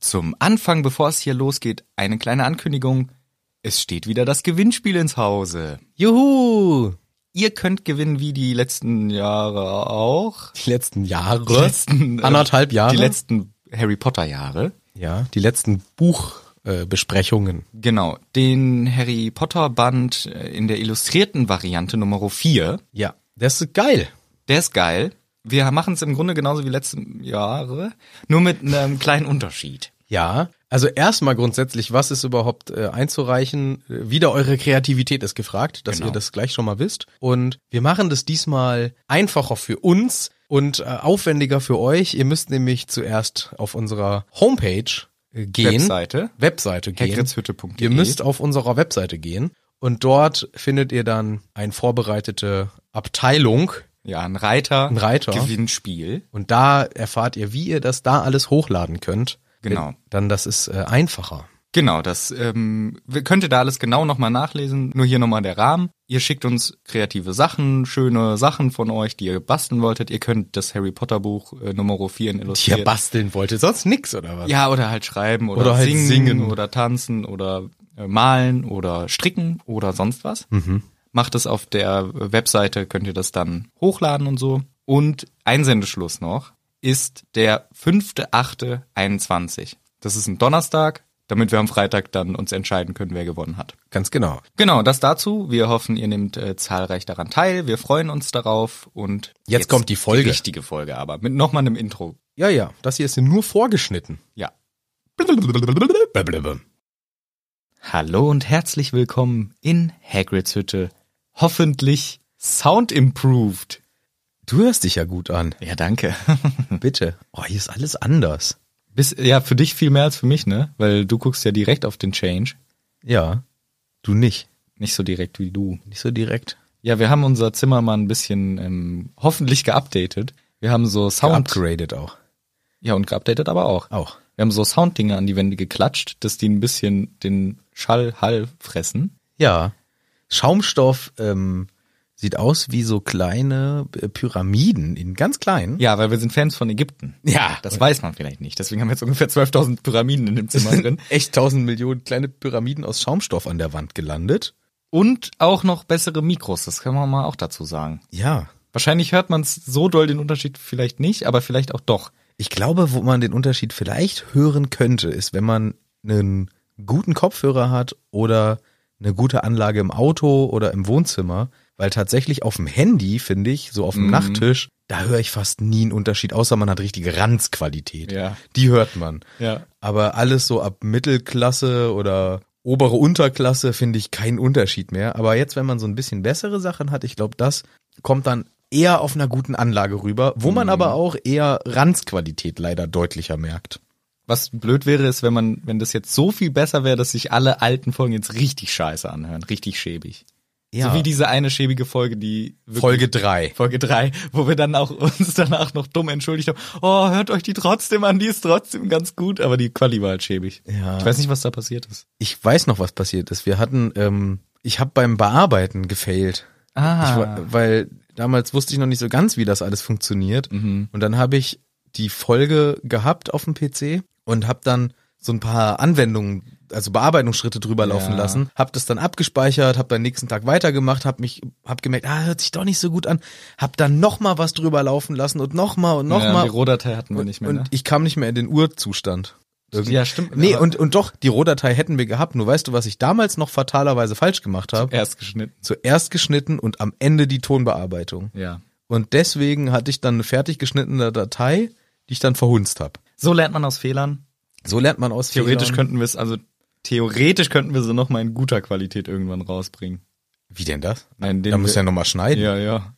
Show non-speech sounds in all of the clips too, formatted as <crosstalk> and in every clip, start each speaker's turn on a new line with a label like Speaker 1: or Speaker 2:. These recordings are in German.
Speaker 1: Zum Anfang, bevor es hier losgeht, eine kleine Ankündigung. Es steht wieder das Gewinnspiel ins Hause.
Speaker 2: Juhu!
Speaker 1: Ihr könnt gewinnen wie die letzten Jahre auch.
Speaker 2: Die letzten Jahre.
Speaker 1: Die letzten, äh,
Speaker 2: anderthalb Jahre.
Speaker 1: Die letzten Harry Potter Jahre.
Speaker 2: ja, die letzten Buchbesprechungen. Äh, Besprechungen.
Speaker 1: Genau, den Harry Potter Band äh, in der illustrierten Variante Nummer 4.
Speaker 2: ja, das ist geil.
Speaker 1: Der ist geil. Wir machen es im Grunde genauso wie letzte Jahre, nur mit einem kleinen Unterschied.
Speaker 2: Ja, also erstmal grundsätzlich, was ist überhaupt äh, einzureichen? Äh, Wieder eure Kreativität ist gefragt, dass
Speaker 1: Genau.
Speaker 2: ihr das gleich schon mal wisst. Und wir machen das diesmal einfacher für uns und äh, aufwendiger für euch. Ihr müsst nämlich zuerst auf unserer Homepage äh, gehen.
Speaker 1: Webseite.
Speaker 2: Webseite gehen.
Speaker 1: Hagridshütte.de.
Speaker 2: Ihr müsst auf unserer Webseite gehen und dort findet ihr dann eine vorbereitete Abteilung
Speaker 1: Ja, ein Reiter.
Speaker 2: Ein Reiter.
Speaker 1: Gewinnspiel.
Speaker 2: und da erfahrt ihr, wie ihr das da alles hochladen könnt.
Speaker 1: Genau.
Speaker 2: Dann das ist äh, einfacher.
Speaker 1: Genau, das ähm, wir- könnt ihr da alles genau nochmal nachlesen. Nur hier nochmal der Rahmen. Ihr schickt uns kreative Sachen, schöne Sachen von euch, die ihr basteln wolltet. Ihr könnt das Harry Potter Buch äh, Nummer 4
Speaker 2: Die
Speaker 1: in
Speaker 2: ihr
Speaker 1: illustrieren.
Speaker 2: basteln wolltet, sonst nix oder was?
Speaker 1: Ja, oder halt schreiben oder,
Speaker 2: Oder halt
Speaker 1: singen,
Speaker 2: singen.
Speaker 1: oder tanzen oder äh, malen oder stricken oder sonst was.
Speaker 2: Mhm.
Speaker 1: Macht es auf der Webseite, könnt ihr das dann hochladen und so. Und Einsendeschluss noch ist der 5.8.21. Das ist ein Donnerstag, damit wir am Freitag dann uns entscheiden können, wer gewonnen hat.
Speaker 2: Ganz genau.
Speaker 1: Genau, das dazu. Wir hoffen, ihr nehmt äh, zahlreich daran teil. Wir freuen uns darauf und
Speaker 2: Jetzt kommt die Folge.
Speaker 1: Die richtige Folge aber mit nochmal einem Intro.
Speaker 2: Ja, ja, das hier ist nur vorgeschnitten.
Speaker 1: Ja.
Speaker 2: Blablabla.
Speaker 1: Hallo und herzlich willkommen in Hagrids Hütte. Hoffentlich sound improved.
Speaker 2: Du hörst dich ja gut an.
Speaker 1: Ja, danke. <laughs> Hm.
Speaker 2: Bitte. Oh, hier ist alles anders.
Speaker 1: Bis, ja, für dich viel mehr als für mich, ne? Weil du guckst ja direkt auf den Change.
Speaker 2: Ja. Du nicht.
Speaker 1: Nicht so direkt wie du.
Speaker 2: Nicht so direkt.
Speaker 1: Ja, wir haben unser Zimmer mal ein bisschen ähm, hoffentlich geupdatet. Wir haben so Sound.
Speaker 2: Upgraded auch.
Speaker 1: Ja, und geupdatet aber auch.
Speaker 2: Auch.
Speaker 1: Wir haben so Sounddinger an die Wände geklatscht, dass die ein bisschen den Schall, Hall fressen.
Speaker 2: Ja. Schaumstoff ähm, sieht aus wie so kleine äh, Pyramiden in ganz klein.
Speaker 1: Ja, weil wir sind Fans von Ägypten.
Speaker 2: Ja.
Speaker 1: Das weiß man vielleicht nicht. Deswegen haben wir jetzt ungefähr 12.000 Pyramiden in dem Zimmer drin.
Speaker 2: <laughs> echt tausend Millionen kleine Pyramiden aus Schaumstoff an der Wand gelandet.
Speaker 1: Und auch noch bessere Mikros, das kann man mal auch dazu sagen.
Speaker 2: Ja.
Speaker 1: Wahrscheinlich hört man es so doll den Unterschied vielleicht nicht, aber vielleicht auch doch.
Speaker 2: Ich glaube, wo man den Unterschied vielleicht hören könnte, ist, wenn man einen guten Kopfhörer hat oder eine gute Anlage im Auto oder im Wohnzimmer, weil tatsächlich auf dem Handy, finde ich, so auf dem Nachttisch, da höre ich fast nie einen Unterschied, außer man hat richtige Ranzqualität.
Speaker 1: Ja.
Speaker 2: Die hört man.
Speaker 1: Ja.
Speaker 2: Aber alles so ab Mittelklasse oder obere Unterklasse finde ich keinen Unterschied mehr. Aber jetzt, wenn man so ein bisschen bessere Sachen hat, ich glaube, das kommt dann eher auf einer guten Anlage rüber, wo
Speaker 1: Mhm.
Speaker 2: man aber auch eher Ranzqualität leider deutlicher merkt.
Speaker 1: Was blöd wäre, ist, wenn man, wenn das jetzt so viel besser wäre, dass sich alle alten Folgen jetzt richtig scheiße anhören, richtig schäbig.
Speaker 2: Ja.
Speaker 1: So wie diese eine schäbige Folge, die wirklich-
Speaker 2: Folge drei.
Speaker 1: Folge drei, wo wir dann auch uns danach noch dumm entschuldigt haben. Oh, hört euch die trotzdem an, die ist trotzdem ganz gut, aber die Quali war halt schäbig.
Speaker 2: Ja.
Speaker 1: Ich weiß nicht, was da passiert ist.
Speaker 2: Ich weiß noch, was passiert ist. Wir hatten, ähm, ich habe beim Bearbeiten gefailt.
Speaker 1: Ah.
Speaker 2: Ich, wa- weil damals wusste ich noch nicht so ganz, wie das alles funktioniert.
Speaker 1: Mhm.
Speaker 2: Und dann habe ich die Folge gehabt auf dem PC und habe dann so ein paar Anwendungen, also Bearbeitungsschritte drüber laufen
Speaker 1: Ja.
Speaker 2: lassen, habe das dann abgespeichert, habe dann nächsten Tag weitergemacht, habe mich, habe gemerkt, ah, hört sich doch nicht so gut an, habe dann noch mal was drüber laufen lassen und noch mal und noch
Speaker 1: ja,
Speaker 2: mal
Speaker 1: Die Rohdatei hatten wir nicht mehr.
Speaker 2: und
Speaker 1: ne?
Speaker 2: ich kam nicht mehr in den Urzustand. Irgendwie-
Speaker 1: Ja, stimmt.
Speaker 2: Nee,
Speaker 1: Aber-
Speaker 2: und, und doch, die Rohdatei hätten wir gehabt. Nur weißt du, was ich damals noch fatalerweise falsch gemacht habe?
Speaker 1: Erst geschnitten.
Speaker 2: Zuerst geschnitten und am Ende die Tonbearbeitung.
Speaker 1: Ja.
Speaker 2: Und deswegen hatte ich dann eine fertig geschnittene Datei, die ich dann verhunzt habe.
Speaker 1: So lernt man aus Fehlern.
Speaker 2: So lernt man aus
Speaker 1: Theoretisch
Speaker 2: Fehlern.
Speaker 1: könnten wir es, also theoretisch könnten wir sie nochmal in guter Qualität irgendwann rausbringen.
Speaker 2: Wie denn das?
Speaker 1: Nein, den
Speaker 2: Da muss
Speaker 1: wir-
Speaker 2: ja nochmal schneiden.
Speaker 1: Ja, ja.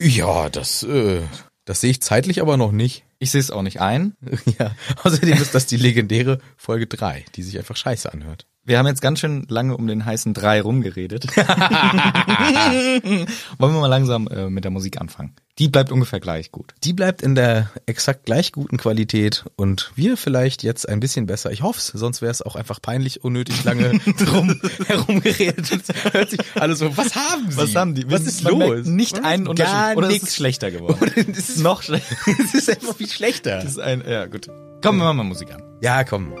Speaker 2: ja das, äh, das sehe ich zeitlich aber noch nicht. <laughs>
Speaker 1: Ich sehe es auch nicht ein.
Speaker 2: ja. Außerdem ist das die legendäre Folge 3, die sich einfach scheiße anhört.
Speaker 1: Wir haben jetzt ganz schön lange um den heißen
Speaker 2: <laughs>
Speaker 1: Brei rumgeredet. Wollen wir mal langsam äh, mit der Musik anfangen. Die bleibt ungefähr gleich gut.
Speaker 2: Die bleibt in der exakt gleich guten Qualität und wir vielleicht jetzt ein bisschen besser. Ich hoff's, sonst wäre es auch einfach peinlich, unnötig lange drum herumgeredet. Es Hört sich alle so, was haben Sie?
Speaker 1: Was haben die?
Speaker 2: Was
Speaker 1: Man-
Speaker 2: ist
Speaker 1: man merkt
Speaker 2: los?
Speaker 1: Nicht
Speaker 2: Was?
Speaker 1: einen Unterschied.
Speaker 2: Gar
Speaker 1: Oder es
Speaker 2: nichts.
Speaker 1: ist schlechter geworden.
Speaker 2: Oder <laughs> es ist-
Speaker 1: noch schlechter. <laughs>
Speaker 2: es ist einfach viel schlechter.
Speaker 1: Das ist ein, ja, gut. Komm, wir machen mal Musik an.
Speaker 2: Ja, komm.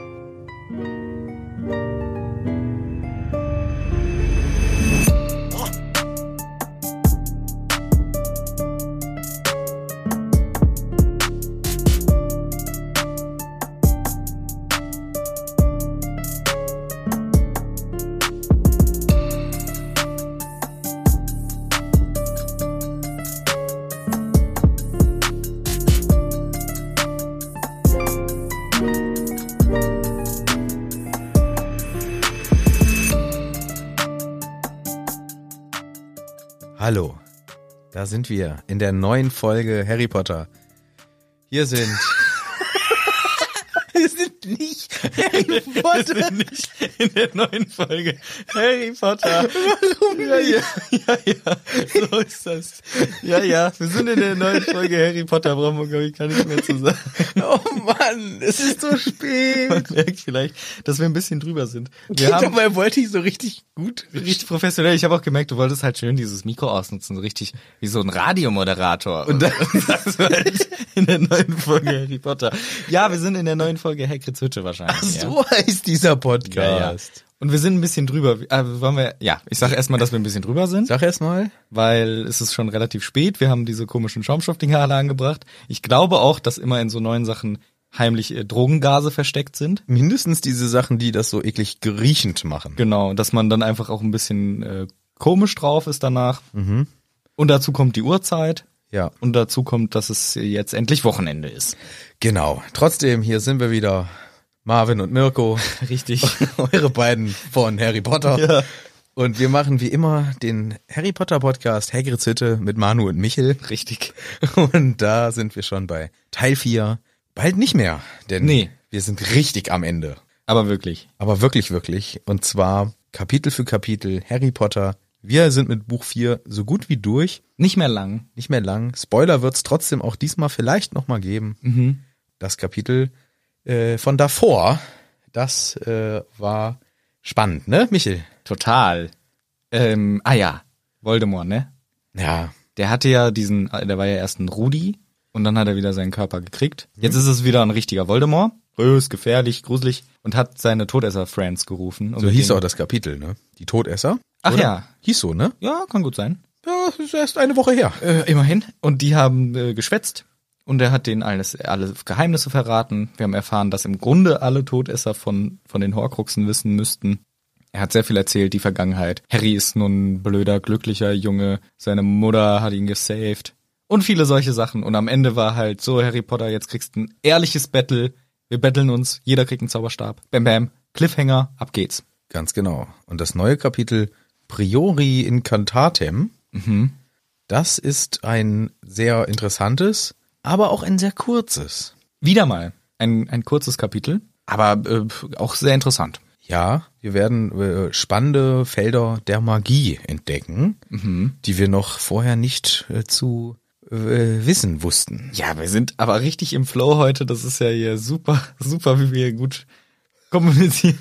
Speaker 2: Hallo. Da sind wir in der neuen Folge Harry Potter. Hier sind. wir sind nicht Harry
Speaker 1: Wir sind nicht in der neuen Folge Harry Potter. Warum? Ja, ja, ja, ja. So ist das. Ja, ja. Wir sind in der neuen Folge Harry Potter. Brauchen wir, glaube ich, gar nicht mehr zu sagen.
Speaker 2: <laughs> Oh Mann, es ist so spät.
Speaker 1: Man merkt vielleicht, dass wir ein bisschen drüber sind. Wir haben
Speaker 2: Dabei wollte ich so richtig gut.
Speaker 1: richtig professionell. Ich habe auch gemerkt, du wolltest halt schön dieses Mikro ausnutzen. Richtig wie so ein Radiomoderator. Und dann sagst du halt in der neuen Folge Harry Potter. Ja, wir sind in der neuen Folge Hagrid's Hütte wahrscheinlich.
Speaker 2: Ach,
Speaker 1: ja.
Speaker 2: So heißt dieser
Speaker 1: Ja, ja.
Speaker 2: Podcast.
Speaker 1: Und wir sind ein bisschen drüber. Äh, wollen wir, ja, ich sage erstmal, dass wir ein bisschen drüber sind,
Speaker 2: Sag erst mal.
Speaker 1: weil es ist schon relativ spät. Wir haben diese komischen Schaumstoffdinger alle angebracht. Ich glaube auch, dass immer in so neuen Sachen heimlich äh, Drogengase versteckt sind.
Speaker 2: Mindestens diese Sachen, die das so eklig riechend machen.
Speaker 1: Genau, dass man dann einfach auch ein bisschen äh, komisch drauf ist danach. Und dazu kommt die Uhrzeit.
Speaker 2: Ja.
Speaker 1: Und dazu kommt, dass es jetzt endlich Wochenende ist.
Speaker 2: Genau. Trotzdem, hier sind wir wieder. Marvin und <laughs> Mirko,
Speaker 1: Richtig.
Speaker 2: eure beiden von Harry Potter.
Speaker 1: Ja.
Speaker 2: Und wir machen wie immer den Harry Potter Podcast Hagrid's Hütte mit Manu und Michel.
Speaker 1: <laughs> Richtig.
Speaker 2: Und da sind wir schon bei Teil 4. Bald nicht mehr, denn
Speaker 1: Nee.
Speaker 2: wir sind richtig am Ende.
Speaker 1: Aber wirklich.
Speaker 2: Aber wirklich, wirklich. Und zwar Kapitel für Kapitel Harry Potter. Wir sind mit Buch 4 so gut wie durch.
Speaker 1: Nicht mehr lang.
Speaker 2: nicht mehr lang. Spoiler wird's trotzdem auch diesmal vielleicht nochmal geben.
Speaker 1: Mhm.
Speaker 2: Das Kapitel äh, von davor, das äh, war spannend, ne, Michel?
Speaker 1: Total. Ähm, ah ja, Voldemort, ne?
Speaker 2: Ja.
Speaker 1: Der hatte ja diesen, äh, der war ja erst ein Rudi und dann hat er wieder seinen Körper gekriegt. Jetzt ist es wieder ein richtiger Voldemort. Bös, gefährlich, gruselig und hat seine Todesser-Friends gerufen. Und
Speaker 2: So
Speaker 1: mit
Speaker 2: hieß
Speaker 1: denen-
Speaker 2: auch das Kapitel, ne? Die Todesser.
Speaker 1: Ach ja.
Speaker 2: Hieß so, ne?
Speaker 1: Ja, kann gut sein.
Speaker 2: Ja, das ist erst eine Woche her.
Speaker 1: Äh, immerhin. Und die haben äh, geschwätzt und er hat denen alles, alle Geheimnisse verraten. Wir haben erfahren, dass im Grunde alle Todesser von, von den Horcruxen wissen müssten. Er hat sehr viel erzählt, die Vergangenheit. Harry ist nun ein blöder, glücklicher Junge. Seine Mutter hat ihn gesaved. Und viele solche Sachen. Und am Ende war halt so, Harry Potter, jetzt kriegst du ein ehrliches Battle. Wir betteln uns. Jeder kriegt einen Zauberstab. Bam, bam. Cliffhanger. Ab geht's.
Speaker 2: Ganz genau. Und das neue Kapitel Priori Incantatem,
Speaker 1: Mhm.
Speaker 2: das ist ein sehr interessantes, aber auch ein sehr kurzes.
Speaker 1: Wieder mal ein, ein kurzes Kapitel. Aber äh, auch sehr interessant.
Speaker 2: Ja, wir werden äh, spannende Felder der Magie entdecken, die wir noch vorher nicht äh, zu äh, wissen wussten.
Speaker 1: Ja, wir sind aber richtig im Flow heute. Das ist ja hier super, super, wie wir hier gut kommunizieren.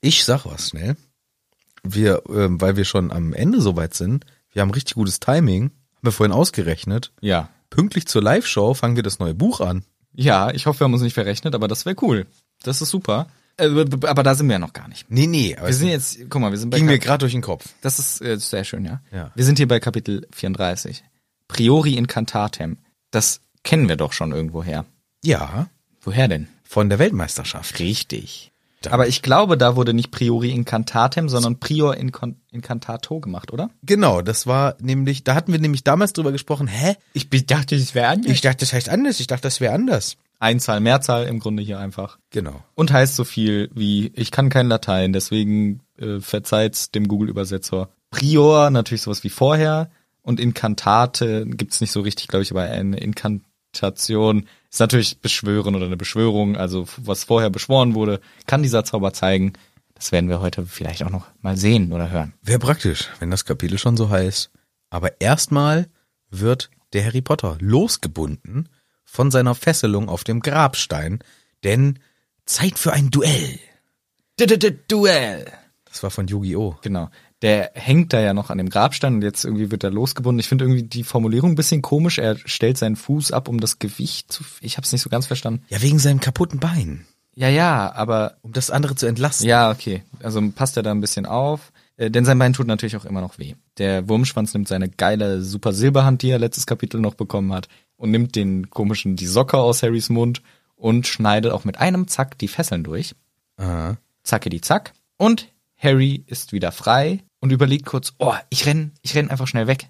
Speaker 2: Ich sag was schnell. Wir, ähm, weil wir schon am Ende soweit sind, wir haben richtig gutes Timing, haben wir vorhin ausgerechnet.
Speaker 1: Ja.
Speaker 2: Pünktlich zur Live-Show fangen wir das neue Buch an.
Speaker 1: Ja, ich hoffe, wir haben uns nicht verrechnet, aber das wäre cool. Das ist super. Äh, b- b- Aber da sind wir ja noch gar nicht.
Speaker 2: Nee, nee, aber
Speaker 1: Wir
Speaker 2: es
Speaker 1: sind jetzt, guck mal, wir sind bei
Speaker 2: ging mir
Speaker 1: Kap-
Speaker 2: gerade durch den Kopf.
Speaker 1: Das ist äh, sehr schön, ja.
Speaker 2: Ja.
Speaker 1: Wir sind hier bei Kapitel 34. Priori incantatem. Das kennen wir doch schon irgendwoher.
Speaker 2: Ja,
Speaker 1: Woher denn?
Speaker 2: von der Weltmeisterschaft.
Speaker 1: Richtig.
Speaker 2: Da-
Speaker 1: Aber ich glaube, da wurde nicht Priori incantatem, sondern Prior incon- incantato gemacht, oder?
Speaker 2: Genau, das war nämlich, da hatten wir nämlich damals drüber gesprochen, hä?
Speaker 1: Ich dachte, es wäre
Speaker 2: Ich dachte, das heißt anders, ich dachte, das wäre anders.
Speaker 1: Einzahl, Mehrzahl im Grunde hier einfach.
Speaker 2: Genau.
Speaker 1: Und heißt so viel wie, ich kann kein Latein, deswegen äh, verzeiht's dem Google-Übersetzer. Prior, natürlich sowas wie vorher. Und Inkantate gibt's nicht so richtig, glaube ich, aber eine Inkantation ist natürlich Beschwören oder eine Beschwörung. Also f- was vorher beschworen wurde, kann dieser Zauber zeigen. Das werden wir heute vielleicht auch noch mal sehen oder hören.
Speaker 2: Wäre praktisch, wenn das Kapitel schon so heißt. Aber erstmal wird der Harry Potter losgebunden von seiner Fesselung auf dem Grabstein, denn Zeit für ein Duell.
Speaker 1: Duell.
Speaker 2: Das war von Yu-Gi-Oh!
Speaker 1: Genau. der hängt da ja noch an dem Grabstein und jetzt irgendwie wird er losgebunden. Ich finde irgendwie die Formulierung ein bisschen komisch. Er stellt seinen Fuß ab, um das Gewicht zu. Ich habe es nicht so ganz verstanden.
Speaker 2: Ja, wegen seinem kaputten Bein.
Speaker 1: Ja, ja, aber
Speaker 2: Um das andere zu entlasten.
Speaker 1: ja, okay. Also passt er da ein bisschen auf. Äh, Denn sein Bein tut natürlich auch immer noch weh. Der Wurmschwanz nimmt seine geile super Silberhand, die er letztes Kapitel noch bekommen hat, und nimmt den komischen die Socke aus Harrys Mund und schneidet auch mit einem Zack die Fesseln durch.
Speaker 2: Aha.
Speaker 1: Zacke die Zack. Und Harry ist wieder frei und überlegt kurz, oh, ich renn, ich renn einfach schnell weg.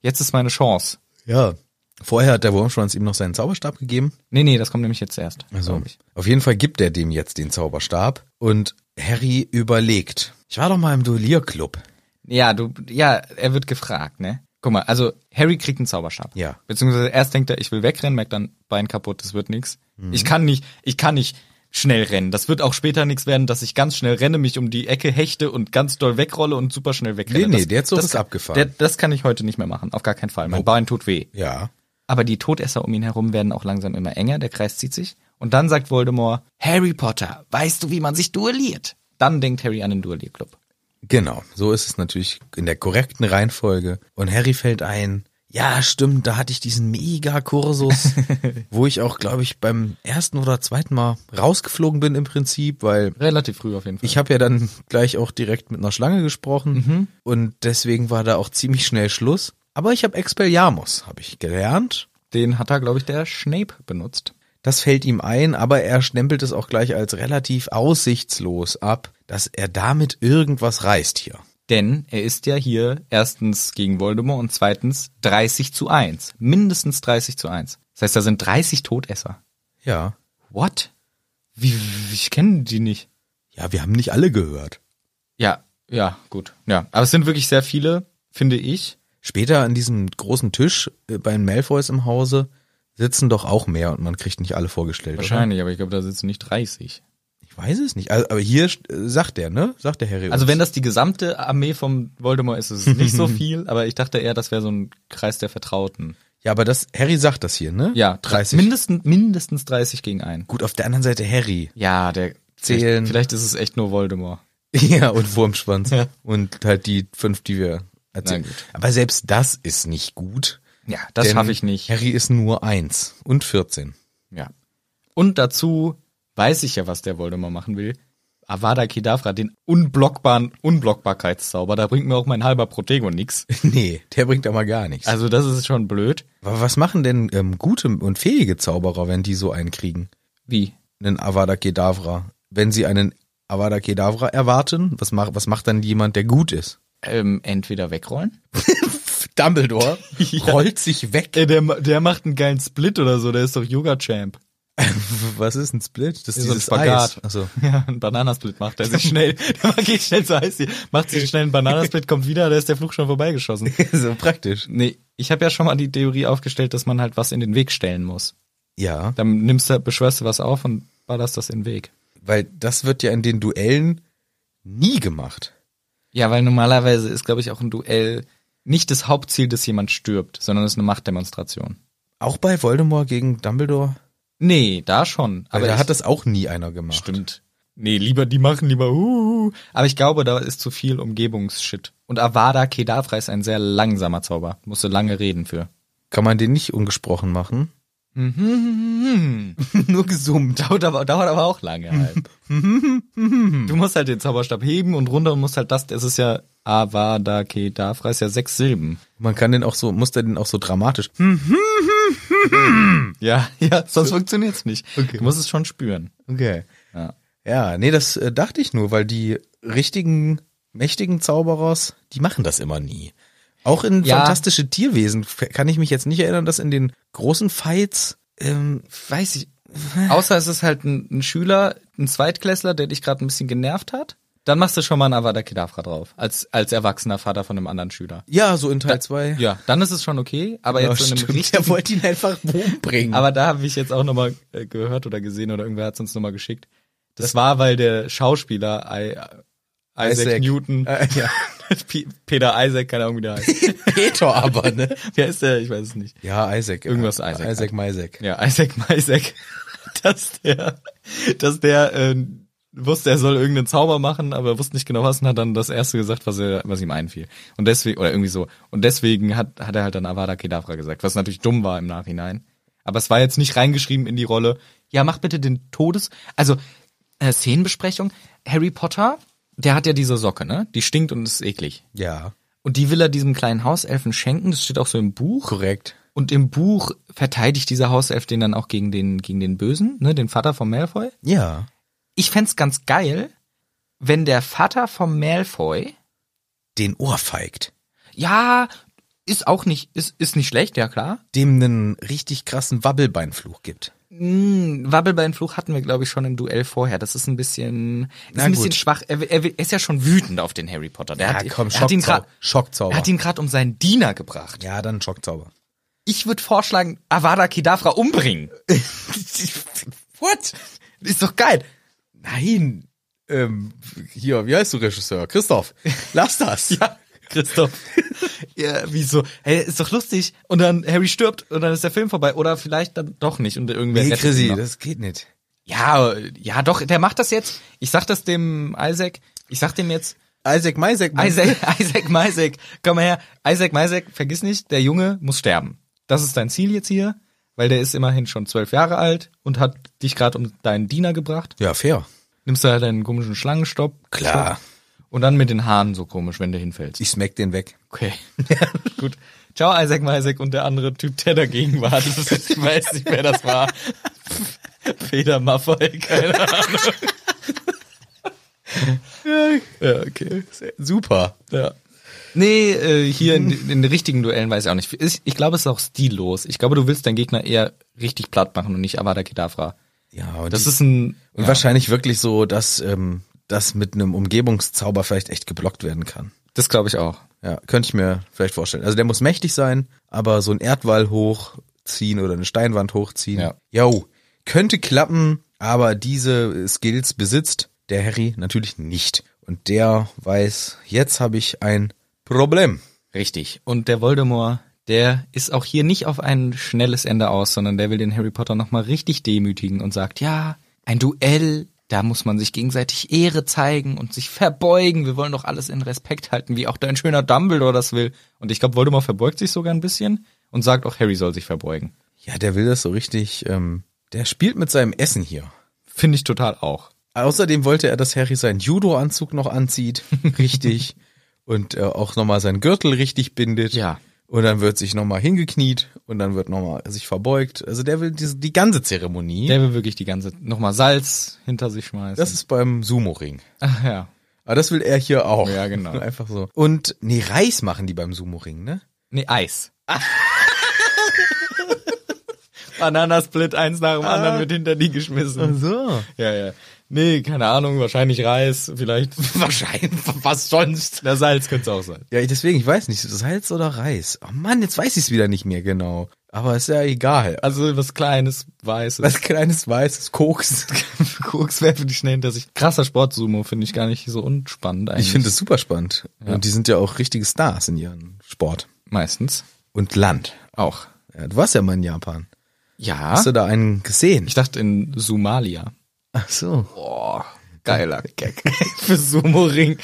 Speaker 1: Jetzt ist meine Chance.
Speaker 2: Ja. Vorher hat der Wurmschwanz ihm noch seinen Zauberstab gegeben.
Speaker 1: Nee, nee, das kommt nämlich jetzt erst.
Speaker 2: Also,
Speaker 1: glaub ich.
Speaker 2: auf jeden Fall gibt er dem jetzt den Zauberstab und Harry überlegt. Ich war doch mal im Duellierclub.
Speaker 1: Ja, du, ja, er wird gefragt, ne? Guck mal, also Harry kriegt einen Zauberstab.
Speaker 2: Ja.
Speaker 1: Beziehungsweise erst denkt er, ich will wegrennen, merkt dann, Bein kaputt, das wird nix.
Speaker 2: Mhm.
Speaker 1: Ich kann nicht, ich kann nicht schnell rennen. Das wird auch später nix werden, dass ich ganz schnell renne, mich um die Ecke hechte und ganz doll wegrolle und super schnell wegrenne.
Speaker 2: Nee, nee,
Speaker 1: das,
Speaker 2: der Zug
Speaker 1: das,
Speaker 2: ist abgefahren.
Speaker 1: Der, das kann ich heute nicht mehr machen, auf gar keinen Fall. Mein Bein tut weh.
Speaker 2: Ja.
Speaker 1: Aber die Todesser um ihn herum werden auch langsam immer enger, der Kreis zieht sich. Und dann sagt Voldemort, Harry Potter, weißt du, wie man sich duelliert? Dann denkt Harry an den Duellierclub.
Speaker 2: Genau, so ist es natürlich in der korrekten Reihenfolge. Und Harry fällt ein, ja stimmt, da hatte ich diesen Mega-Kursus, wo ich auch, glaube ich, beim ersten oder zweiten Mal rausgeflogen bin im Prinzip, weil
Speaker 1: Relativ früh auf jeden Fall.
Speaker 2: ich habe ja dann gleich auch direkt mit einer Schlange gesprochen und deswegen war da auch ziemlich schnell Schluss. Aber ich habe Expelliarmus, habe ich gelernt.
Speaker 1: Den hat er, glaube ich, der Snape benutzt.
Speaker 2: Das fällt ihm ein, aber er stempelt es auch gleich als relativ aussichtslos ab, dass er damit irgendwas reißt hier.
Speaker 1: Denn er ist ja hier erstens gegen Voldemort und zweitens 30 zu 1. Mindestens 30 zu 1. Das heißt, da sind 30 Todesser.
Speaker 2: Ja.
Speaker 1: What? Wie, wie ich kenne die nicht.
Speaker 2: Ja, wir haben nicht alle gehört.
Speaker 1: Ja, ja, gut. Ja, aber es sind wirklich sehr viele, finde ich.
Speaker 2: Später an diesem großen Tisch äh, bei den Malfoys im Hause sitzen doch auch mehr und man kriegt nicht alle vorgestellt.
Speaker 1: Wahrscheinlich, aber ich glaube, da sitzen nicht 30.
Speaker 2: Oder? Ich weiß es nicht. Also, aber hier äh, sagt der, ne? Sagt der Harry.
Speaker 1: Also
Speaker 2: uns.
Speaker 1: wenn das die gesamte Armee vom Voldemort ist, ist es nicht <laughs> so viel, aber ich dachte eher, das wäre so ein Kreis der Vertrauten.
Speaker 2: ja, aber das Harry sagt das hier, ne?
Speaker 1: Ja,
Speaker 2: 30.
Speaker 1: Mindestens, mindestens 30 gegen einen.
Speaker 2: Gut, auf der anderen Seite Harry. <laughs>
Speaker 1: Ja, der
Speaker 2: Zählen.
Speaker 1: Vielleicht, vielleicht ist es echt nur Voldemort.
Speaker 2: ja, und Wurmschwanz.
Speaker 1: Ja.
Speaker 2: Und halt die fünf, die wir erzählen.
Speaker 1: Na gut.
Speaker 2: Aber selbst das ist nicht gut.
Speaker 1: Ja, das
Speaker 2: denn
Speaker 1: schaffe ich nicht.
Speaker 2: Harry ist nur eins und 14.
Speaker 1: Ja. Und dazu weiß ich ja, was der Voldemort machen will. Avada Kedavra, den unblockbaren Unblockbarkeitszauber, da bringt mir auch mein halber Protego <laughs> nix.
Speaker 2: <laughs> nee, der bringt aber gar nichts.
Speaker 1: Also das ist schon blöd.
Speaker 2: aber was machen denn ähm, gute und fähige Zauberer, wenn die so einen kriegen?
Speaker 1: Wie?
Speaker 2: einen Avada Kedavra. Wenn sie einen Avada Kedavra erwarten, was, mach, was macht dann jemand, der gut ist?
Speaker 1: Ähm, entweder wegrollen.
Speaker 2: <laughs> Dumbledore rollt sich weg.
Speaker 1: Ey, Äh, der, der macht einen geilen Split oder so, der ist doch Yoga-Champ.
Speaker 2: <laughs> Was ist ein Split? Das ist
Speaker 1: so ein
Speaker 2: dieses
Speaker 1: Spagat.
Speaker 2: Eis. Also
Speaker 1: <laughs> Ja, einen Bananasplit macht er sich schnell. <laughs> Der geht schnell zu Eis, macht sich schnell einen Bananasplit, kommt wieder, da ist der Flug schon vorbeigeschossen.
Speaker 2: <laughs> so praktisch.
Speaker 1: Nee, ich habe ja schon mal die Theorie aufgestellt, dass man halt was in den Weg stellen muss.
Speaker 2: Ja,
Speaker 1: Dann nimmst du, beschwörst du was auf und ballerst das in den Weg.
Speaker 2: weil das wird ja in den Duellen nie gemacht.
Speaker 1: Ja, weil normalerweise ist, glaube ich, auch ein Duell nicht das Hauptziel, dass jemand stirbt, sondern es ist eine Machtdemonstration.
Speaker 2: Auch bei Voldemort gegen Dumbledore.
Speaker 1: Nee, da schon.
Speaker 2: Aber da
Speaker 1: ich-
Speaker 2: hat das auch nie einer gemacht.
Speaker 1: Stimmt. Nee, lieber die machen, lieber uh. Aber ich glaube, da ist zu viel Umgebungsshit. Und Avada Kedavra ist ein sehr langsamer Zauber. Musste lange reden für.
Speaker 2: Kann man den nicht ungesprochen machen?
Speaker 1: <laughs> Nur gesummt. Mm. <laughs> Dauert aber, dauert aber auch lange <laughs> halt. du musst halt den Zauberstab heben und runter und musst halt das, es ist ja Avada Kedavra, ist ja sechs Silben.
Speaker 2: Man kann den auch so, muss der den auch so dramatisch.
Speaker 1: Ja, <laughs> ja, sonst funktioniert's nicht. Okay. Du musst es schon spüren.
Speaker 2: Okay.
Speaker 1: Ja.
Speaker 2: Ja, nee, das äh, dachte ich nur, weil die richtigen, mächtigen Zauberers, die machen das immer nie. Auch in
Speaker 1: Ja.
Speaker 2: fantastische Tierwesen f- kann ich mich jetzt nicht erinnern, dass in den großen Fights, ähm,
Speaker 1: Weiß ich. Außer es ist halt ein, ein Schüler, ein Zweitklässler, der dich gerade ein bisschen genervt hat. Dann machst du schon mal einen Avada Kedavra drauf. Als, als erwachsener Vater von einem anderen Schüler.
Speaker 2: ja, so in Teil 2.
Speaker 1: Ja, dann ist es schon okay. Aber
Speaker 2: ja
Speaker 1: jetzt so in einem
Speaker 2: der
Speaker 1: richtigen...
Speaker 2: wollte ihn einfach
Speaker 1: <laughs>
Speaker 2: umbringen.
Speaker 1: Aber da habe ich jetzt auch nochmal äh, gehört oder gesehen oder irgendwer hat es uns nochmal geschickt. Das, war, weil der Schauspieler I, Isaac,
Speaker 2: Isaac.
Speaker 1: Newton,
Speaker 2: äh, ja.
Speaker 1: P- <laughs> Peter Isaac, keine Ahnung wie der heißt.
Speaker 2: Peter aber, <laughs> ne?
Speaker 1: Wer ist der? Ich weiß es nicht.
Speaker 2: Ja, Isaac.
Speaker 1: Irgendwas
Speaker 2: äh,
Speaker 1: Isaac
Speaker 2: Isaac Meisek.
Speaker 1: <laughs> Ja, Isaac Meisek, dass der, dass der äh, wusste, er soll irgendeinen Zauber machen, aber wusste nicht genau was und hat dann das erste gesagt, was, er, was ihm einfiel. Und deswegen, oder irgendwie so. Und deswegen hat, hat er halt dann Avada Kedavra gesagt, was natürlich dumm war im Nachhinein. Aber es war jetzt nicht reingeschrieben in die Rolle, ja, mach bitte den Todes, also, äh, Szenenbesprechung. Harry Potter, der hat ja diese Socke, ne? Die stinkt und ist eklig.
Speaker 2: Ja.
Speaker 1: Und die will er diesem kleinen Hauselfen schenken, das steht auch so im Buch.
Speaker 2: Korrekt.
Speaker 1: Und im Buch verteidigt dieser Hauself den dann auch gegen den, gegen den Bösen, ne, den Vater von Malfoy.
Speaker 2: Ja.
Speaker 1: Ich fänd's ganz geil, wenn der Vater von Malfoy,
Speaker 2: Den ohrfeigt.
Speaker 1: ja, ist auch nicht, ist, ist nicht schlecht, ja klar.
Speaker 2: Dem einen richtig krassen Wabbelbeinfluch gibt.
Speaker 1: Hm, Wabbelbeinfluch hatten wir, glaube ich, schon im Duell vorher. Das ist ein bisschen, ist
Speaker 2: Na
Speaker 1: ein bisschen
Speaker 2: gut.
Speaker 1: schwach. Er, er, er ist ja schon wütend auf den Harry Potter. Der hat, er hat ihn
Speaker 2: Schockzau-
Speaker 1: grad,
Speaker 2: Schockzauber.
Speaker 1: er hat ihn gerade um seinen Diener gebracht.
Speaker 2: ja, dann Schockzauber.
Speaker 1: Ich würde vorschlagen, Avada
Speaker 2: <laughs>
Speaker 1: Kedavra umbringen.
Speaker 2: What?
Speaker 1: Ist doch geil.
Speaker 2: Nein. Ähm, hier, wie heißt du Regisseur? Christoph, lass das.
Speaker 1: <laughs>
Speaker 2: <laughs>
Speaker 1: Ja, Christoph. ja, wieso? Hey, ist doch lustig. Und dann Harry stirbt und dann ist der Film vorbei. Oder vielleicht dann doch nicht. Und irgendwer
Speaker 2: Nee,
Speaker 1: rettet ihn
Speaker 2: Chrissy,
Speaker 1: noch.
Speaker 2: das geht nicht.
Speaker 1: Ja, ja, doch, der macht das jetzt. Ich sag das dem Isaac. Ich sag dem jetzt,
Speaker 2: Isaac Meisek. Mann. <laughs>
Speaker 1: Isaac, Isaac, Isaac, komm mal her. Isaac, Isaac, vergiss nicht, der Junge muss sterben. Das ist dein Ziel jetzt hier, weil der ist immerhin schon zwölf Jahre alt und hat dich gerade um deinen Diener gebracht.
Speaker 2: Ja, fair.
Speaker 1: Nimmst du halt deinen komischen Schlangenstopp.
Speaker 2: Klar.
Speaker 1: Und dann mit den Haaren so komisch, wenn du hinfällst.
Speaker 2: Ich smack den weg.
Speaker 1: Okay. <laughs> Gut. Ciao, Isaac Meisek und der andere Typ, der dagegen war. Das ist, ich weiß nicht, wer das war. <laughs> Peter Maffei, keine Ahnung. <laughs> ja, okay.
Speaker 2: Super.
Speaker 1: Ja. Nee, äh, hier in, in den richtigen Duellen weiß ich auch nicht. Ich, ich glaube, es ist auch stillos. Ich glaube, du willst deinen Gegner eher richtig platt machen und nicht Avada Kedavra.
Speaker 2: Ja, und,
Speaker 1: Das ist ein...
Speaker 2: und wahrscheinlich wirklich so, dass ähm, das mit einem Umgebungszauber vielleicht echt geblockt werden kann.
Speaker 1: Das glaube ich auch.
Speaker 2: Ja, könnte ich mir vielleicht vorstellen. Also der muss mächtig sein, aber so ein Erdwall hochziehen oder eine Steinwand hochziehen.
Speaker 1: Ja.
Speaker 2: Jo, könnte klappen, aber diese äh, Skills besitzt der Harry natürlich nicht. Und der weiß, jetzt habe ich ein Problem.
Speaker 1: Richtig. Und der Voldemort, der ist auch hier nicht auf ein schnelles Ende aus, sondern der will den Harry Potter nochmal richtig demütigen und sagt, ja, ein Duell, da muss man sich gegenseitig Ehre zeigen und sich verbeugen. Wir wollen doch alles in Respekt halten, wie auch dein schöner Dumbledore das will. Und ich glaube, Voldemort verbeugt sich sogar ein bisschen und sagt auch, Harry soll sich verbeugen.
Speaker 2: Ja, der will das so richtig, ähm, der spielt mit seinem Essen hier.
Speaker 1: Finde ich total auch.
Speaker 2: Außerdem wollte er, dass Harry seinen Judo-Anzug noch
Speaker 1: <laughs>
Speaker 2: anzieht, richtig, und äh, auch nochmal seinen Gürtel richtig bindet.
Speaker 1: Ja.
Speaker 2: Und dann wird sich nochmal hingekniet und dann wird nochmal sich verbeugt. Also der will diese, die ganze Zeremonie.
Speaker 1: Der will wirklich die ganze, nochmal Salz hinter sich schmeißen.
Speaker 2: das ist beim Sumo-Ring.
Speaker 1: Ach ja.
Speaker 2: Aber das will er hier auch.
Speaker 1: Ja,
Speaker 2: <laughs>
Speaker 1: genau.
Speaker 2: Einfach so. Und nee, Reis machen die beim Sumo-Ring, ne?
Speaker 1: Nee, Eis. <laughs> Bananasplit eins nach dem anderen wird hinter die geschmissen.
Speaker 2: so.
Speaker 1: Ja, ja. Nee, keine Ahnung, wahrscheinlich Reis, vielleicht. <laughs> wahrscheinlich, was sonst? Na, Salz könnte es auch sein.
Speaker 2: Ja, ich- deswegen, ich weiß nicht, Salz oder Reis. Oh Mann, jetzt weiß ich es wieder nicht mehr genau. Aber ist ja egal.
Speaker 1: Also was Kleines, Weißes.
Speaker 2: Was kleines Weißes, Koks.
Speaker 1: <laughs> Koks werfen die schnell hinter sich. Krasser Sportsumo finde ich gar nicht so unspannend eigentlich.
Speaker 2: Ich finde es super spannend. Und die sind ja auch richtige Stars in ihrem Sport.
Speaker 1: meistens
Speaker 2: Und Land.
Speaker 1: auch.
Speaker 2: Ja, du warst ja mal in Japan.
Speaker 1: Ja.
Speaker 2: Hast du da einen gesehen?
Speaker 1: Ah? ich dachte in Somalia.
Speaker 2: Ach so.
Speaker 1: Boah, geiler Gag. <laughs> Für Sumo-Ring.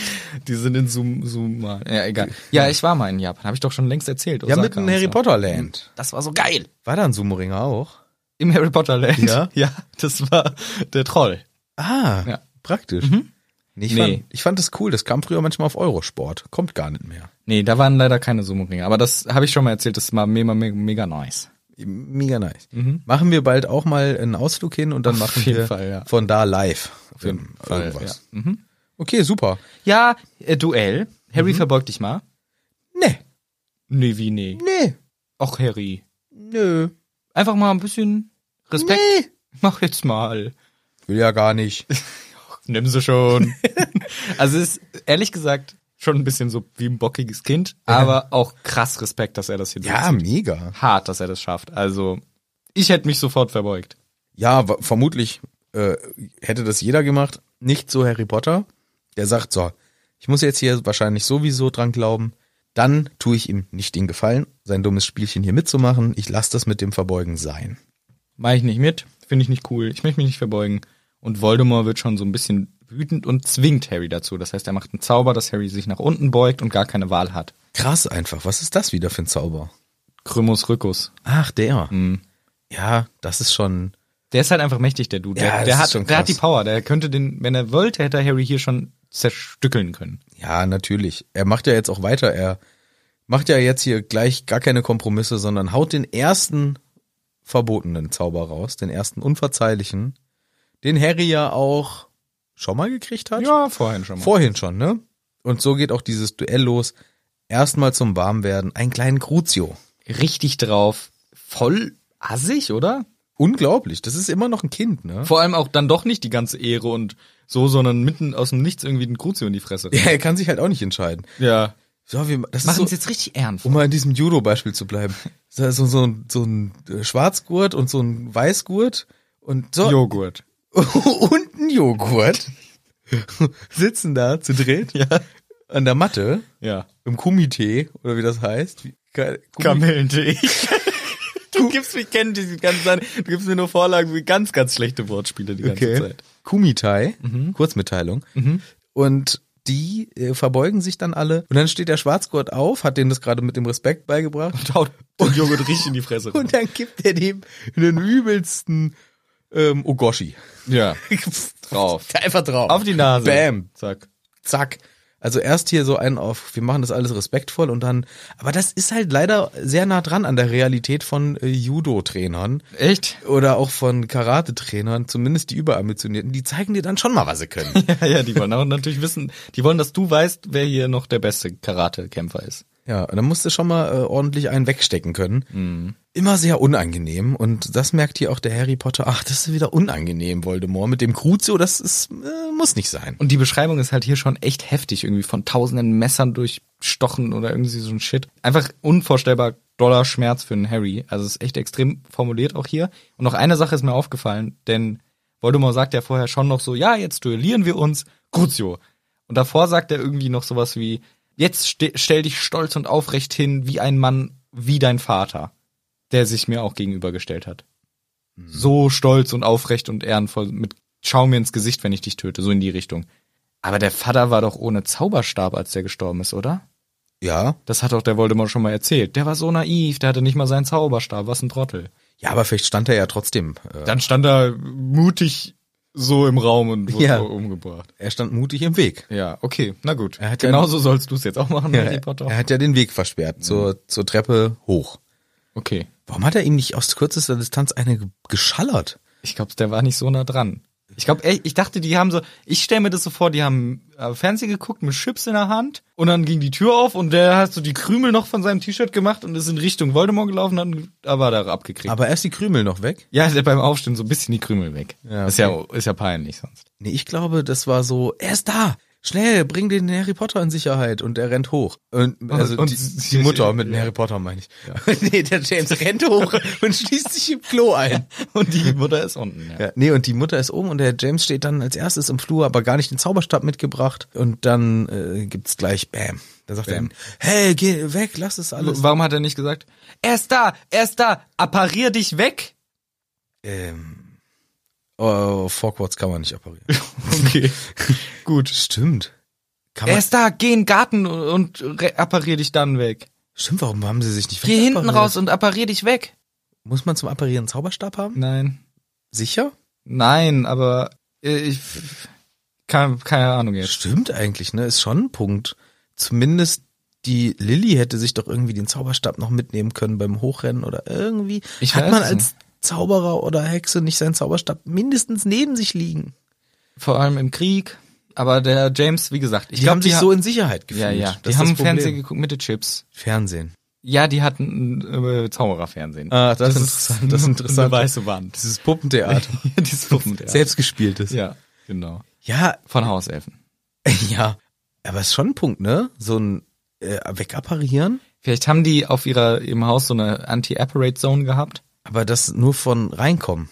Speaker 1: Die sind in Sum Suma. Ja, egal. Ja, ich war mal in Japan. Habe ich doch schon längst erzählt.
Speaker 2: Ja,
Speaker 1: Osaka
Speaker 2: mit einem
Speaker 1: und
Speaker 2: Harry
Speaker 1: so. Mhm.
Speaker 2: Potter Land.
Speaker 1: Das war so geil.
Speaker 2: War da ein Sumo-Ringer auch?
Speaker 1: Im Harry Potter Land.
Speaker 2: Ja?
Speaker 1: <laughs> Ja, das war der Troll.
Speaker 2: Ah,
Speaker 1: Ja.
Speaker 2: praktisch. Nee, ich,
Speaker 1: Nee.
Speaker 2: Fand, ich fand das cool. Das kam früher manchmal auf Eurosport. Kommt gar nicht mehr.
Speaker 1: Nee, da waren leider keine Sumo-Ringe. Aber das habe ich schon mal erzählt. Das war mega, mega, mega nice.
Speaker 2: Mega nice. Machen wir bald auch mal einen Ausflug hin und dann machen
Speaker 1: jeden
Speaker 2: wir
Speaker 1: Fall, ja.
Speaker 2: von da live. Auf
Speaker 1: jeden Fall,
Speaker 2: Ja. Okay, super.
Speaker 1: Ja, äh, Duell.
Speaker 2: Mhm.
Speaker 1: Harry verbeug dich mal.
Speaker 2: Nee,
Speaker 1: Nee, wie nee.
Speaker 2: nee,
Speaker 1: Och, Harry.
Speaker 2: nö,
Speaker 1: Einfach mal ein bisschen Respekt.
Speaker 2: nee.
Speaker 1: Mach jetzt mal.
Speaker 2: Will ja gar nicht.
Speaker 1: Nimm sie schon. <laughs> also es ist ehrlich gesagt schon ein bisschen so wie ein bockiges Kind, aber auch krass Respekt, dass er das hier
Speaker 2: Ja, mega.
Speaker 1: durchzieht. Hart, dass er das schafft. Also ich hätte mich sofort verbeugt.
Speaker 2: Ja, wa- vermutlich äh, hätte das jeder gemacht. Nicht so Harry Potter. Der sagt so, ich muss jetzt hier wahrscheinlich sowieso dran glauben. Dann tue ich ihm nicht den Gefallen, sein dummes Spielchen hier mitzumachen. Ich lasse das mit dem Verbeugen sein.
Speaker 1: Mach ich nicht mit, finde ich nicht cool, ich möchte mich nicht verbeugen. Und Voldemort wird schon so ein bisschen wütend und zwingt Harry dazu. Das heißt, er macht einen Zauber, dass Harry sich nach unten beugt und gar keine Wahl hat.
Speaker 2: Krass einfach. Was ist das wieder für ein Zauber?
Speaker 1: Krümmus Rückus. Mhm.
Speaker 2: Ach, der. Ja, das ist schon.
Speaker 1: Der ist halt einfach mächtig, der Dude.
Speaker 2: Ja,
Speaker 1: der,
Speaker 2: das
Speaker 1: der,
Speaker 2: ist
Speaker 1: hat,
Speaker 2: schon
Speaker 1: der hat die
Speaker 2: krass.
Speaker 1: Power. Der könnte den, wenn er wollte, hätte er Harry hier schon zerstückeln können.
Speaker 2: Ja, natürlich. Er macht ja jetzt auch weiter. Er macht ja jetzt hier gleich gar keine Kompromisse, sondern haut den ersten verbotenen Zauber raus, den ersten unverzeihlichen, den Harry ja auch schon mal gekriegt hat.
Speaker 1: Ja, vorhin schon mal.
Speaker 2: Vorhin schon, ne? Und so geht auch dieses Duell los. Erstmal zum Warmwerden, einen kleinen Crucio.
Speaker 1: Richtig drauf. Voll assig, oder?
Speaker 2: Unglaublich, das ist immer noch ein Kind, ne? <laughs>
Speaker 1: Vor allem auch dann doch nicht die ganze Ehre und so, sondern mitten aus dem Nichts irgendwie den Crucio in die Fresse.
Speaker 2: Ja, er kann sich halt auch nicht entscheiden.
Speaker 1: Ja.
Speaker 2: So, wir, das
Speaker 1: Machen
Speaker 2: ist
Speaker 1: es
Speaker 2: so,
Speaker 1: jetzt richtig ernst.
Speaker 2: um mal in diesem Judo-Beispiel zu bleiben. So, so, so, ein- so ein äh, Schwarzgurt und so ein Weißgurt und so
Speaker 1: Joghurt.
Speaker 2: <laughs> und ein Joghurt <laughs> sitzen da zu dritt
Speaker 1: Ja.
Speaker 2: an der Matte
Speaker 1: Ja.
Speaker 2: im Kumite oder wie das heißt. Wie- Ka- Kumi-
Speaker 1: Kamillentee. <laughs> du gibst mir, kenn diese ganze Zeit, du gibst mir nur Vorlagen wie ganz, ganz schlechte Wortspiele die ganze
Speaker 2: Okay.
Speaker 1: Zeit.
Speaker 2: Kumitai, Kurzmitteilung. Und die äh, verbeugen sich dann alle. Und dann steht der Schwarzgurt auf, hat denen das gerade mit dem Respekt beigebracht.
Speaker 1: <laughs> Und haut den Joghurt richtig in die Fresse.
Speaker 2: Und dann gibt er dem den übelsten ähm, Ogoshi.
Speaker 1: ja.
Speaker 2: <laughs>
Speaker 1: Drauf.
Speaker 2: Einfach drauf.
Speaker 1: Auf die Nase.
Speaker 2: Bam.
Speaker 1: Zack.
Speaker 2: Zack. Also erst hier so einen auf, wir machen das alles respektvoll und dann, aber das ist halt leider sehr nah dran an der Realität von äh, Judo-Trainern
Speaker 1: Echt? <laughs>
Speaker 2: oder auch von Karate-Trainern, zumindest die überambitionierten, die zeigen dir dann schon mal, was sie können.
Speaker 1: <laughs> Ja, ja, die wollen auch natürlich wissen, die wollen, dass du weißt, wer hier noch der beste Karatekämpfer ist.
Speaker 2: ja, und dann musst du schon mal äh, ordentlich einen wegstecken können.
Speaker 1: Mhm.
Speaker 2: Immer sehr unangenehm und das merkt hier auch der Harry Potter, ach, das ist wieder unangenehm, Voldemort, mit dem Crucio, das ist, äh, muss nicht sein.
Speaker 1: Und die Beschreibung ist halt hier schon echt heftig, irgendwie von tausenden Messern durchstochen oder irgendwie so ein Shit. Einfach unvorstellbar doller Schmerz für einen Harry. Also es ist echt extrem formuliert auch hier. Und noch eine Sache ist mir aufgefallen, denn Voldemort sagt ja vorher schon noch so, ja, jetzt duellieren wir uns, Crucio. Und davor sagt er irgendwie noch sowas wie, jetzt ste stell dich stolz und aufrecht hin, wie ein Mann, wie dein Vater, der sich mir auch gegenübergestellt hat. So stolz und aufrecht und ehrenvoll mit Schau mir ins Gesicht, wenn ich dich töte, so in die Richtung. Aber der Vater war doch ohne Zauberstab, als der gestorben ist, oder?
Speaker 2: Ja,
Speaker 1: Das hat auch der Voldemort schon mal erzählt. Der war so naiv, der hatte nicht mal seinen Zauberstab, was ein Trottel.
Speaker 2: ja, aber vielleicht stand er ja trotzdem, äh,
Speaker 1: Dann stand er mutig so im Raum und wurde
Speaker 2: Ja.
Speaker 1: umgebracht.
Speaker 2: er stand mutig im Weg.
Speaker 1: Ja, okay, na gut.
Speaker 2: Er hat ja-
Speaker 1: Genauso sollst du es jetzt auch machen, Harry
Speaker 2: er,
Speaker 1: Potter.
Speaker 2: er hat ja den Weg versperrt zur, zur Treppe hoch.
Speaker 1: Okay.
Speaker 2: Warum hat er ihm nicht aus kürzester Distanz eine ge- geschallert?
Speaker 1: Ich glaube, der war nicht so nah dran. Ich glaube, ich dachte, die haben so, ich stelle mir das so vor, die haben äh, Fernsehen geguckt mit Chips in der Hand und dann ging die Tür auf und der hat so die Krümel noch von seinem T-Shirt gemacht und ist in Richtung Voldemort gelaufen und dann da war er abgekriegt.
Speaker 2: Aber erst die Krümel noch weg.
Speaker 1: Ja, der beim Aufstehen so ein bisschen die Krümel weg.
Speaker 2: Ja,
Speaker 1: Ist ja ist ja peinlich sonst. <laughs>
Speaker 2: Nee, ich glaube, das war so, er ist da. Schnell, bring den Harry Potter in Sicherheit und er rennt hoch. Und, also
Speaker 1: und <laughs>
Speaker 2: die,
Speaker 1: sie-
Speaker 2: die Mutter mit dem Harry Potter meine ich. <laughs> nee, der James rennt <laughs> hoch und schließt sich im Klo ein.
Speaker 1: Und die Mutter ist unten. Ja.
Speaker 2: Ja, nee, und die Mutter ist oben und der James steht dann als erstes im Flur, aber gar nicht den Zauberstab mitgebracht. Und dann äh, gibt's gleich Bam. Da sagt
Speaker 1: Bam.
Speaker 2: er, hey, geh weg, lass es alles.
Speaker 1: Also, Warum hat er nicht gesagt, er ist da, er ist da, apparier dich weg?
Speaker 2: Ähm, oh, Forkwarts kann man nicht apparieren.
Speaker 1: Okay.
Speaker 2: Gut. Stimmt. Kann
Speaker 1: <laughs> er
Speaker 2: man,
Speaker 1: ist da, geh in den Garten und re- apparier dich dann weg.
Speaker 2: stimmt, warum haben sie sich nicht
Speaker 1: Geh hinten
Speaker 2: wegappariert?
Speaker 1: raus und apparier dich weg.
Speaker 2: Muss man zum Apparieren einen Zauberstab haben?
Speaker 1: Nein.
Speaker 2: Sicher?
Speaker 1: Nein, aber äh, ich keine, keine Ahnung jetzt.
Speaker 2: Stimmt eigentlich, ne? Ist schon ein Punkt. Zumindest die Lilly hätte sich doch irgendwie den Zauberstab noch mitnehmen können beim Hochrennen oder irgendwie.
Speaker 1: Ich
Speaker 2: Hat
Speaker 1: weiß
Speaker 2: man
Speaker 1: es
Speaker 2: als Zauberer oder Hexe nicht seinen Zauberstab mindestens neben sich liegen?
Speaker 1: Vor allem im Krieg. Aber der James, wie gesagt, ich
Speaker 2: Die haben
Speaker 1: glaube,
Speaker 2: sich so in Sicherheit gefühlt.
Speaker 1: ja, ja,
Speaker 2: Das
Speaker 1: die
Speaker 2: ist
Speaker 1: haben
Speaker 2: das Problem.
Speaker 1: Fernsehen geguckt mit den Chips.
Speaker 2: Fernsehen.
Speaker 1: Ja, die hatten äh, Zaubererfernsehen.
Speaker 2: Ah, das ist interessant, <laughs> das ist interessant.
Speaker 1: Eine <laughs>
Speaker 2: <laughs>
Speaker 1: weiße Wand.
Speaker 2: Dieses
Speaker 1: <laughs>
Speaker 2: Puppentheater.
Speaker 1: Dieses Puppentheater.
Speaker 2: Selbstgespieltes.
Speaker 1: Ja, genau.
Speaker 2: ja, <laughs>
Speaker 1: Von Hauselfen.
Speaker 2: Ja, aber ist schon ein Punkt, ne? So ein äh, Wegapparieren,
Speaker 1: Vielleicht haben die auf ihrer im Haus so eine Anti-Apparate-Zone gehabt.
Speaker 2: aber das nur von reinkommen.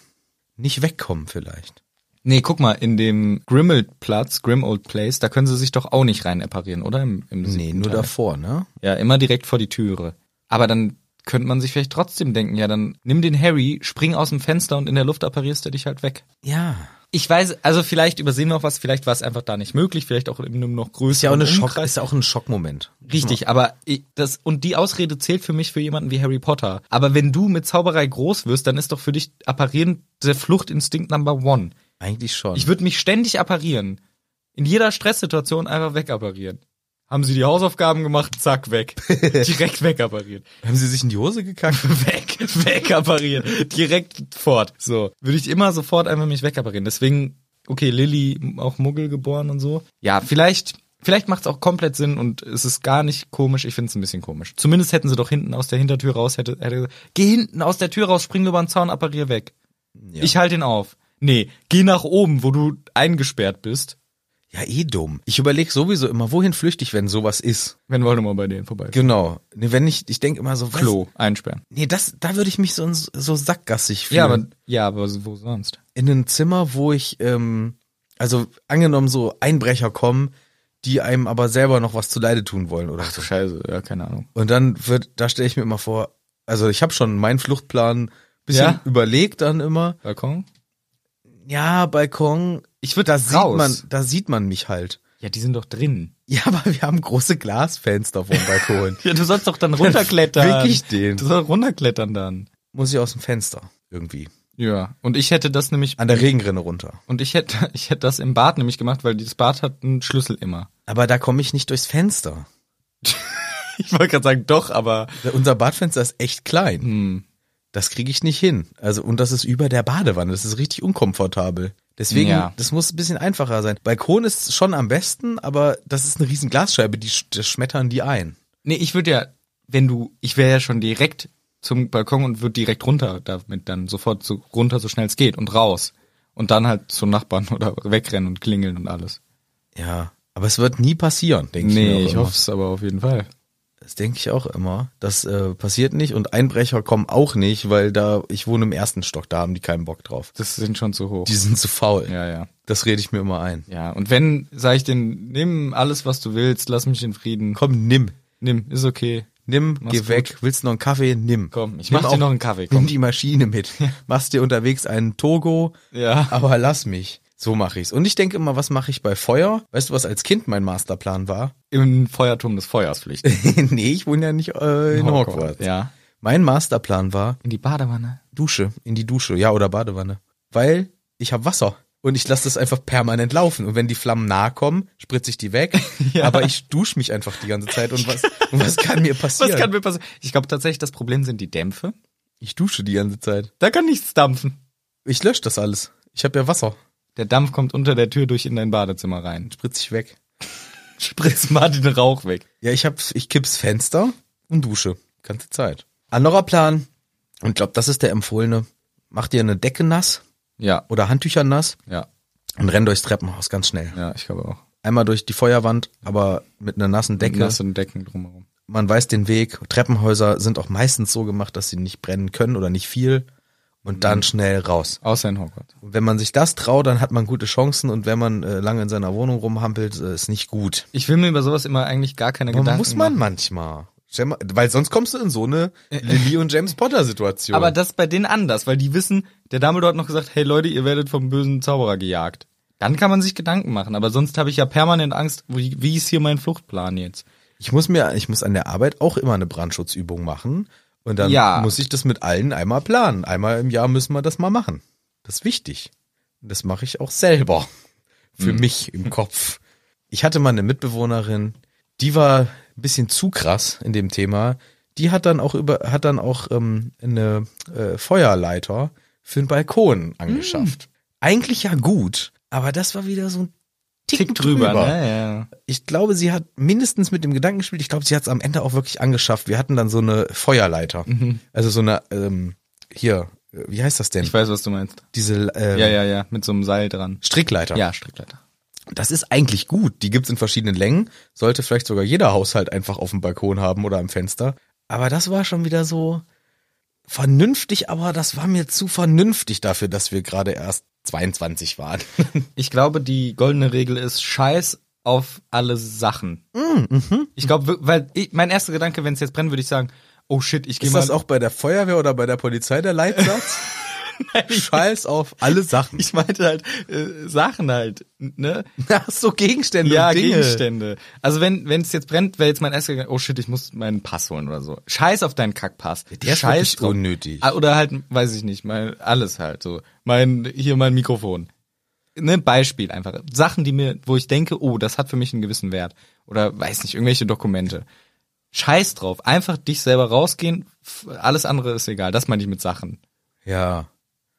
Speaker 2: Nicht wegkommen vielleicht.
Speaker 1: Nee, guck mal, in dem Grimmelt-Platz, Grimmold Place, da können sie sich doch auch nicht rein apparieren, oder? Im, im
Speaker 2: Nee,
Speaker 1: siebten
Speaker 2: nur
Speaker 1: Teil.
Speaker 2: davor, ne?
Speaker 1: Ja, immer direkt vor die Türe. Aber dann könnte man sich vielleicht trotzdem denken, ja, dann nimm den Harry, spring aus dem Fenster und in der Luft apparierst du dich halt weg.
Speaker 2: Ja.
Speaker 1: Ich weiß, also vielleicht übersehen wir auch was, vielleicht war es einfach da nicht möglich, vielleicht auch in einem noch größeren
Speaker 2: Ist ja auch, eine Schock,
Speaker 1: Umkreis.
Speaker 2: ist ja auch ein Schockmoment.
Speaker 1: Richtig, aber ich, das und die Ausrede zählt für mich für jemanden wie Harry Potter. Aber wenn du mit Zauberei groß wirst, dann ist doch für dich apparieren der Fluchtinstinkt Number One.
Speaker 2: Eigentlich schon.
Speaker 1: Ich würde mich ständig apparieren, in jeder Stresssituation einfach wegapparieren. Haben Sie die Hausaufgaben gemacht?
Speaker 2: <laughs>
Speaker 1: Zack weg, direkt wegapparieren,
Speaker 2: haben sie sich in die Hose gekackt?
Speaker 1: <laughs> weg, wegapparieren, direkt fort. So würde ich immer sofort einfach mich wegapparieren. Deswegen okay, Lilly auch Muggel geboren und so. Ja, vielleicht. Vielleicht macht es auch komplett Sinn und es ist gar nicht komisch. Ich finde es ein bisschen komisch. Zumindest hätten sie doch hinten aus der Hintertür raus, hätte, hätte gesagt, geh hinten aus der Tür raus, spring über den Zaun, apparier weg.
Speaker 2: Ja.
Speaker 1: Ich halte ihn auf. Nee, geh nach oben, wo du eingesperrt bist,
Speaker 2: <laughs> ja, eh dumm. Ich überlege sowieso immer, wohin flüchte ich, wenn sowas ist.
Speaker 1: wenn Voldemort bei denen vorbei ist.
Speaker 2: Genau. Nee, wenn ich, ich denke immer so, was?
Speaker 1: Klo einsperren.
Speaker 2: Nee, das, da würde ich mich so, so sackgassig fühlen.
Speaker 1: Ja, aber, ja, aber wo sonst?
Speaker 2: in ein Zimmer, wo ich, ähm, also angenommen so Einbrecher kommen, die einem aber selber noch was zu Leide tun wollen oder so.
Speaker 1: Scheiße, ja, keine Ahnung.
Speaker 2: Und dann wird, da stelle ich mir immer vor, also ich habe schon meinen Fluchtplan bisschen
Speaker 1: Ja?
Speaker 2: überlegt dann immer.
Speaker 1: Balkon?
Speaker 2: Ja, Balkon,
Speaker 1: Ich würde
Speaker 2: da sieht man, da sieht man mich halt.
Speaker 1: Ja, die sind doch drin.
Speaker 2: Ja, aber wir haben große Glasfenster vom Balkon.
Speaker 1: Ja, du sollst doch dann <laughs> runterklettern.
Speaker 2: Wirklich den.
Speaker 1: Du sollst runterklettern dann.
Speaker 2: <laughs> Muss ich aus dem Fenster irgendwie.
Speaker 1: Ja, und ich hätte das nämlich
Speaker 2: An der Regenrinne runter.
Speaker 1: Und ich hätte, <laughs> ich hätte das im Bad nämlich gemacht, weil dieses Bad hat einen Schlüssel immer.
Speaker 2: Aber da komme ich nicht durchs Fenster.
Speaker 1: <laughs> Ich wollte gerade sagen, doch, aber
Speaker 2: Unser Badfenster ist echt klein.
Speaker 1: hm,
Speaker 2: Das kriege ich nicht hin. Also, und das ist über der Badewanne. Das ist richtig unkomfortabel. Deswegen,
Speaker 1: Ja.
Speaker 2: das muss ein bisschen einfacher sein. Balkon ist schon am besten, aber das ist eine riesen Glasscheibe, die sch das schmettern die ein.
Speaker 1: nee, ich würde ja, wenn du, ich wäre ja schon direkt zum Balkon und würde direkt runter, damit dann sofort so runter, so schnell es geht und raus und dann halt zum Nachbarn <laughs> oder wegrennen und klingeln und alles.
Speaker 2: Ja. Aber es wird nie passieren, denke ich mir.
Speaker 1: Nee,
Speaker 2: auch
Speaker 1: ich
Speaker 2: immer.
Speaker 1: hoffe es aber auf jeden Fall.
Speaker 2: Das denke ich auch immer. Das äh, passiert nicht und Einbrecher kommen auch nicht, weil da, ich wohne im ersten Stock, da haben die keinen Bock drauf.
Speaker 1: Das sind schon zu hoch.
Speaker 2: Die sind zu faul.
Speaker 1: ja, ja.
Speaker 2: Das rede ich mir immer ein.
Speaker 1: Ja, und wenn, sage ich denen, nimm alles, was du willst, lass mich in Frieden.
Speaker 2: Komm, nimm.
Speaker 1: Nimm, ist okay.
Speaker 2: Nimm,
Speaker 1: Mach's
Speaker 2: geh
Speaker 1: gut.
Speaker 2: weg. Willst du noch einen Kaffee? Nimm.
Speaker 1: Komm, ich
Speaker 2: Nimm
Speaker 1: mach dir
Speaker 2: auch-
Speaker 1: noch einen Kaffee,
Speaker 2: Nimm
Speaker 1: komm.
Speaker 2: die Maschine mit. Machst dir unterwegs einen Togo.
Speaker 1: Ja.
Speaker 2: Aber lass mich. So mache ich's. Und ich denke immer, was mache ich bei Feuer? Weißt du, was als Kind mein Masterplan war? <laughs>
Speaker 1: Im Feuerturm des Feuers flüchten. Oh
Speaker 2: nee, ich wohne ja nicht äh, in Hogwarts.
Speaker 1: Ja.
Speaker 2: Mein Masterplan war
Speaker 1: In die Badewanne.
Speaker 2: Dusche, in die Dusche, ja, oder Badewanne. Weil ich habe Wasser und ich lasse das einfach permanent laufen. Und wenn die Flammen nahe kommen, spritze ich die weg.
Speaker 1: <laughs> Ja.
Speaker 2: Aber ich dusche mich einfach die ganze Zeit. Und was, und was kann mir passieren?
Speaker 1: Was kann mir passieren? Ich glaube tatsächlich, das Problem sind die Dämpfe.
Speaker 2: ich dusche die ganze Zeit.
Speaker 1: Da kann nichts dampfen.
Speaker 2: Ich lösche das alles. Ich habe ja Wasser.
Speaker 1: Der Dampf kommt unter der Tür durch in dein Badezimmer rein. <laughs>
Speaker 2: Spritze ich weg.
Speaker 1: Spritz mal den Rauch weg.
Speaker 2: Ja, ich hab, ich kipp's Fenster und dusche. Ganze Zeit. Anderer Plan, und glaub, das ist der empfohlene. Mach dir eine Decke nass
Speaker 1: Ja,
Speaker 2: oder Handtücher nass
Speaker 1: ja,
Speaker 2: und renn durchs Treppenhaus ganz schnell.
Speaker 1: ja, ich glaube auch.
Speaker 2: Einmal durch die Feuerwand, aber mit einer nassen Decke.
Speaker 1: Nass und Decken drumherum.
Speaker 2: Man weiß den Weg. Treppenhäuser sind auch meistens so gemacht, dass sie nicht brennen können oder nicht viel. Und
Speaker 1: Mhm.
Speaker 2: dann schnell raus.
Speaker 1: Außer in Hogwarts.
Speaker 2: Und wenn man sich das traut, dann hat man gute Chancen. Und wenn man äh, lange in seiner Wohnung rumhampelt, äh, ist nicht gut.
Speaker 1: Ich will mir über sowas immer eigentlich gar keine
Speaker 2: Aber
Speaker 1: Gedanken
Speaker 2: muss man
Speaker 1: machen. äh.
Speaker 2: manchmal. Stell mal- Weil sonst kommst du in so eine Lily und James Potter Situation.
Speaker 1: Aber das ist bei denen anders, weil die wissen, der Dumbledore hat noch gesagt, hey Leute, ihr werdet vom bösen Zauberer gejagt. Dann kann man sich Gedanken machen, aber sonst habe ich ja permanent Angst, wie, wie ist hier mein Fluchtplan jetzt?
Speaker 2: ich muss mir, ich muss an der Arbeit auch immer eine Brandschutzübung machen. Und dann
Speaker 1: Ja.
Speaker 2: muss ich das mit allen einmal planen. Einmal im Jahr müssen wir das mal machen. Das ist wichtig. Und das mache ich auch selber. <laughs> Für
Speaker 1: Mhm.
Speaker 2: mich im Kopf. Ich hatte mal eine Mitbewohnerin, die war ein bisschen zu krass in dem Thema. Die hat dann auch über, hat dann auch ähm, eine äh, Feuerleiter für den Balkon
Speaker 1: Mhm.
Speaker 2: angeschafft. Eigentlich ja gut, aber das war wieder so ein Tick,
Speaker 1: Tick drüber, ne? Ja.
Speaker 2: ich glaube, sie hat mindestens mit dem Gedanken gespielt. Ich glaube, sie hat es am Ende auch wirklich angeschafft. Wir hatten dann so eine Feuerleiter. Also so eine, ähm, hier, äh, wie heißt das denn?
Speaker 1: Ich weiß, was du meinst.
Speaker 2: Diese äh,
Speaker 1: Ja, ja, ja, mit so einem Seil dran.
Speaker 2: Strickleiter.
Speaker 1: Ja, Strickleiter.
Speaker 2: Das ist eigentlich gut. Die gibt's in verschiedenen Längen. Sollte vielleicht sogar jeder Haushalt einfach auf dem Balkon haben oder am Fenster. Aber das war schon wieder so vernünftig, aber das war mir zu vernünftig dafür, dass wir gerade erst 22 waren. <laughs>
Speaker 1: Ich glaube, die goldene Regel ist Scheiß Mm, mhm. auf alle Sachen. Ich glaube, wir- weil ich, mein erster Gedanke, wenn es jetzt brennt, würde ich sagen, oh shit, ich gehe
Speaker 2: Ist
Speaker 1: mal.
Speaker 2: das auch bei der Feuerwehr oder bei der Polizei der Leitsatz? Scheiß auf alle Sachen.
Speaker 1: <laughs> ich meinte halt äh, Sachen halt, ne?
Speaker 2: Ach so, Gegenstände
Speaker 1: Ja,
Speaker 2: und Dinge.
Speaker 1: Gegenstände. Also wenn wenn es jetzt brennt, wäre jetzt mein erster Gedanke, oh shit, ich muss meinen Pass holen oder so. Scheiß auf deinen Kackpass.
Speaker 2: der ist
Speaker 1: Scheiß
Speaker 2: wirklich
Speaker 1: drauf.
Speaker 2: unnötig.
Speaker 1: Ah, Oder halt, weiß ich nicht, mein, alles halt so. Mein hier mein Mikrofon. Ne, Beispiel einfach. Sachen, die mir, wo ich denke, oh, das hat für mich einen gewissen Wert. Oder weiß nicht, irgendwelche Dokumente. Scheiß drauf. Einfach dich selber rausgehen. F- Alles andere ist egal. Das meine ich mit Sachen.
Speaker 2: Ja.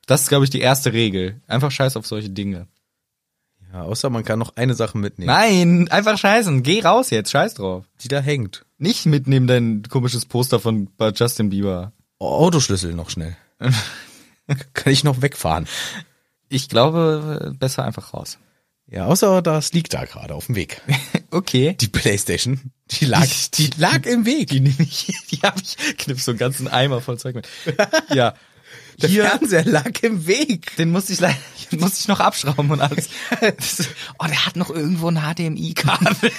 Speaker 1: Das ist, glaube ich, die erste Regel. Einfach scheiß auf solche Dinge.
Speaker 2: ja, außer man kann noch eine Sache mitnehmen,
Speaker 1: Nein, einfach scheißen. Geh raus jetzt. Scheiß drauf.
Speaker 2: die da hängt.
Speaker 1: Nicht mitnehmen dein komisches Poster von bei Justin Bieber.
Speaker 2: Oh, Autoschlüssel noch <laughs> schnell. kann ich noch wegfahren.
Speaker 1: Ich glaube, besser einfach raus.
Speaker 2: Ja, außer das liegt da gerade auf dem Weg.
Speaker 1: Okay.
Speaker 2: Die Playstation, die lag, die lag im Weg.
Speaker 1: Die nehme ich, <laughs> die habe ich, knipp so einen ganzen Eimer voll Zeug <laughs> mit. Ja.
Speaker 2: Der
Speaker 1: Hier,
Speaker 2: Fernseher lag im Weg.
Speaker 1: den musste ich leider, <laughs> den musste ich noch abschrauben und <laughs> alles. Das ist- Oh, der hat noch irgendwo ein <laughs> HDMI-Kabel.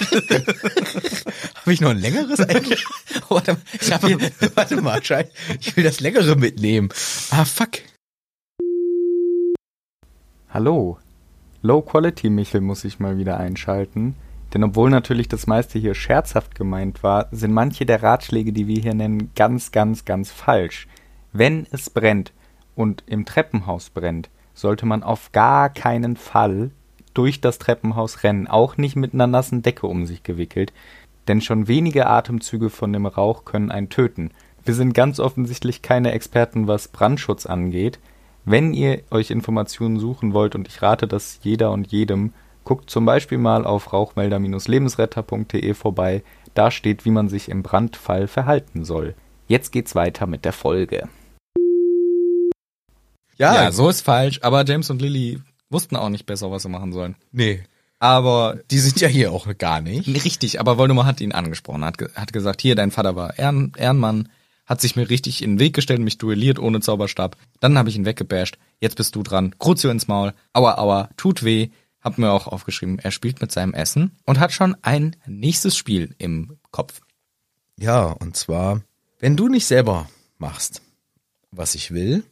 Speaker 2: Habe ich noch ein <laughs> längeres eigentlich? warte, mal, ich hab hier, warte mal, Scheiße. Ich will das längere mitnehmen. Ah, fuck.
Speaker 1: Hallo. Low-Quality-Michel muss ich mal wieder einschalten. Denn obwohl natürlich das meiste hier scherzhaft gemeint war, sind manche der Ratschläge, die wir hier nennen, ganz, ganz, ganz falsch. Wenn es brennt und im Treppenhaus brennt, sollte man auf gar keinen Fall durch das Treppenhaus rennen, auch nicht mit einer nassen Decke um sich gewickelt, denn schon wenige Atemzüge von dem Rauch können einen töten. Wir sind ganz offensichtlich keine Experten, was Brandschutz angeht. Wenn ihr euch Informationen suchen wollt, und ich rate das jeder und jedem, guckt zum Beispiel mal auf rauchmelder-lebensretter.de vorbei. Da steht, wie man sich im Brandfall verhalten soll. Jetzt geht's weiter mit der Folge.
Speaker 2: Ja,
Speaker 1: so ist falsch, aber James und Lily wussten auch nicht besser, was sie machen sollen.
Speaker 2: nee.
Speaker 1: Aber
Speaker 2: Die sind ja hier auch gar nicht.
Speaker 1: Nee, Richtig, aber Voldemort hat ihn angesprochen, hat, ge hat gesagt, hier, dein Vater war Ehren Ehrenmann, hat sich mir richtig in den Weg gestellt, mich duelliert ohne Zauberstab. Dann habe ich ihn weggebasht, jetzt bist du dran, Crucio ins Maul, aua, aua, tut weh. Hab mir auch aufgeschrieben, er spielt mit seinem Essen und hat schon ein nächstes Spiel im Kopf.
Speaker 2: Ja, und zwar, wenn du nicht selber machst, was ich will,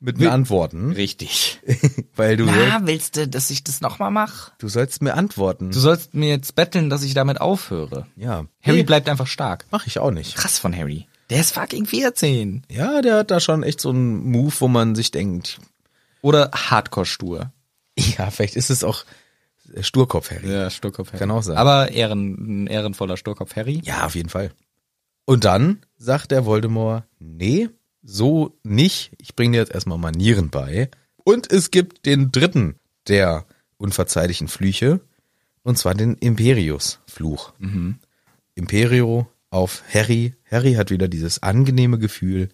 Speaker 2: mit mir antworten,
Speaker 1: Richtig.
Speaker 2: <laughs> weil du,
Speaker 1: Na, willst du, dass ich das nochmal mache?
Speaker 2: du sollst mir antworten.
Speaker 1: Du sollst mir jetzt betteln, dass ich damit aufhöre.
Speaker 2: ja, Hm.
Speaker 1: Harry
Speaker 2: Nee,
Speaker 1: bleibt einfach stark.
Speaker 2: mach ich auch nicht.
Speaker 1: Hm. Krass von Harry. Der ist fucking 14.
Speaker 2: Ja, der hat da schon echt so einen Move, wo man sich denkt,
Speaker 1: Oder hardcore stur.
Speaker 2: ja, vielleicht ist es auch Sturkopf, Harry.
Speaker 1: Ja, Sturkopf Harry.
Speaker 2: Kann auch sein.
Speaker 1: Aber Ehren, ein ehrenvoller Sturkopf Harry.
Speaker 2: Ja, auf jeden Fall. Und dann sagt der Voldemort, nee, so nicht. Ich bringe dir jetzt erstmal Manieren bei. Und es gibt den dritten der unverzeihlichen Flüche, und zwar den Imperius-Fluch. Imperio auf Harry. Harry hat wieder dieses angenehme Gefühl.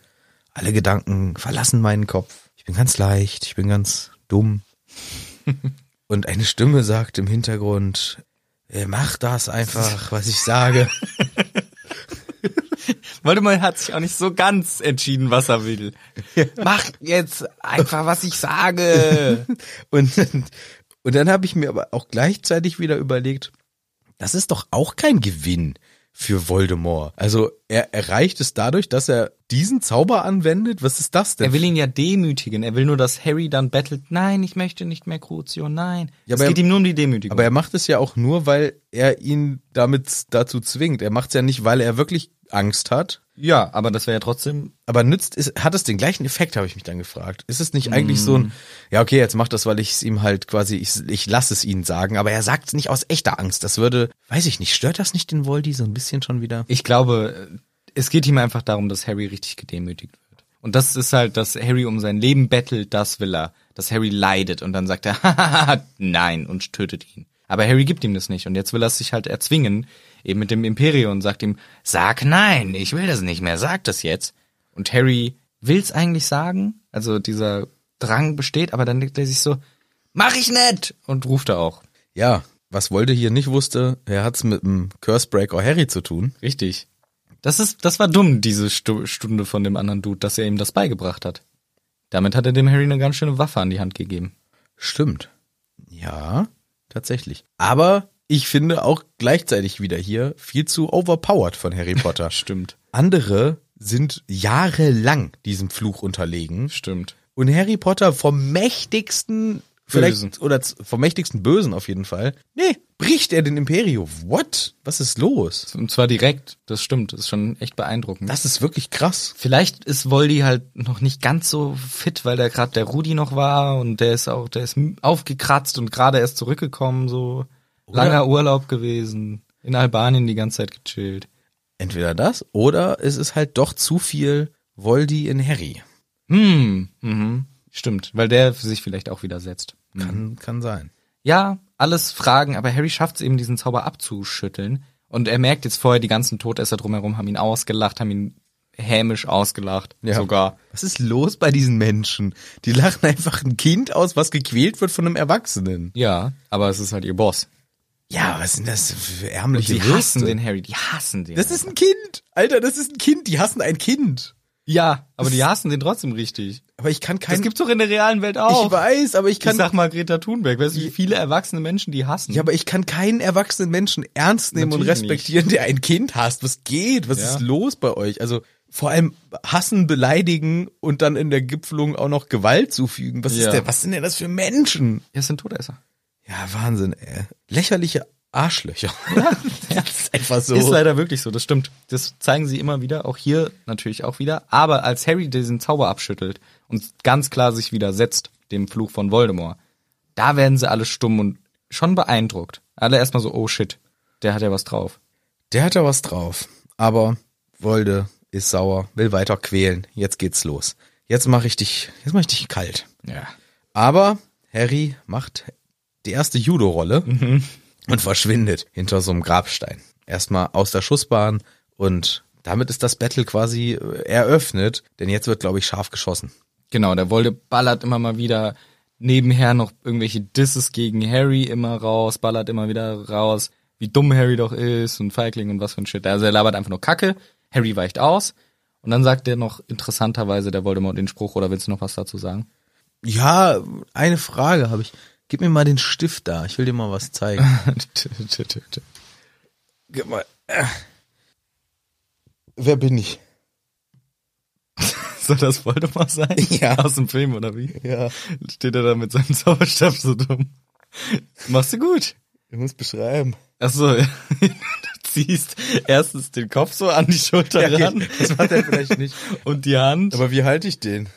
Speaker 2: Alle Gedanken verlassen meinen Kopf. Ich bin ganz leicht, ich bin ganz dumm. Und eine Stimme sagt im Hintergrund, "Äh, mach das einfach, was ich sage.
Speaker 1: Voldemort hat sich auch nicht so ganz entschieden, was er will. <laughs> Mach jetzt einfach, was ich <laughs> sage.
Speaker 2: Und, <laughs> und dann habe ich mir aber auch gleichzeitig wieder überlegt, das ist doch auch kein Gewinn für Voldemort. Also er erreicht es dadurch, dass er diesen Zauber anwendet. Was ist das denn?
Speaker 1: er will ihn ja demütigen. Er will nur, dass Harry dann bettelt. Nein, ich möchte nicht mehr Crucio. Nein.
Speaker 2: Ja,
Speaker 1: es
Speaker 2: aber-
Speaker 1: geht ihm nur um die Demütigung.
Speaker 2: aber er macht es ja auch nur, weil er ihn damit dazu zwingt. Er macht es ja nicht, weil er wirklich Angst hat.
Speaker 1: ja, aber das wäre ja trotzdem.
Speaker 2: Aber nützt es, hat es den gleichen Effekt, habe ich mich dann gefragt. Ist es nicht eigentlich so ein, ja okay, jetzt macht das, weil ich es ihm halt quasi, ich, ich lasse es ihnen sagen, aber er sagt es nicht aus echter Angst. Das würde, weiß ich nicht, stört das nicht den Voldi so ein bisschen schon wieder?
Speaker 1: Ich glaube, es geht ihm einfach darum, dass Harry richtig gedemütigt wird. Und das ist halt, dass Harry um sein Leben bettelt, das will er. Dass Harry leidet und dann sagt er, <laughs> "Hahaha, nein, und tötet ihn. Aber Harry gibt ihm das nicht und jetzt will er es sich halt erzwingen, eben mit dem Imperium und sagt ihm, sag nein, ich will das nicht mehr, sag das jetzt. Und Harry will's eigentlich sagen, also dieser Drang besteht, aber dann denkt er sich so, mach ich nicht und ruft er auch.
Speaker 2: Ja, was Volde hier nicht wusste, er hat es mit dem Cursebreaker Harry zu tun.
Speaker 1: Richtig. Das ist, das war dumm, diese Stu Stunde von dem anderen Dude, dass er ihm das beigebracht hat. Damit hat er dem Harry eine ganz schöne Waffe an die Hand gegeben.
Speaker 2: Stimmt. Ja, tatsächlich. Aber ich finde auch gleichzeitig wieder hier viel zu overpowered von Harry Potter.
Speaker 1: Stimmt.
Speaker 2: Andere sind jahrelang diesem Fluch unterlegen.
Speaker 3: Stimmt.
Speaker 2: Und Harry Potter vom mächtigsten,
Speaker 3: Bösen.
Speaker 2: vielleicht, oder z- vom mächtigsten Bösen auf jeden Fall. Nee, bricht er den Imperium. What? Was ist los?
Speaker 3: Und zwar direkt. Das stimmt. Das ist schon echt beeindruckend.
Speaker 2: Das ist wirklich krass.
Speaker 3: Vielleicht ist Voldy halt noch nicht ganz so fit, weil da gerade der Rudi noch war und der ist auch, der ist m- aufgekratzt und gerade erst zurückgekommen, so langer Urlaub gewesen, in Albanien die ganze Zeit gechillt.
Speaker 2: Entweder das oder es ist halt doch zu viel Voldy in Harry.
Speaker 3: Hm, mhm. stimmt, weil der sich vielleicht auch widersetzt. Mhm.
Speaker 2: Kann, kann sein.
Speaker 3: Ja, alles Fragen, aber Harry schafft es eben, diesen Zauber abzuschütteln. Und er merkt jetzt vorher, die ganzen Todesser drumherum haben ihn ausgelacht, haben ihn hämisch ausgelacht, sogar.
Speaker 2: Was ist los bei diesen Menschen? Die lachen einfach ein Kind aus, was gequält wird von einem Erwachsenen.
Speaker 3: Ja, aber es ist halt ihr Boss.
Speaker 2: Ja, was sind das für ärmliche
Speaker 3: Die
Speaker 2: Würste?
Speaker 3: hassen den Harry, die hassen den.
Speaker 2: Das ist ein Kind. Alter, das ist ein Kind. Die hassen ein Kind.
Speaker 3: Ja, aber
Speaker 2: Das-
Speaker 3: die hassen den trotzdem richtig.
Speaker 2: Aber ich kann kein...
Speaker 3: Das gibt's doch in der realen Welt
Speaker 2: ich
Speaker 3: auch.
Speaker 2: weiß, aber ich
Speaker 3: Ich
Speaker 2: kann...
Speaker 3: sag mal Greta Thunberg, weißt du, wie viele erwachsene Menschen die hassen?
Speaker 2: ja, aber ich kann keinen erwachsenen Menschen ernst nehmen und
Speaker 3: Natürlich
Speaker 2: respektieren, der ein Kind hasst. Was geht? Was
Speaker 3: Ja.
Speaker 2: ist los bei euch? Also vor allem hassen, beleidigen und dann in der Gipfelung auch noch Gewalt zufügen. Was
Speaker 3: Ja.
Speaker 2: ist denn, was sind denn das für Menschen?
Speaker 3: das sind Todesser.
Speaker 2: Ja, Wahnsinn, ey. Lächerliche
Speaker 3: <laughs>
Speaker 2: Arschlöcher. Das ist einfach so.
Speaker 3: Ist halt- leider wirklich so, das stimmt. Das zeigen sie immer wieder, auch hier natürlich auch wieder. Aber als Harry diesen Zauber abschüttelt und ganz klar sich widersetzt, dem Fluch von Voldemort, da werden sie alle stumm und schon beeindruckt. Alle erstmal so, oh shit, der hat ja was drauf.
Speaker 2: Der hat da was drauf. Aber Wolde ist sauer, will weiter quälen. Jetzt geht's los. Jetzt mach ich dich, jetzt mach ich dich kalt.
Speaker 3: Ja.
Speaker 2: Aber Harry macht die erste Judo-Rolle und verschwindet hinter so einem Grabstein. Erstmal aus der Schussbahn und damit ist das Battle quasi äh, eröffnet, denn jetzt wird, glaube ich, scharf geschossen.
Speaker 3: Genau, der Wolde ballert immer mal wieder nebenher noch irgendwelche Disses gegen Harry immer raus, ballert immer wieder raus, wie dumm Harry doch ist und Feigling und was für ein Shit. Also er labert einfach nur Kacke, Harry weicht aus und dann sagt er noch interessanterweise der Voldemort den Spruch oder willst du noch was dazu sagen?
Speaker 2: Ja, eine Frage habe ich. Gib mir mal den Stift da, ich will dir mal was zeigen. <laughs> Gib mal. Äh. Wer bin ich?
Speaker 3: <laughs> Soll das Voldemort sein?
Speaker 2: <laughs> Ja.
Speaker 3: Aus dem Film oder wie?
Speaker 2: Ja,
Speaker 3: Steht er da mit seinem Zauberstab so dumm. Machst du gut.
Speaker 2: du musst beschreiben.
Speaker 3: Ach so, <laughs> du ziehst erstens den Kopf so an die Schulter ran.
Speaker 2: das macht er vielleicht nicht.
Speaker 3: Und die Hand.
Speaker 2: Aber wie halte ich den?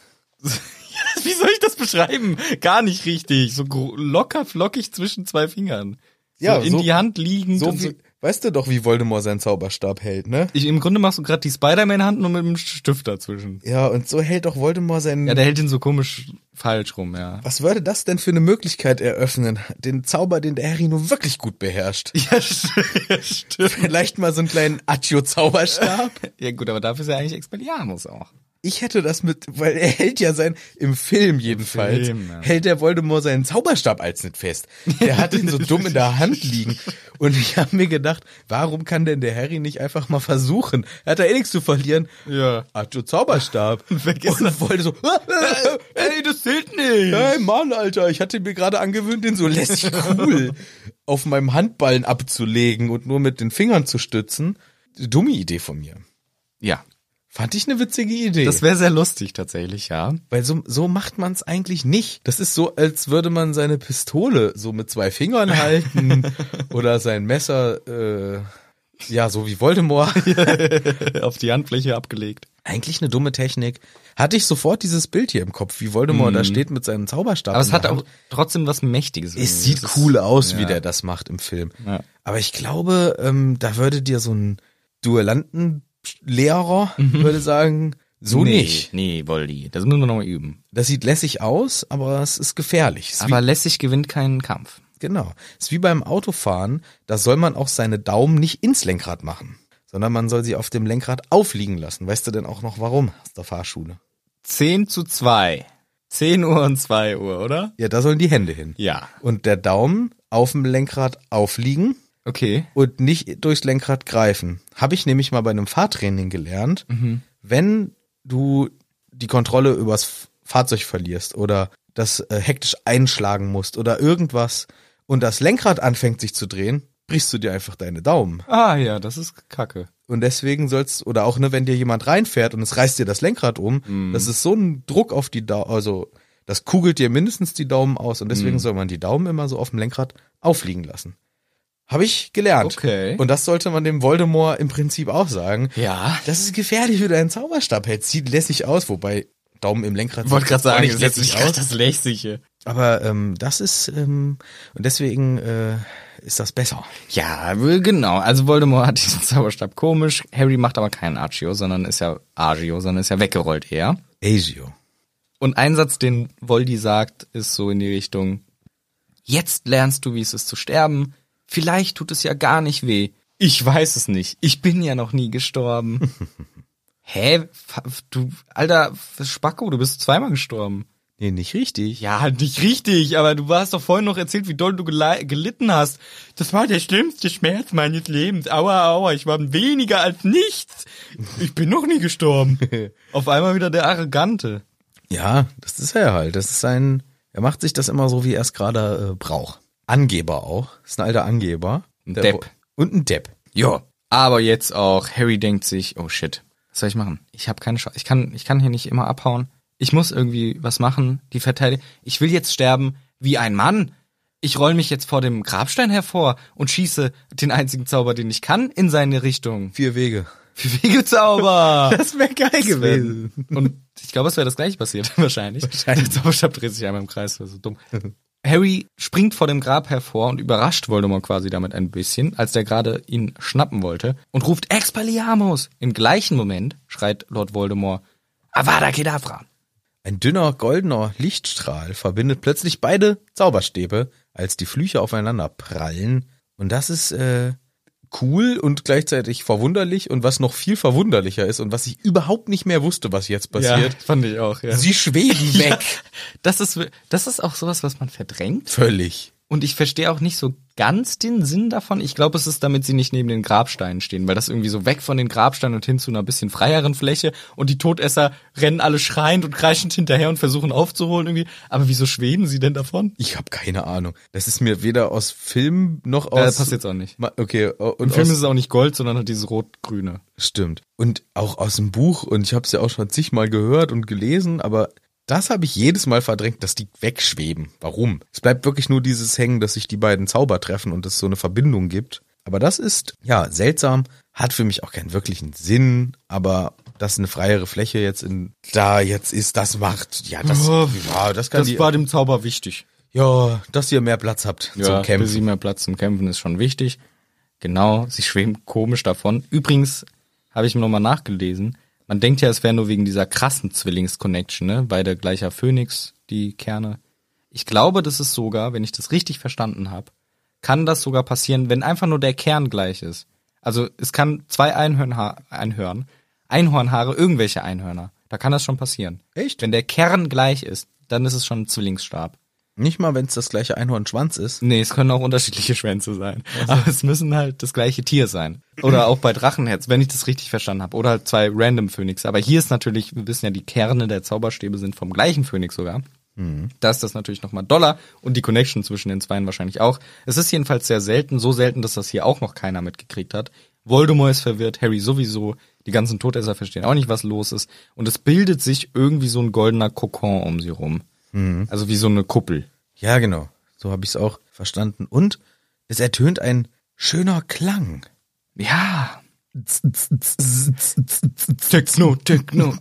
Speaker 3: <laughs> Wie soll ich das beschreiben? Gar nicht richtig. So gro- locker flockig zwischen zwei Fingern. So
Speaker 2: Ja,
Speaker 3: in
Speaker 2: so-
Speaker 3: die Hand liegend.
Speaker 2: So
Speaker 3: und so.
Speaker 2: wie, weißt du doch, wie Voldemort seinen Zauberstab hält, ne?
Speaker 3: Ich, Im Grunde machst du gerade die Spider-Man-Hand nur mit dem Stift dazwischen.
Speaker 2: Ja, und so hält doch Voldemort seinen...
Speaker 3: Ja, der hält ihn so komisch falsch rum, ja.
Speaker 2: was würde das denn für eine Möglichkeit eröffnen? Den Zauber, den der Harry nur wirklich gut beherrscht.
Speaker 3: <laughs> Ja, st- ja, stimmt.
Speaker 2: Vielleicht mal so einen kleinen Accio-Zauberstab?
Speaker 3: <laughs> Ja gut, aber dafür ist ja eigentlich Expelliarmus auch.
Speaker 2: Ich hätte das mit, weil er hält ja sein, im Film jedenfalls,
Speaker 3: Film, ja.
Speaker 2: hält der Voldemort seinen Zauberstab als nicht fest. Der hat ihn so dumm in der Hand liegen. Und ich habe mir gedacht, warum kann denn der Harry nicht einfach mal versuchen? Er hat da eh nichts zu verlieren.
Speaker 3: Ja.
Speaker 2: Hat du Zauberstab.
Speaker 3: <laughs> Vergiss
Speaker 2: und wollte so, <laughs>
Speaker 3: Äh, Ey, das zählt nicht.
Speaker 2: hey Mann, Alter, ich hatte mir gerade angewöhnt, den so lässig cool auf meinem Handballen abzulegen und nur mit den Fingern zu stützen. Dumme Idee von mir.
Speaker 3: Ja,
Speaker 2: Fand ich eine witzige Idee.
Speaker 3: das wäre sehr lustig tatsächlich, ja. <laughs>
Speaker 2: Weil so, so macht man es eigentlich nicht. Das ist so, als würde man seine Pistole so mit zwei
Speaker 3: <laughs>
Speaker 2: Fingern halten oder sein Messer, äh, ja, so wie
Speaker 3: <laughs>
Speaker 2: Voldemort.
Speaker 3: Auf die Handfläche abgelegt.
Speaker 2: Eigentlich eine dumme Technik. Hatte ich sofort dieses Bild hier im Kopf, wie Voldemort da steht mit seinem Zauberstab.
Speaker 3: Mhm. Aber es
Speaker 2: in der
Speaker 3: hat
Speaker 2: Hand.
Speaker 3: auch trotzdem was
Speaker 2: Es
Speaker 3: Mächtiges. irgendwie.
Speaker 2: sieht
Speaker 3: Das ist-
Speaker 2: cool aus, wie
Speaker 3: ja.
Speaker 2: der das macht im Film.
Speaker 3: Ja.
Speaker 2: Aber ich glaube, ähm, da würde dir so ein Duellantenlehrer würde sagen, so
Speaker 3: Mhm. nee,
Speaker 2: nicht.
Speaker 3: Nee, Voldi. Das müssen wir nochmal üben.
Speaker 2: Das sieht lässig aus, aber es ist gefährlich. Es ist wie
Speaker 3: Aber lässig gewinnt keinen Kampf.
Speaker 2: Genau. Ist wie beim Autofahren, da soll man auch seine Daumen nicht ins Lenkrad machen, sondern man soll sie auf dem Lenkrad aufliegen lassen. Weißt du denn auch noch warum aus der Fahrschule?
Speaker 3: 10 zu 2. 10 Uhr und 2 Uhr, oder?
Speaker 2: Ja, da sollen die Hände hin.
Speaker 3: Ja.
Speaker 2: Und der Daumen auf dem Lenkrad aufliegen
Speaker 3: Okay.
Speaker 2: und nicht durchs Lenkrad greifen. Habe ich nämlich mal bei einem Fahrtraining gelernt, wenn du die Kontrolle übers F- Fahrzeug verlierst oder das äh, hektisch einschlagen musst oder irgendwas und das Lenkrad anfängt sich zu drehen, brichst du dir einfach deine Daumen.
Speaker 3: Ah ja, das ist kacke.
Speaker 2: Und deswegen soll's, oder auch, ne, wenn dir jemand reinfährt und es reißt dir das Lenkrad um,
Speaker 3: Mhm.
Speaker 2: das ist so ein Druck auf die Daumen, also das kugelt dir mindestens die Daumen aus und
Speaker 3: Mhm.
Speaker 2: deswegen soll man die Daumen immer so auf dem Lenkrad aufliegen lassen. Habe ich gelernt.
Speaker 3: Okay.
Speaker 2: Und das sollte man dem Voldemort im Prinzip auch sagen.
Speaker 3: Ja.
Speaker 2: Das ist gefährlich für deinen Zauberstab. Jetzt sieht lässig aus, wobei Daumen im Lenkrad
Speaker 3: Ich wollte gerade
Speaker 2: auch
Speaker 3: sagen,
Speaker 2: nicht
Speaker 3: ist jetzt nicht das äh. Lächsige.
Speaker 2: Aber ähm, das ist ähm, und deswegen äh, ist das besser.
Speaker 3: Ja, genau. Also Voldemort hat diesen Zauberstab komisch. Harry macht aber keinen Archio, sondern ist ja Argio, sondern ist ja weggerollt eher.
Speaker 2: Asio.
Speaker 3: Und ein Satz, den Voldi sagt, ist so in die Richtung, jetzt lernst du, wie es ist zu sterben. Vielleicht tut es ja gar nicht weh. Ich weiß es nicht. Ich bin ja noch nie <laughs> gestorben. Hä? Fa- Du, alter Spacko, du bist zweimal gestorben.
Speaker 2: Nee, nicht richtig.
Speaker 3: Ja, nicht richtig, aber du hast doch vorhin noch erzählt, wie doll du gelei- gelitten hast. Das war der schlimmste Schmerz meines Lebens. Aua, aua, ich war weniger als nichts. Ich bin noch nie gestorben. Auf einmal wieder der Arrogante.
Speaker 2: Ja, das ist er halt. Das ist ein. Er macht sich das immer so, wie er es gerade äh, braucht. Angeber auch. Ist ein alter Angeber.
Speaker 3: Ein
Speaker 2: Der-
Speaker 3: Depp.
Speaker 2: Und ein Depp.
Speaker 3: Ja, aber jetzt auch Harry denkt sich, oh shit, was soll ich machen? Ich habe keine Chance. Ich kann, ich kann hier nicht immer abhauen. Ich muss irgendwie was machen. Die Verteidigung. Ich will jetzt sterben wie ein Mann. Ich roll mich jetzt vor dem Grabstein hervor und schieße den einzigen Zauber, den ich kann, in seine Richtung.
Speaker 2: Vier Wege.
Speaker 3: <laughs> Wegezauber!
Speaker 2: Das wäre geil gewesen.
Speaker 3: Und ich glaube, es wäre das gleiche passiert, <laughs> wahrscheinlich.
Speaker 2: Wahrscheinlich.
Speaker 3: Der Zauberstab dreht sich einmal im Kreis, das ist so dumm. Harry springt vor dem Grab hervor und überrascht Voldemort quasi damit ein bisschen, als der gerade ihn schnappen wollte und ruft Expelliarmus. Im gleichen Moment schreit Lord Voldemort Avada Kedavra.
Speaker 2: Ein dünner goldener Lichtstrahl verbindet plötzlich beide Zauberstäbe, als die Flüche aufeinander prallen. Und das ist äh, cool und gleichzeitig verwunderlich. Und was noch viel verwunderlicher ist und was ich überhaupt nicht mehr wusste, was jetzt passiert,
Speaker 3: fand ich auch, ja. <laughs>
Speaker 2: sie schweben weg.
Speaker 3: Das ist, das ist auch sowas, was man verdrängt.
Speaker 2: Völlig.
Speaker 3: Und ich verstehe auch nicht so ganz den Sinn davon. Ich glaube, es ist, damit sie nicht neben den Grabsteinen stehen, weil das irgendwie so weg von den Grabsteinen und hin zu einer bisschen freieren Fläche und die Todesser rennen alle schreiend und kreischend hinterher und versuchen aufzuholen irgendwie. Aber wieso schweben sie denn davon?
Speaker 2: Ich habe keine Ahnung. Das ist mir weder aus Film noch
Speaker 3: Äh,
Speaker 2: aus.
Speaker 3: passt jetzt auch nicht.
Speaker 2: Ma- Okay, o-
Speaker 3: Im
Speaker 2: und
Speaker 3: Film
Speaker 2: aus,
Speaker 3: ist es auch nicht Gold, sondern hat dieses rot-grüne.
Speaker 2: stimmt. Und auch aus dem Buch und ich habe es ja auch schon zigmal gehört und gelesen, aber das habe ich jedes Mal verdrängt, dass die wegschweben. Warum? Es bleibt wirklich nur dieses Hängen, dass sich die beiden Zauber treffen und es so eine Verbindung gibt. Aber das ist ja seltsam, hat für mich auch keinen wirklichen Sinn, aber dass eine freiere Fläche jetzt in da jetzt ist, das macht ja das
Speaker 3: Oh,
Speaker 2: ja, das kann die,
Speaker 3: dem Zauber wichtig.
Speaker 2: ja, dass ihr mehr Platz habt
Speaker 3: Ja,
Speaker 2: zum
Speaker 3: für
Speaker 2: Kämpfen.
Speaker 3: sie mehr Platz zum Kämpfen ist schon wichtig. Genau, sie schweben komisch davon. Übrigens habe ich mir nochmal nachgelesen. Man denkt ja, es wäre nur wegen dieser krassen Zwillings-Connection, ne? Beide gleicher Phönix, die Kerne. Ich glaube, das ist sogar, wenn ich das richtig verstanden habe, kann das sogar passieren, wenn einfach nur der Kern gleich ist. Also es kann zwei Einhörnha Einhörn, Einhornhaare, irgendwelche Einhörner. Da kann das schon passieren.
Speaker 2: Echt?
Speaker 3: Wenn der Kern gleich ist, dann ist es schon ein Zwillingsstab.
Speaker 2: Nicht mal, wenn es das gleiche Einhornschwanz ist.
Speaker 3: Nee, es können auch unterschiedliche Schwänze sein. Aber es müssen halt das gleiche Tier sein. Oder auch bei Drachenherz, wenn ich das richtig verstanden habe. Oder halt zwei random Phönixe. Aber hier ist natürlich, wir wissen ja, die Kerne der Zauberstäbe sind vom gleichen Phönix sogar. Da ist das natürlich nochmal doller und die Connection zwischen den Zweien wahrscheinlich auch. Es ist jedenfalls sehr selten, so selten, dass das hier auch noch keiner mitgekriegt hat. Voldemort ist verwirrt, Harry sowieso, die ganzen Todesser verstehen auch nicht, was los ist. Und es bildet sich irgendwie so ein goldener Kokon um sie rum. Also wie so eine Kuppel.
Speaker 2: Ja, genau. So habe ich es auch verstanden. Und es ertönt ein schöner Klang.
Speaker 3: Ja. Techno, Techno.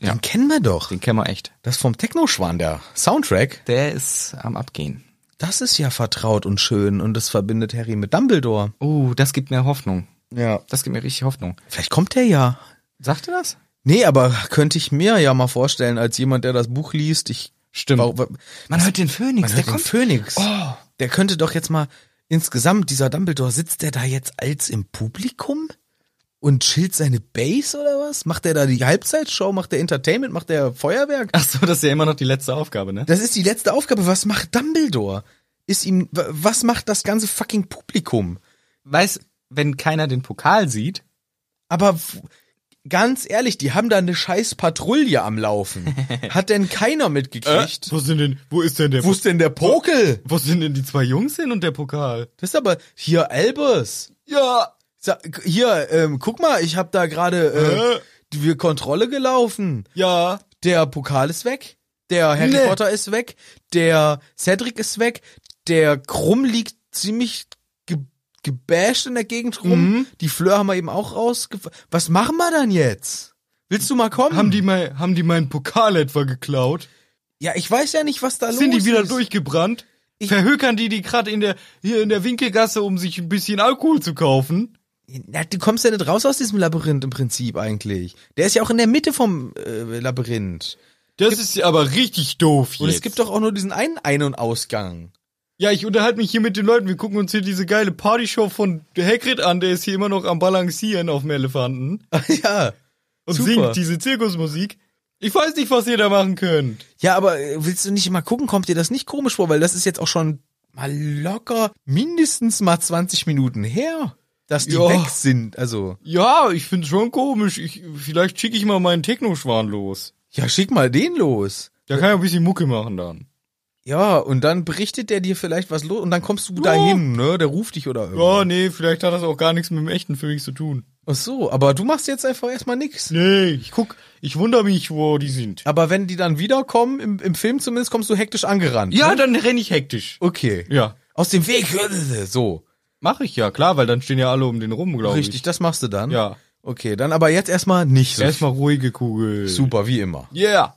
Speaker 3: Ja,
Speaker 2: Den kennen wir doch.
Speaker 3: den kennen wir echt.
Speaker 2: Das vom Technoschwan, der Soundtrack.
Speaker 3: Der ist am Abgehen.
Speaker 2: Das ist ja vertraut und schön und das verbindet Harry mit Dumbledore.
Speaker 3: Oh, das gibt mir Hoffnung.
Speaker 2: Ja.
Speaker 3: Das gibt mir richtig Hoffnung.
Speaker 2: Vielleicht kommt der ja.
Speaker 3: Sagt ihr das?
Speaker 2: Nee, aber könnte ich mir ja mal vorstellen, als jemand, der das Buch liest, ich.
Speaker 3: Stimmt.
Speaker 2: Wa- wa-
Speaker 3: Man hört den Phönix,
Speaker 2: Man hört den Phönix.
Speaker 3: Oh.
Speaker 2: Der könnte doch jetzt mal insgesamt, dieser Dumbledore, sitzt der da jetzt als im Publikum und chillt seine Base oder was? Macht der da die Halbzeitshow? Macht der Entertainment? Macht der Feuerwerk?
Speaker 3: Ach so, das ist ja immer noch die letzte Aufgabe, ne?
Speaker 2: Das ist die letzte Aufgabe. Was macht Dumbledore? Ist ihm, wa- was macht das ganze fucking Publikum?
Speaker 3: Weiß, wenn keiner den Pokal sieht,
Speaker 2: Aber f- ganz ehrlich, die haben da eine scheiß Patrouille am Laufen. Hat denn keiner mitgekriegt?
Speaker 3: Äh, Wo sind denn, wo ist denn der
Speaker 2: Wo ist denn der Pokel?
Speaker 3: wo sind denn die zwei Jungs hin und der Pokal?
Speaker 2: Das ist aber hier Albus.
Speaker 3: Ja.
Speaker 2: Sag, hier, ähm, guck mal, ich habe da gerade äh,
Speaker 3: Hä?
Speaker 2: wir Kontrolle gelaufen.
Speaker 3: Ja.
Speaker 2: Der Pokal ist weg, der Harry
Speaker 3: Nee.
Speaker 2: Potter ist weg, der Cedric ist weg, der Krumm liegt ziemlich ge gebasht in der Gegend
Speaker 3: Mhm.
Speaker 2: rum. Die Fleur haben wir eben auch rausge... Was machen wir dann jetzt? Willst du mal kommen?
Speaker 3: Haben die, mein, haben die meinen Pokal etwa geklaut?
Speaker 2: ja, ich weiß ja nicht, was da
Speaker 3: Sind
Speaker 2: los
Speaker 3: die wieder
Speaker 2: ist.
Speaker 3: durchgebrannt? Verhökern die die gerade in der, hier in der Winkelgasse, um sich ein bisschen Alkohol zu kaufen?
Speaker 2: Na, du kommst ja nicht raus aus diesem Labyrinth im Prinzip eigentlich. Der ist ja auch in der Mitte vom äh, Labyrinth.
Speaker 3: Das ist ja aber richtig doof jetzt.
Speaker 2: Und es gibt doch auch nur diesen einen Ein- und Ausgang. <laughs>
Speaker 3: ja, ich unterhalte mich hier mit den Leuten. Wir gucken uns hier diese geile Partyshow von Hagrid an. Der ist hier immer noch am Balancieren auf dem Elefanten
Speaker 2: ja.
Speaker 3: und
Speaker 2: Super.
Speaker 3: singt diese Zirkusmusik. Ich weiß nicht, was ihr da machen könnt.
Speaker 2: Ja, aber äh, willst du nicht mal gucken, kommt dir das nicht komisch vor, weil das ist jetzt auch schon mal locker mindestens mal 20 Minuten her, dass die
Speaker 3: Ja.
Speaker 2: weg sind. Also,
Speaker 3: Ja, ich find's schon komisch. Ich, vielleicht schicke ich mal meinen Technoschwan los.
Speaker 2: ja, schick mal den los.
Speaker 3: Der kann ja ein bisschen Mucke machen dann.
Speaker 2: Ja, und dann berichtet der dir vielleicht was los und dann kommst du dahin, ne? Der ruft dich oder irgendwas.
Speaker 3: Ja, nee, vielleicht hat das auch gar nichts mit dem echten Phoenix zu tun.
Speaker 2: Ach so, aber du machst jetzt einfach erstmal nix.
Speaker 3: Nee, ich guck, ich wundere mich, wo die sind.
Speaker 2: Aber wenn die dann wiederkommen, im, im Film zumindest, kommst du hektisch angerannt.
Speaker 3: Ja,
Speaker 2: ne?
Speaker 3: dann renn ich hektisch.
Speaker 2: Okay.
Speaker 3: Ja.
Speaker 2: Aus dem Weg. So.
Speaker 3: Mach ich ja, klar, weil dann stehen ja alle um den rum, glaube ich.
Speaker 2: Richtig, das machst du dann.
Speaker 3: Ja.
Speaker 2: Okay, dann aber jetzt erstmal nicht so.
Speaker 3: Erstmal ruhige Kugel.
Speaker 2: Super, wie immer.
Speaker 3: Yeah.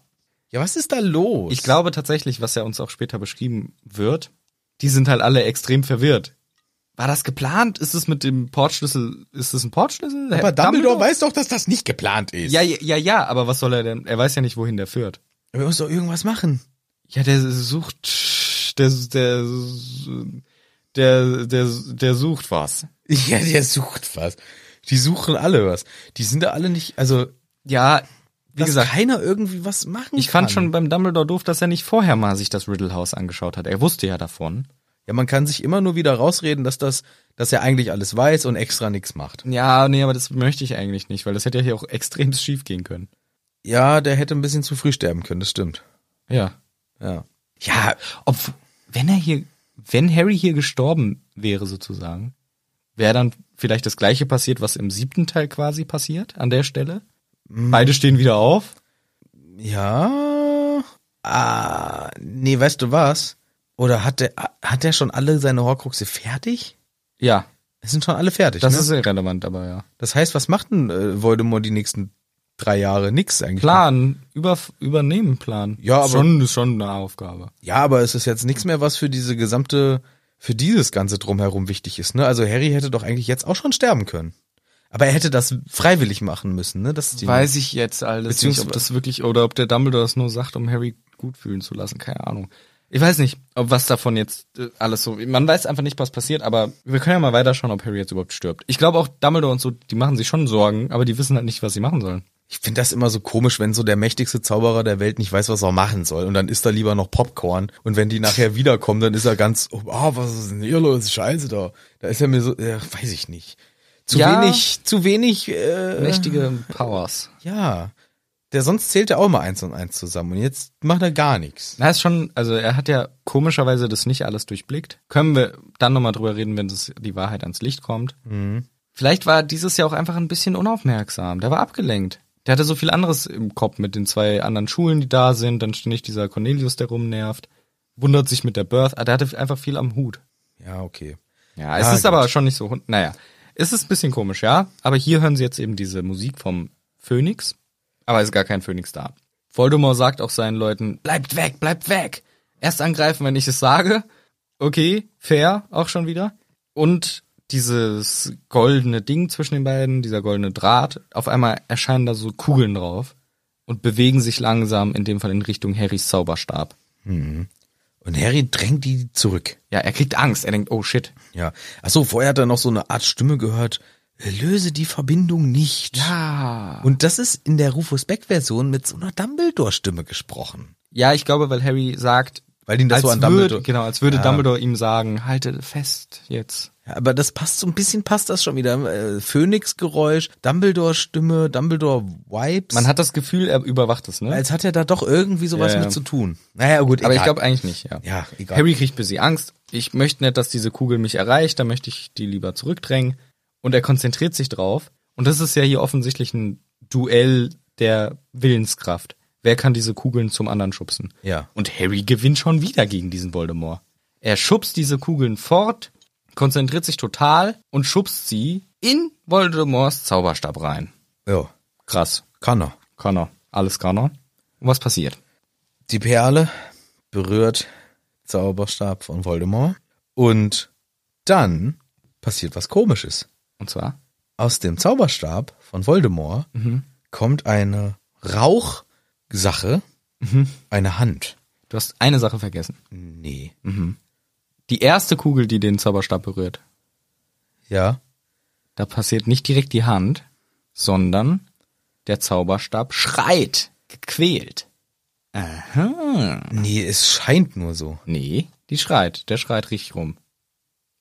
Speaker 2: Ja, was ist da los?
Speaker 3: Ich glaube tatsächlich, was ja uns auch später beschrieben wird, die sind halt alle extrem verwirrt. War das geplant? Ist es mit dem Portschlüssel, ist es ein Portschlüssel?
Speaker 2: aber Dumbledore, weiß doch, dass das nicht geplant ist.
Speaker 3: Ja, ja, ja, ja, aber was soll er denn? Er weiß ja nicht, wohin der führt.
Speaker 2: Wir müssen doch irgendwas machen.
Speaker 3: Ja, der sucht, der, der, der, der, der sucht was.
Speaker 2: <laughs> Ja, der sucht was. Die suchen alle was. Die sind da alle nicht, also,
Speaker 3: Ja, wie
Speaker 2: dass
Speaker 3: gesagt,
Speaker 2: keiner irgendwie was machen
Speaker 3: ich
Speaker 2: kann.
Speaker 3: fand schon beim Dumbledore doof, dass er nicht vorher mal sich das Riddle House angeschaut hat. Er wusste ja davon.
Speaker 2: Ja, man kann sich immer nur wieder rausreden, dass das, dass er eigentlich alles weiß und extra nichts macht.
Speaker 3: Ja, nee, aber das möchte ich eigentlich nicht, weil das hätte ja hier auch extrem schief gehen können.
Speaker 2: Ja, der hätte ein bisschen zu früh sterben können, das stimmt.
Speaker 3: Ja.
Speaker 2: Ja.
Speaker 3: Ja, ob, wenn er hier, wenn Harry hier gestorben wäre sozusagen, wäre dann vielleicht das gleiche passiert, was im siebten Teil quasi passiert, an der Stelle. Beide stehen wieder auf.
Speaker 2: Ja. Ah, nee, weißt du was? Oder hat der, hat der schon alle seine Horcruxe fertig?
Speaker 3: Ja,
Speaker 2: Es sind schon alle fertig.
Speaker 3: das
Speaker 2: ne?
Speaker 3: ist irrelevant, aber ja.
Speaker 2: das heißt, was macht denn äh, Voldemort die nächsten drei Jahre? Nix eigentlich.
Speaker 3: Plan, über, übernehmen Plan.
Speaker 2: Ja, aber-
Speaker 3: Schon, ist schon eine Aufgabe.
Speaker 2: Ja, aber es ist jetzt nichts mehr, was für diese gesamte, für dieses Ganze drumherum wichtig ist. Ne? Also Harry hätte doch eigentlich jetzt auch schon sterben können. Aber er hätte das freiwillig machen müssen, ne? Das ist die
Speaker 3: Weiß ich jetzt alles
Speaker 2: Beziehungsweise-
Speaker 3: nicht, ob das wirklich, oder ob der Dumbledore das nur sagt, um Harry gut fühlen zu lassen, keine Ahnung. Ich weiß nicht, ob was davon jetzt äh, alles so, man weiß einfach nicht, was passiert, aber wir können ja mal weiterschauen, ob Harry jetzt überhaupt stirbt. Ich glaube auch Dumbledore und so, die machen sich schon Sorgen, aber die wissen halt nicht, was sie machen sollen.
Speaker 2: Ich finde das immer so komisch, wenn so der mächtigste Zauberer der Welt nicht weiß, was er machen soll. Und dann isst er lieber noch Popcorn. Und wenn die nachher wiederkommen, dann ist er ganz, oh, ah, was ist denn hier los? Scheiße da. Da ist er mir so, ja, weiß ich nicht. Zu
Speaker 3: Ja.
Speaker 2: wenig, zu wenig, äh,
Speaker 3: Mächtige Powers.
Speaker 2: Ja. Der sonst zählt ja auch mal eins und eins zusammen. Und jetzt macht er gar nichts.
Speaker 3: Na, ist schon, also er hat ja komischerweise das nicht alles durchblickt. Können wir dann nochmal drüber reden, wenn das, die Wahrheit ans Licht kommt. Vielleicht war er dieses Jahr auch einfach ein bisschen unaufmerksam. Der war abgelenkt. Der hatte so viel anderes im Kopf mit den zwei anderen Schulen, die da sind. Dann ständig dieser Cornelius, der rumnervt. Wundert sich mit der Birth. Ah, der hatte einfach viel am Hut.
Speaker 2: Ja, okay.
Speaker 3: Ja, es
Speaker 2: Ja,
Speaker 3: ist
Speaker 2: gut.
Speaker 3: aber schon nicht so, hund- naja. Es ist ein bisschen komisch, ja. Aber hier hören sie jetzt eben diese Musik vom Phönix. Aber es ist gar kein Phönix da. Voldemort sagt auch seinen Leuten, bleibt weg, bleibt weg. Erst angreifen, wenn ich es sage. Okay, fair, auch schon wieder. Und dieses goldene Ding zwischen den beiden, dieser goldene Draht, auf einmal erscheinen da so Kugeln drauf und bewegen sich langsam, in dem Fall in Richtung Harrys Zauberstab.
Speaker 2: Und Harry drängt die zurück.
Speaker 3: Ja, er kriegt Angst. Er denkt, oh shit,
Speaker 2: Ja. Ach so, vorher hat er noch so eine Art Stimme gehört. "Äh, Löse die Verbindung nicht.
Speaker 3: ah,
Speaker 2: Und das ist in der Rufus Beck-Version mit so einer Dumbledore-Stimme gesprochen.
Speaker 3: Ja, ich glaube, weil Harry sagt,
Speaker 2: Weil ihn das
Speaker 3: als
Speaker 2: so an
Speaker 3: würde,
Speaker 2: Dumbledore-
Speaker 3: Genau, als würde
Speaker 2: Ja.
Speaker 3: Dumbledore ihm sagen, halte fest jetzt.
Speaker 2: Ja, aber das passt so ein bisschen, passt das schon wieder. Äh, Phönix-Geräusch, Dumbledore-Stimme, Dumbledore-Vibes.
Speaker 3: Man hat das Gefühl, er überwacht es, ne?
Speaker 2: als hat er da doch irgendwie sowas
Speaker 3: Ja, ja.
Speaker 2: mit zu tun. Naja, gut,
Speaker 3: Aber ich
Speaker 2: egal.
Speaker 3: glaube eigentlich nicht, ja.
Speaker 2: Ja, egal.
Speaker 3: Harry kriegt ein bisschen Angst. Ich möchte nicht, dass diese Kugel mich erreicht, da möchte ich die lieber zurückdrängen. und er konzentriert sich drauf. Und das ist ja hier offensichtlich ein Duell der Willenskraft. Wer kann diese Kugeln zum anderen schubsen?
Speaker 2: Ja.
Speaker 3: Und Harry gewinnt schon wieder gegen diesen Voldemort. Er schubst diese Kugeln fort, konzentriert sich total und schubst sie in Voldemorts Zauberstab rein.
Speaker 2: Ja,
Speaker 3: Krass.
Speaker 2: kann er.
Speaker 3: Kann er. Alles kann er. Und was passiert?
Speaker 2: Die Perle berührt Zauberstab von Voldemort und dann passiert was Komisches.
Speaker 3: Und zwar?
Speaker 2: Aus dem Zauberstab von Voldemort kommt eine Rauchsache, eine Hand.
Speaker 3: Du hast eine Sache vergessen.
Speaker 2: Nee.
Speaker 3: Die erste Kugel, die den Zauberstab berührt,
Speaker 2: Ja,
Speaker 3: da passiert nicht direkt die Hand, sondern der Zauberstab schreit, gequält.
Speaker 2: nee, es scheint nur so.
Speaker 3: Nee, die schreit, der schreit richtig rum.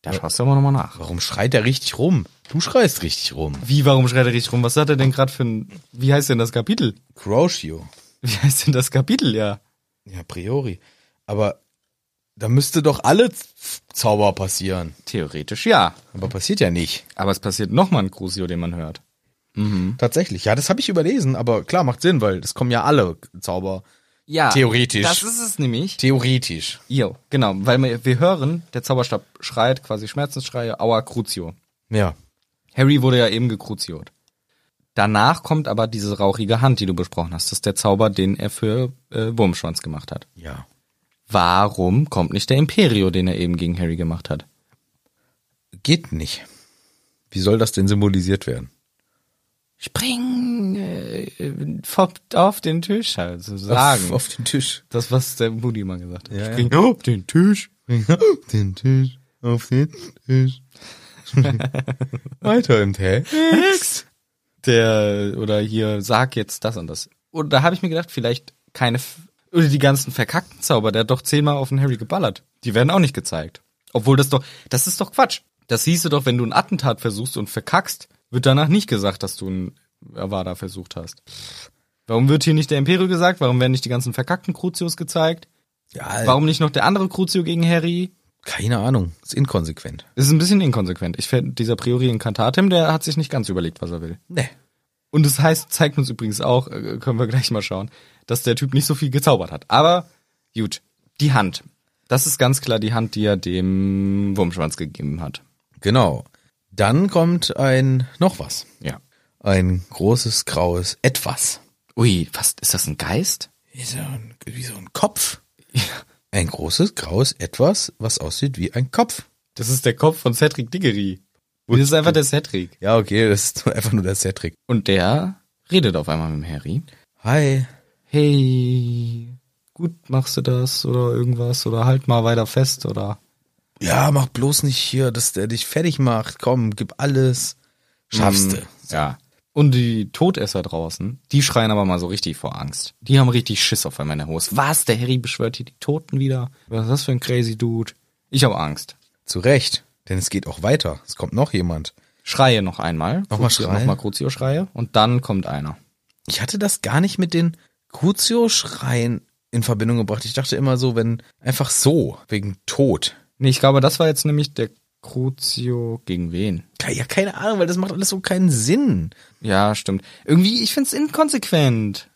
Speaker 3: Da schaust du aber nochmal nach.
Speaker 2: Warum schreit er richtig rum? Du schreist richtig rum.
Speaker 3: Wie, warum schreit er richtig rum? Was hat er denn gerade für ein, wie heißt denn das Kapitel? <laughs>
Speaker 2: Crouchio.
Speaker 3: Wie heißt denn das Kapitel, ja?
Speaker 2: Ja, a priori. Aber da müsste doch alle Z- Zauber passieren.
Speaker 3: Theoretisch ja.
Speaker 2: Aber passiert ja nicht.
Speaker 3: Aber es passiert nochmal ein Crucio, den man hört.
Speaker 2: Tatsächlich. Ja, das habe ich überlesen, aber klar, macht Sinn, weil es kommen ja alle Zauber.
Speaker 3: Ja.
Speaker 2: Theoretisch.
Speaker 3: Das ist es nämlich.
Speaker 2: Theoretisch.
Speaker 3: Jo, genau, weil wir, wir hören, der Zauberstab schreit quasi Schmerzensschreie, aua, Crucio.
Speaker 2: Ja.
Speaker 3: Harry wurde ja eben gekruziot. Danach kommt aber diese rauchige Hand, die du besprochen hast. Das ist der Zauber, den er für äh, Wurmschwanz gemacht hat.
Speaker 2: Ja.
Speaker 3: Warum kommt nicht der Imperio, den er eben gegen Harry gemacht hat?
Speaker 2: Geht nicht. Wie soll das denn symbolisiert werden?
Speaker 3: Spring äh, äh, fopp auf den Tisch halt, so sagen.
Speaker 2: Auf, auf den Tisch.
Speaker 3: Das, was der Moody mal gesagt hat.
Speaker 2: Ja,
Speaker 3: Spring auf den Tisch.
Speaker 2: Auf den Tisch. Auf den <laughs> Tisch. Weiter im Text.
Speaker 3: der oder hier sag jetzt das und das. Und da habe ich mir gedacht, vielleicht keine F oder die ganzen verkackten Zauber, der hat doch zehnmal auf den Harry geballert. Die werden auch nicht gezeigt. Obwohl das doch das ist doch Quatsch. Das hieße doch, wenn du ein Attentat versuchst und verkackst, wird danach nicht gesagt, dass du ein Avada versucht hast. Warum wird hier nicht der Imperio gesagt? Warum werden nicht die ganzen verkackten Crucios gezeigt?
Speaker 2: Ja, also
Speaker 3: Warum nicht noch der andere Crucio gegen Harry?
Speaker 2: Keine Ahnung. Ist inkonsequent.
Speaker 3: Das ist ein bisschen inkonsequent. Ich fände dieser Priori Incantatem, der hat sich nicht ganz überlegt, was er will.
Speaker 2: Nee.
Speaker 3: Und das heißt, zeigt uns übrigens auch, äh, können wir gleich mal schauen, dass der Typ nicht so viel gezaubert hat. Aber gut, die Hand. Das ist ganz klar die Hand, die er dem Wurmschwanz gegeben hat.
Speaker 2: Genau. Dann kommt ein noch was.
Speaker 3: Ja.
Speaker 2: Ein großes graues Etwas.
Speaker 3: Ui, was ist das ein Geist?
Speaker 2: Wie so ein, wie so ein Kopf. Ein großes graues Etwas, was aussieht wie ein Kopf.
Speaker 3: Das ist der Kopf von Cedric Diggory. Das ist einfach der Cedric.
Speaker 2: Ja, okay, das ist <laughs> einfach nur der Cedric.
Speaker 3: Und der redet auf einmal mit dem Harry.
Speaker 2: Hi.
Speaker 3: Hey, gut machst du das oder irgendwas oder halt mal weiter fest oder
Speaker 2: Ja, mach bloß nicht hier, dass der dich fertig macht. Komm, gib alles. Hm, Schaffst du.
Speaker 3: Ja. Und die Todesser draußen, die schreien aber mal so richtig vor Angst. Die haben richtig Schiss auf einmal in der Hose. Was? Der Harry beschwört hier die Toten wieder? Was ist das für ein crazy Dude? Ich habe Angst.
Speaker 2: Zu Recht. Denn es geht auch weiter. Es kommt noch jemand.
Speaker 3: Schreie noch einmal.
Speaker 2: Nochmal
Speaker 3: Crucio-
Speaker 2: schreien?
Speaker 3: Nochmal Crucio schreie. Und dann kommt einer.
Speaker 2: Ich hatte das gar nicht mit den Crucio-Schreien in Verbindung gebracht. Ich dachte immer so, wenn einfach so, wegen Tod.
Speaker 3: Nee, ich glaube, das war jetzt nämlich der Crucio gegen wen?
Speaker 2: Ke- Ja, keine Ahnung, weil das macht alles so keinen Sinn.
Speaker 3: Ja, stimmt. Irgendwie, ich find's inkonsequent.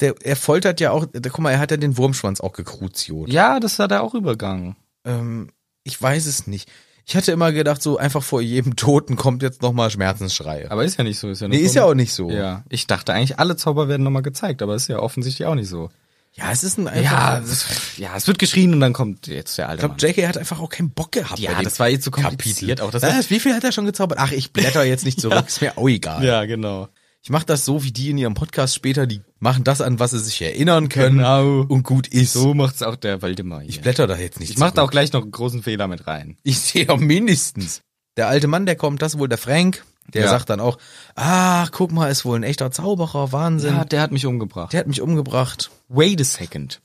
Speaker 2: Der, er foltert ja auch, der, guck mal, er hat ja den Wurmschwanz auch gekruziot.
Speaker 3: Ja, das hat er auch übergangen.
Speaker 2: Ähm, ich weiß es nicht. Ich hatte immer gedacht, so einfach vor jedem Toten kommt jetzt nochmal Schmerzensschreie.
Speaker 3: Aber ist ja nicht so. Ist ja
Speaker 2: nee,
Speaker 3: nur
Speaker 2: ist ja auch nicht so.
Speaker 3: Ja, ich dachte eigentlich, alle Zauber werden nochmal gezeigt, aber ist ja offensichtlich auch nicht so.
Speaker 2: Ja, es ist ein
Speaker 3: Ja,
Speaker 2: einfach,
Speaker 3: das, ja, es wird geschrien und dann kommt jetzt der
Speaker 2: ich
Speaker 3: alte Mann.
Speaker 2: glaube, JK hat einfach auch keinen Bock gehabt.
Speaker 3: Ja,
Speaker 2: bei dem
Speaker 3: das war jetzt so kompliziert
Speaker 2: Kapitel.
Speaker 3: auch, das
Speaker 2: Was,
Speaker 3: war-
Speaker 2: wie viel hat er schon gezaubert? Ach, ich blätter jetzt
Speaker 3: <laughs>
Speaker 2: nicht zurück, ist mir auch egal.
Speaker 3: Ja, genau.
Speaker 2: Ich mache das so wie die in ihrem Podcast später, die machen das an, was sie sich erinnern können
Speaker 3: Genau.
Speaker 2: und gut ist.
Speaker 3: So macht's auch der Waldemar hier.
Speaker 2: Ich blätter da jetzt nicht
Speaker 3: Ich mach da
Speaker 2: zurück.
Speaker 3: auch gleich noch einen großen Fehler mit rein.
Speaker 2: Ich sehe ja mindestens. Der alte Mann, der kommt, das ist wohl der Frank. Der
Speaker 3: Ja.
Speaker 2: sagt dann auch, ach, guck mal, ist wohl ein echter Zauberer, Wahnsinn.
Speaker 3: der hat mich umgebracht.
Speaker 2: Der hat mich umgebracht.
Speaker 3: Wait a second.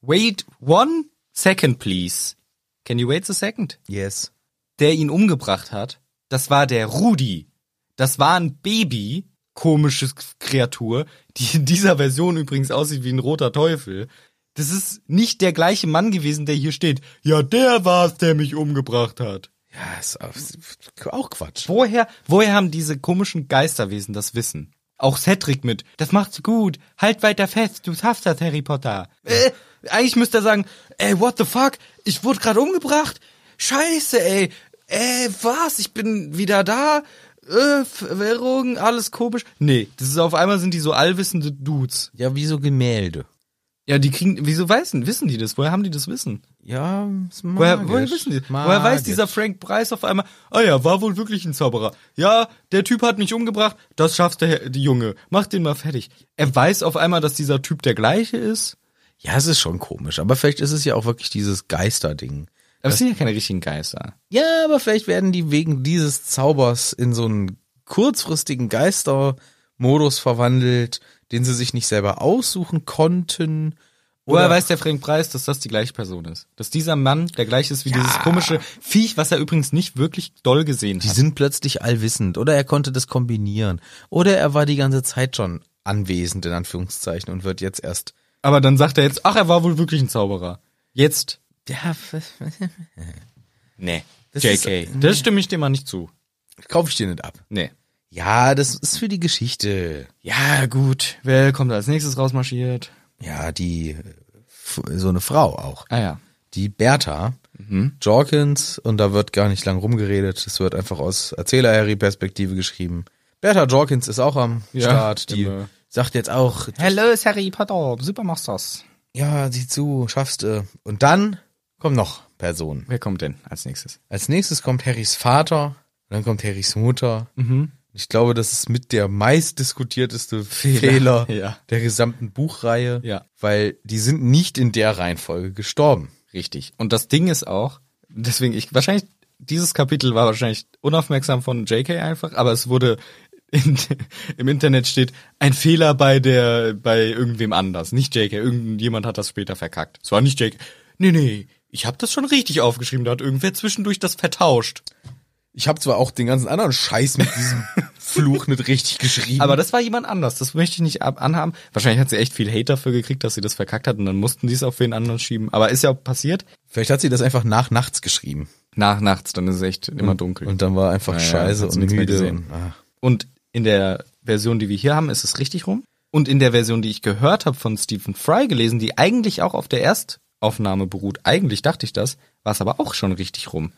Speaker 3: Wait one second, please. Can you wait a second?
Speaker 2: Yes.
Speaker 3: Der ihn umgebracht hat, das war der Rudi. Das war ein Baby, komisches Kreatur, die in dieser Version übrigens aussieht wie ein roter Teufel. Das ist nicht der gleiche Mann gewesen, der hier steht. Ja, der war's, der mich umgebracht hat.
Speaker 2: Ja, ist auch- ist auch Quatsch.
Speaker 3: Woher, woher haben diese komischen Geisterwesen das Wissen? Auch Cedric mit, das macht's gut, halt weiter fest, du schaffst das, Harry Potter. Äh, eigentlich müsste er sagen, ey, what the fuck, ich wurde gerade umgebracht, scheiße, ey, äh, was, ich bin wieder da, äh, Verwirrung, alles komisch. Nee, das ist auf einmal sind die so allwissende Dudes.
Speaker 2: Ja, wie so Gemälde.
Speaker 3: Ja, die kriegen, wieso wissen, wissen die das, woher haben die das Wissen?
Speaker 2: Ja, ist
Speaker 3: Woher,
Speaker 2: magisch.
Speaker 3: woher wissen die? Woher weiß
Speaker 2: Magisch.
Speaker 3: dieser Frank Price auf einmal, ah ja, war wohl wirklich ein Zauberer. Ja, der Typ hat mich umgebracht, das schafft der die Junge. Mach den mal fertig. Er weiß auf einmal, dass dieser Typ der gleiche ist.
Speaker 2: Ja, es ist schon komisch, aber vielleicht ist es ja auch wirklich dieses Geisterding.
Speaker 3: Aber es sind ja keine richtigen Geister.
Speaker 2: Ja, aber vielleicht werden die wegen dieses Zaubers in so einen kurzfristigen Geistermodus verwandelt, den sie sich nicht selber aussuchen konnten.
Speaker 3: Woher weiß der Frank Price, dass das die gleiche Person ist? Dass dieser Mann der gleiche ist wie dieses komische Viech, was er übrigens nicht wirklich doll gesehen
Speaker 2: Die
Speaker 3: hat.
Speaker 2: sind plötzlich allwissend oder er konnte das kombinieren oder er war die ganze Zeit schon anwesend in Anführungszeichen und wird jetzt erst
Speaker 3: Aber dann sagt er jetzt, ach, er war wohl wirklich ein Zauberer. Jetzt.
Speaker 2: ja,
Speaker 3: Nee.
Speaker 2: Das
Speaker 3: JK.
Speaker 2: ist-
Speaker 3: das stimme ich dir mal nicht zu.
Speaker 2: kaufe ich dir nicht ab.
Speaker 3: Nee.
Speaker 2: Ja, das ist für die Geschichte.
Speaker 3: Ja, gut. Wer kommt als nächstes rausmarschiert?
Speaker 2: Ja, die so eine Frau auch.
Speaker 3: Ah ja.
Speaker 2: die Bertha
Speaker 3: Mhm.
Speaker 2: Jorkins, und da wird gar nicht lang rumgeredet, es wird einfach aus Erzähler-Harry-Perspektive geschrieben. Bertha Jorkins ist auch am
Speaker 3: Ja,
Speaker 2: Start, die
Speaker 3: immer.
Speaker 2: sagt jetzt auch,
Speaker 3: Hello, ist Harry Potter. Super machst das.
Speaker 2: ja, sieh zu, schaffst du. Und dann kommen noch Personen.
Speaker 3: Wer kommt denn als nächstes?
Speaker 2: Als nächstes kommt Harrys Vater, dann kommt Harrys Mutter. Ich glaube, das ist mit der meistdiskutierteste Fehler,
Speaker 3: Fehler,
Speaker 2: <laughs>
Speaker 3: ja.
Speaker 2: der gesamten Buchreihe,
Speaker 3: Ja.
Speaker 2: weil die sind nicht in der Reihenfolge gestorben.
Speaker 3: Richtig. Und das Ding ist auch, deswegen ich wahrscheinlich dieses Kapitel war wahrscheinlich unaufmerksam von JK einfach, aber es wurde in, <laughs> im Internet steht ein Fehler bei der bei irgendwem anders, nicht JK. Irgendjemand hat das später verkackt. Es war nicht JK. Nee, nee, ich habe das schon richtig aufgeschrieben, da hat irgendwer zwischendurch das vertauscht.
Speaker 2: Ich habe zwar auch den ganzen anderen Scheiß mit <laughs> diesem Fluch nicht richtig geschrieben.
Speaker 3: Aber das war jemand anders. Das möchte ich nicht ab anhaben. Wahrscheinlich hat sie echt viel Hate dafür gekriegt, dass sie das verkackt hat und dann mussten die es auf wen anderen schieben. Aber ist ja auch passiert.
Speaker 2: vielleicht hat sie das einfach nach nachts geschrieben.
Speaker 3: Nach nachts, dann ist es echt immer dunkel.
Speaker 2: Und dann war einfach
Speaker 3: Naja,
Speaker 2: scheiße
Speaker 3: hat's
Speaker 2: und
Speaker 3: nichts mehr
Speaker 2: müde.
Speaker 3: gesehen.
Speaker 2: Und, ah.
Speaker 3: Und in der Version, die wir hier haben, ist es richtig rum. Und in der Version, die ich gehört habe von Stephen Fry gelesen, die eigentlich auch auf der Erstaufnahme beruht, eigentlich dachte ich das, war es aber auch schon richtig rum.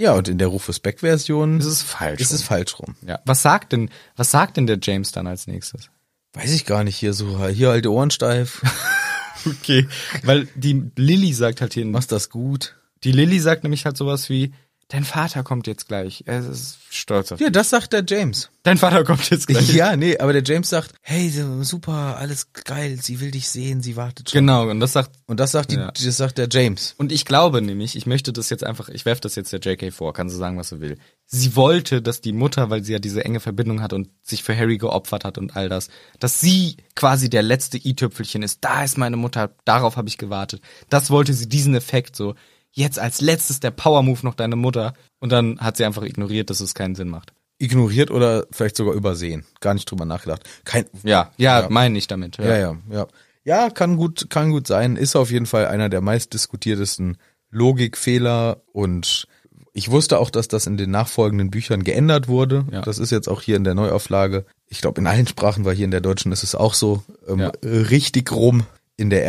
Speaker 2: Ja, und in der Rufus Beck-Version
Speaker 3: Es ist falsch.
Speaker 2: ist es falsch rum.
Speaker 3: ja. Was sagt denn, was sagt denn der James dann als nächstes?
Speaker 2: Weiß ich gar nicht, hier so, hier halt die Ohren <laughs> steif,
Speaker 3: <laughs> Okay. Weil die Lilly sagt halt hier in
Speaker 2: machst das gut.
Speaker 3: Die Lilly sagt nämlich halt sowas wie, dein Vater kommt jetzt gleich. Er ist stolz auf
Speaker 2: Ja, das sagt der James.
Speaker 3: Dein Vater kommt jetzt gleich.
Speaker 2: Ja, nee, aber der James sagt, hey, so, super, alles geil, sie will dich sehen, sie wartet schon.
Speaker 3: Genau, und das sagt,
Speaker 2: Und das sagt, die,
Speaker 3: Ja.
Speaker 2: das sagt der James.
Speaker 3: und ich glaube nämlich, ich möchte das jetzt einfach, ich werfe das jetzt der JK vor, kann sie sagen, was sie will. Sie wollte, dass die Mutter, weil sie ja diese enge Verbindung hat und sich für Harry geopfert hat und all das, dass sie quasi der letzte i-Tüpfelchen ist. Da ist meine Mutter, darauf habe ich gewartet. Das wollte sie, diesen Effekt so. Jetzt als letztes der Power-Move noch deine Mutter. Und dann hat sie einfach ignoriert, dass es keinen Sinn macht.
Speaker 2: Ignoriert oder vielleicht sogar übersehen. Gar nicht drüber nachgedacht. Kein,
Speaker 3: Ja, ja, meine ich damit.
Speaker 2: Ja, ja, ja. Ja, kann gut, kann gut sein. Ist auf jeden Fall einer der meistdiskutiertesten Logikfehler und ich wusste auch, dass das in den nachfolgenden Büchern geändert wurde.
Speaker 3: Ja.
Speaker 2: Das ist jetzt auch hier in der Neuauflage. Ich glaube, in allen Sprachen, weil hier in der deutschen ist es auch so ähm,
Speaker 3: Ja.
Speaker 2: äh, richtig rum. In der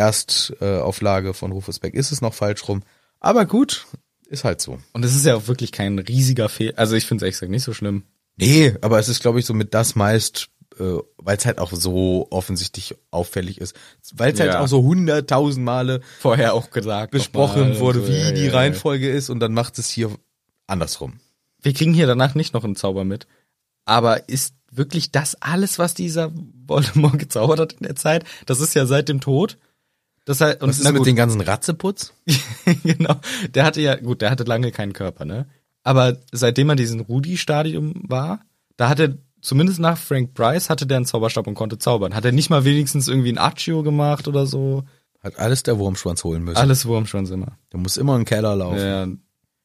Speaker 2: Erstauflage von Rufus Beck ist es noch falsch rum. Aber gut, ist halt so.
Speaker 3: Und es ist ja auch wirklich kein riesiger Fehler. Also ich finde es ehrlich gesagt nicht so schlimm.
Speaker 2: Nee, aber es ist, glaube ich, so mit das meist, äh, weil es halt auch so offensichtlich auffällig ist. Weil es halt
Speaker 3: Ja.
Speaker 2: auch so hunderttausend Male
Speaker 3: Vorher auch gesagt.
Speaker 2: besprochen
Speaker 3: nochmal,
Speaker 2: wurde,
Speaker 3: so,
Speaker 2: wie
Speaker 3: ja,
Speaker 2: die
Speaker 3: ja, ja.
Speaker 2: Reihenfolge ist und dann macht es hier andersrum.
Speaker 3: Wir kriegen hier danach nicht noch einen Zauber mit. Aber ist wirklich das alles, was dieser Voldemort <laughs> gezaubert hat in der Zeit? Das ist ja seit dem Tod. Das heißt, und
Speaker 2: Was ist
Speaker 3: na
Speaker 2: mit
Speaker 3: gut,
Speaker 2: den ganzen Ratzeputz?
Speaker 3: <laughs> genau. Der hatte ja, gut, der hatte lange keinen Körper, ne? Aber seitdem er diesen Rudi-Stadium war, da hat er, zumindest nach Frank Bryce, hatte der einen Zauberstab und konnte zaubern. Hat er nicht mal wenigstens irgendwie ein Accio gemacht oder so?
Speaker 2: Hat alles der Wurmschwanz holen müssen.
Speaker 3: Alles Wurm schon immer.
Speaker 2: Der muss immer in den Keller laufen.
Speaker 3: Ja,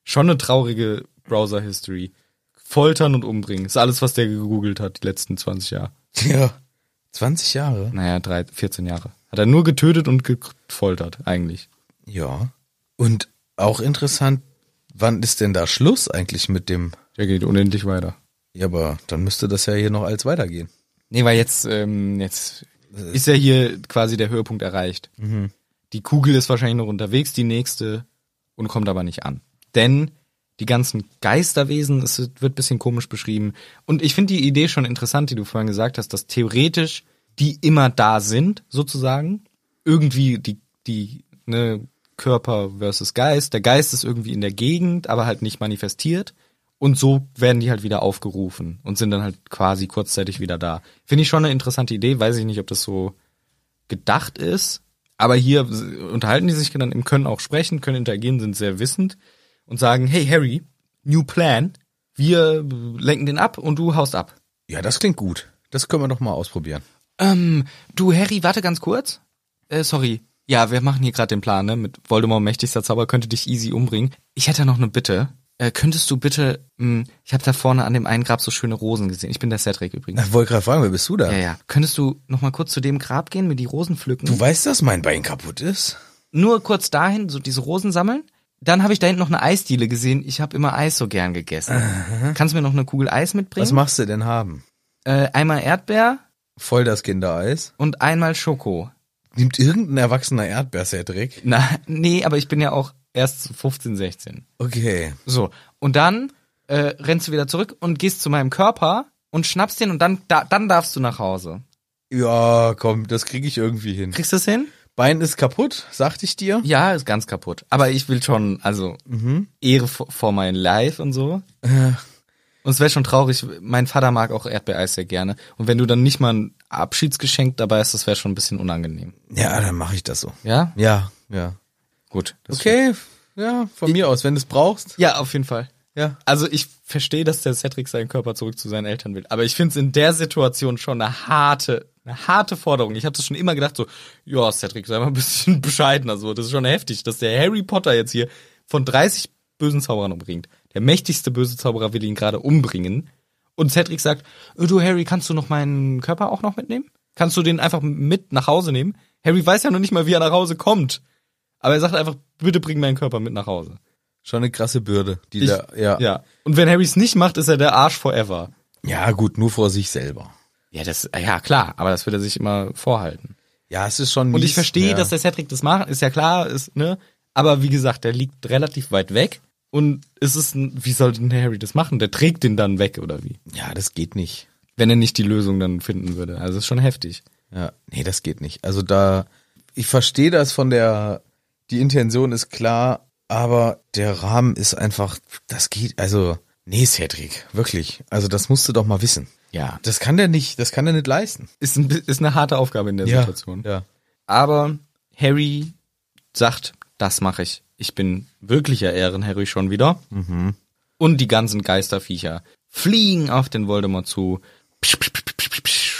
Speaker 3: schon eine traurige Browser-History. Foltern und umbringen. Ist alles, was der gegoogelt hat, die letzten 20 Jahre.
Speaker 2: Ja. 20 Jahre?
Speaker 3: Naja, drei, 14 Jahre. Hat er nur getötet und gefoltert, eigentlich.
Speaker 2: Ja. Und auch interessant, Wann ist denn da Schluss eigentlich mit dem?
Speaker 3: Der geht unendlich weiter.
Speaker 2: Ja, aber dann müsste das ja hier noch als weitergehen.
Speaker 3: Nee, weil jetzt, ähm, jetzt ist ja hier quasi der Höhepunkt erreicht. Die Kugel ist wahrscheinlich noch unterwegs, die nächste, und kommt aber nicht an. Denn die ganzen Geisterwesen, es wird ein bisschen komisch beschrieben. Und ich finde die Idee schon interessant, die du vorhin gesagt hast, dass theoretisch die immer da sind, sozusagen. Irgendwie die, die, ne, Körper versus Geist. Der Geist ist irgendwie in der Gegend, aber halt nicht manifestiert. Und so werden die halt wieder aufgerufen und sind dann halt quasi kurzzeitig wieder da. Finde ich schon eine interessante Idee. Weiß ich nicht, ob das so gedacht ist. Aber hier unterhalten die sich dann, können auch sprechen, können interagieren, sind sehr wissend und sagen, hey Harry, new plan. Wir lenken den ab und du haust ab.
Speaker 2: Ja, das klingt gut. Das können wir doch mal ausprobieren.
Speaker 3: Ähm, du Harry, warte ganz kurz. Äh, sorry. Ja, wir machen hier gerade den Plan, ne? Mit Voldemort mächtigster Zauber könnte dich easy umbringen. Ich hätte noch eine Bitte. Äh, könntest du bitte, mh, ich habe da vorne an dem einen Grab so schöne Rosen gesehen. Ich bin der Cedric übrigens.
Speaker 2: Ich wollte gerade fragen, wer bist du da?
Speaker 3: Ja, ja. Könntest du noch mal kurz zu dem Grab gehen, mir die Rosen pflücken?
Speaker 2: Du weißt, dass mein Bein kaputt ist?
Speaker 3: nur kurz dahin so diese Rosen sammeln. Dann habe ich da hinten noch eine Eisdiele gesehen. Ich habe immer Eis so gern gegessen. Kannst du mir noch eine Kugel Eis
Speaker 2: Was
Speaker 3: mitbringen?
Speaker 2: machst du denn haben?
Speaker 3: Äh, einmal Erdbeer
Speaker 2: Voll das Kindereis.
Speaker 3: und einmal Schoko.
Speaker 2: Nimmt irgendein erwachsener Erdbeer, Cedric?
Speaker 3: Na, nee, aber ich bin ja auch erst so 15, 16.
Speaker 2: Okay.
Speaker 3: So, und dann äh, rennst du wieder zurück und gehst zu meinem Körper und schnappst den und dann, da, dann darfst du nach Hause.
Speaker 2: Ja, komm, das kriege ich irgendwie hin.
Speaker 3: Kriegst du es hin?
Speaker 2: Bein ist kaputt, sagte ich dir.
Speaker 3: Ja, ist ganz kaputt. Aber ich will schon, also Ehre vor, vor mein Life und so. Und es wäre schon traurig, mein Vater mag auch Erdbeereis sehr gerne. Und wenn du dann nicht mal ein Abschiedsgeschenk dabei hast, das wäre schon ein bisschen unangenehm.
Speaker 2: Ja, dann mache ich das so.
Speaker 3: Ja?
Speaker 2: Ja, ja.
Speaker 3: Gut. Das
Speaker 2: Okay, ja, von mir aus, wenn du es brauchst.
Speaker 3: Ja, auf jeden Fall.
Speaker 2: Ja.
Speaker 3: Also ich verstehe, dass der Cedric seinen Körper zurück zu seinen Eltern will, aber ich finde es in der Situation schon eine harte, eine harte Forderung. Ich habe das schon immer gedacht, so, ja, Cedric, sei mal ein bisschen <laughs> bescheidener. So, das ist schon heftig, dass der Harry Potter jetzt hier von 30 bösen Zauberern umbringt. Der mächtigste böse Zauberer will ihn gerade umbringen. Und Cedric sagt, äh, du Harry, kannst du noch meinen Körper auch noch mitnehmen? Kannst du den einfach mit nach Hause nehmen? Harry weiß ja noch nicht mal, wie er nach Hause kommt. Aber er sagt einfach, bitte bring meinen Körper mit nach Hause.
Speaker 2: Schon eine krasse Bürde, die
Speaker 3: Ich-
Speaker 2: da, ja.
Speaker 3: Ja. Und wenn Harry es nicht macht, ist er der Arsch forever.
Speaker 2: Ja, gut, nur vor sich selber.
Speaker 3: Ja, das, ah ja klar, aber das wird er sich immer vorhalten.
Speaker 2: Ja, es ist schon
Speaker 3: Und ich
Speaker 2: mies,
Speaker 3: verstehe,
Speaker 2: ja.
Speaker 3: dass der Cedric das macht, ist ja klar, ist, ne? Aber wie gesagt, der liegt relativ weit weg und ist es, ist ein- wie soll denn Harry das machen? Der trägt den dann weg oder wie?
Speaker 2: Ja, das geht nicht.
Speaker 3: Wenn er nicht die Lösung dann finden würde. Also das ist schon heftig.
Speaker 2: Ja, nee, das geht nicht. Also da, ich verstehe das von der, die Intention ist klar, aber der Rahmen ist einfach, das geht, also, nee, Cedric, wirklich. Also das musst du doch mal wissen.
Speaker 3: Ja.
Speaker 2: Das kann der nicht, das kann der nicht leisten.
Speaker 3: Ist, ein, bi- ist eine harte Aufgabe in der Situation.
Speaker 2: Ja.
Speaker 3: Aber Harry sagt, das mache ich. Ich bin wirklicher Ehren-Harry schon wieder. Und die ganzen Geisterviecher fliegen auf den Voldemort zu. Psch, psch, psch, psch, psch, psch.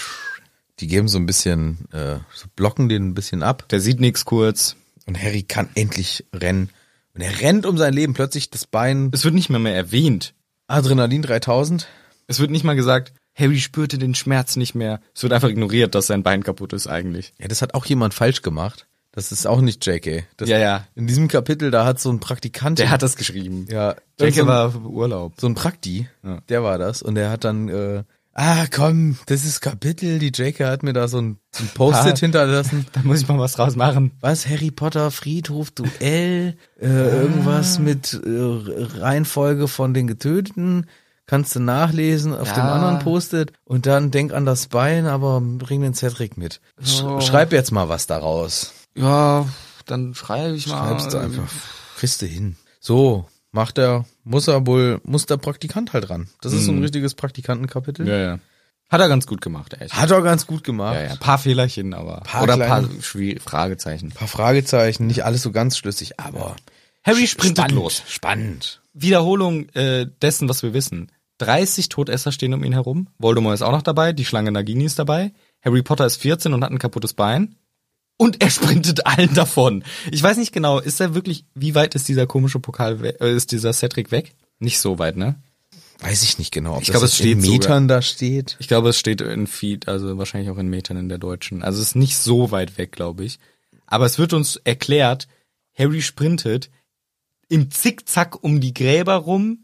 Speaker 2: Die geben so ein bisschen, äh, so blocken den ein bisschen ab.
Speaker 3: Der sieht nichts kurz.
Speaker 2: Und Harry kann endlich rennen. Und er rennt um sein Leben. Plötzlich das Bein
Speaker 3: Es wird nicht mehr mehr erwähnt.
Speaker 2: Adrenalin 3000.
Speaker 3: Es wird nicht mal gesagt, Harry spürte den Schmerz nicht mehr. Es wird einfach ignoriert, dass sein Bein kaputt ist eigentlich.
Speaker 2: Ja, das hat auch jemand falsch gemacht. Das ist auch nicht JK. Das,
Speaker 3: Ja, ja.
Speaker 2: In diesem Kapitel, da hat so ein Praktikant.
Speaker 3: Der hat das geschrieben.
Speaker 2: ja, so
Speaker 3: Denke
Speaker 2: ein,
Speaker 3: war auf Urlaub.
Speaker 2: so ein Prakti, der war das. Und der hat dann, äh, ah komm, das ist Kapitel. Die JK hat mir da so ein, so ein Post-it
Speaker 3: Ah.
Speaker 2: hinterlassen.
Speaker 3: Da muss ich mal was draus machen.
Speaker 2: Was? Harry Potter, Friedhof, Duell, äh,
Speaker 3: Ah.
Speaker 2: irgendwas mit äh, Reihenfolge von den Getöteten. Kannst du nachlesen auf
Speaker 3: Ja.
Speaker 2: dem anderen Post-it und dann denk an das Bein, aber bring den Cedric mit. Sch
Speaker 3: Oh.
Speaker 2: Schreib jetzt mal was daraus.
Speaker 3: Ja, dann schreibe ich mal.
Speaker 2: Schreibst du einfach. Kriegst du hin. So, macht er, muss er wohl, muss der Praktikant halt ran. Das ist so ein richtiges Praktikantenkapitel.
Speaker 3: Hm. Ja, ja. Hat er ganz gut gemacht, echt.
Speaker 2: Hat er ganz gut gemacht.
Speaker 3: Ja, ja, paar Fehlerchen, aber
Speaker 2: Paar
Speaker 3: oder
Speaker 2: kleine-
Speaker 3: paar Schwie- Fragezeichen.
Speaker 2: Paar Fragezeichen, nicht alles so ganz schlüssig, aber
Speaker 3: Harry sprintet
Speaker 2: spannend,
Speaker 3: los.
Speaker 2: Spannend.
Speaker 3: Wiederholung äh, dessen, was wir wissen. 30 Todesser stehen um ihn herum. Voldemort ist auch noch dabei, die Schlange Nagini ist dabei. Harry Potter ist 14 und hat ein kaputtes Bein. Und er <laughs> sprintet allen davon. Ich weiß nicht genau, ist er wirklich, wie weit ist dieser komische Pokal, we- äh, ist dieser Cedric weg? Nicht so weit, ne?
Speaker 2: Weiß ich nicht genau, ob
Speaker 3: glaube, es
Speaker 2: jetzt
Speaker 3: steht
Speaker 2: in
Speaker 3: sogar.
Speaker 2: Metern da steht.
Speaker 3: Ich glaube, es steht in Feed, also wahrscheinlich auch in Metern in der deutschen. Also es ist nicht so weit weg, glaube ich. Aber es wird uns erklärt, Harry sprintet, im Zickzack um die Gräber rum,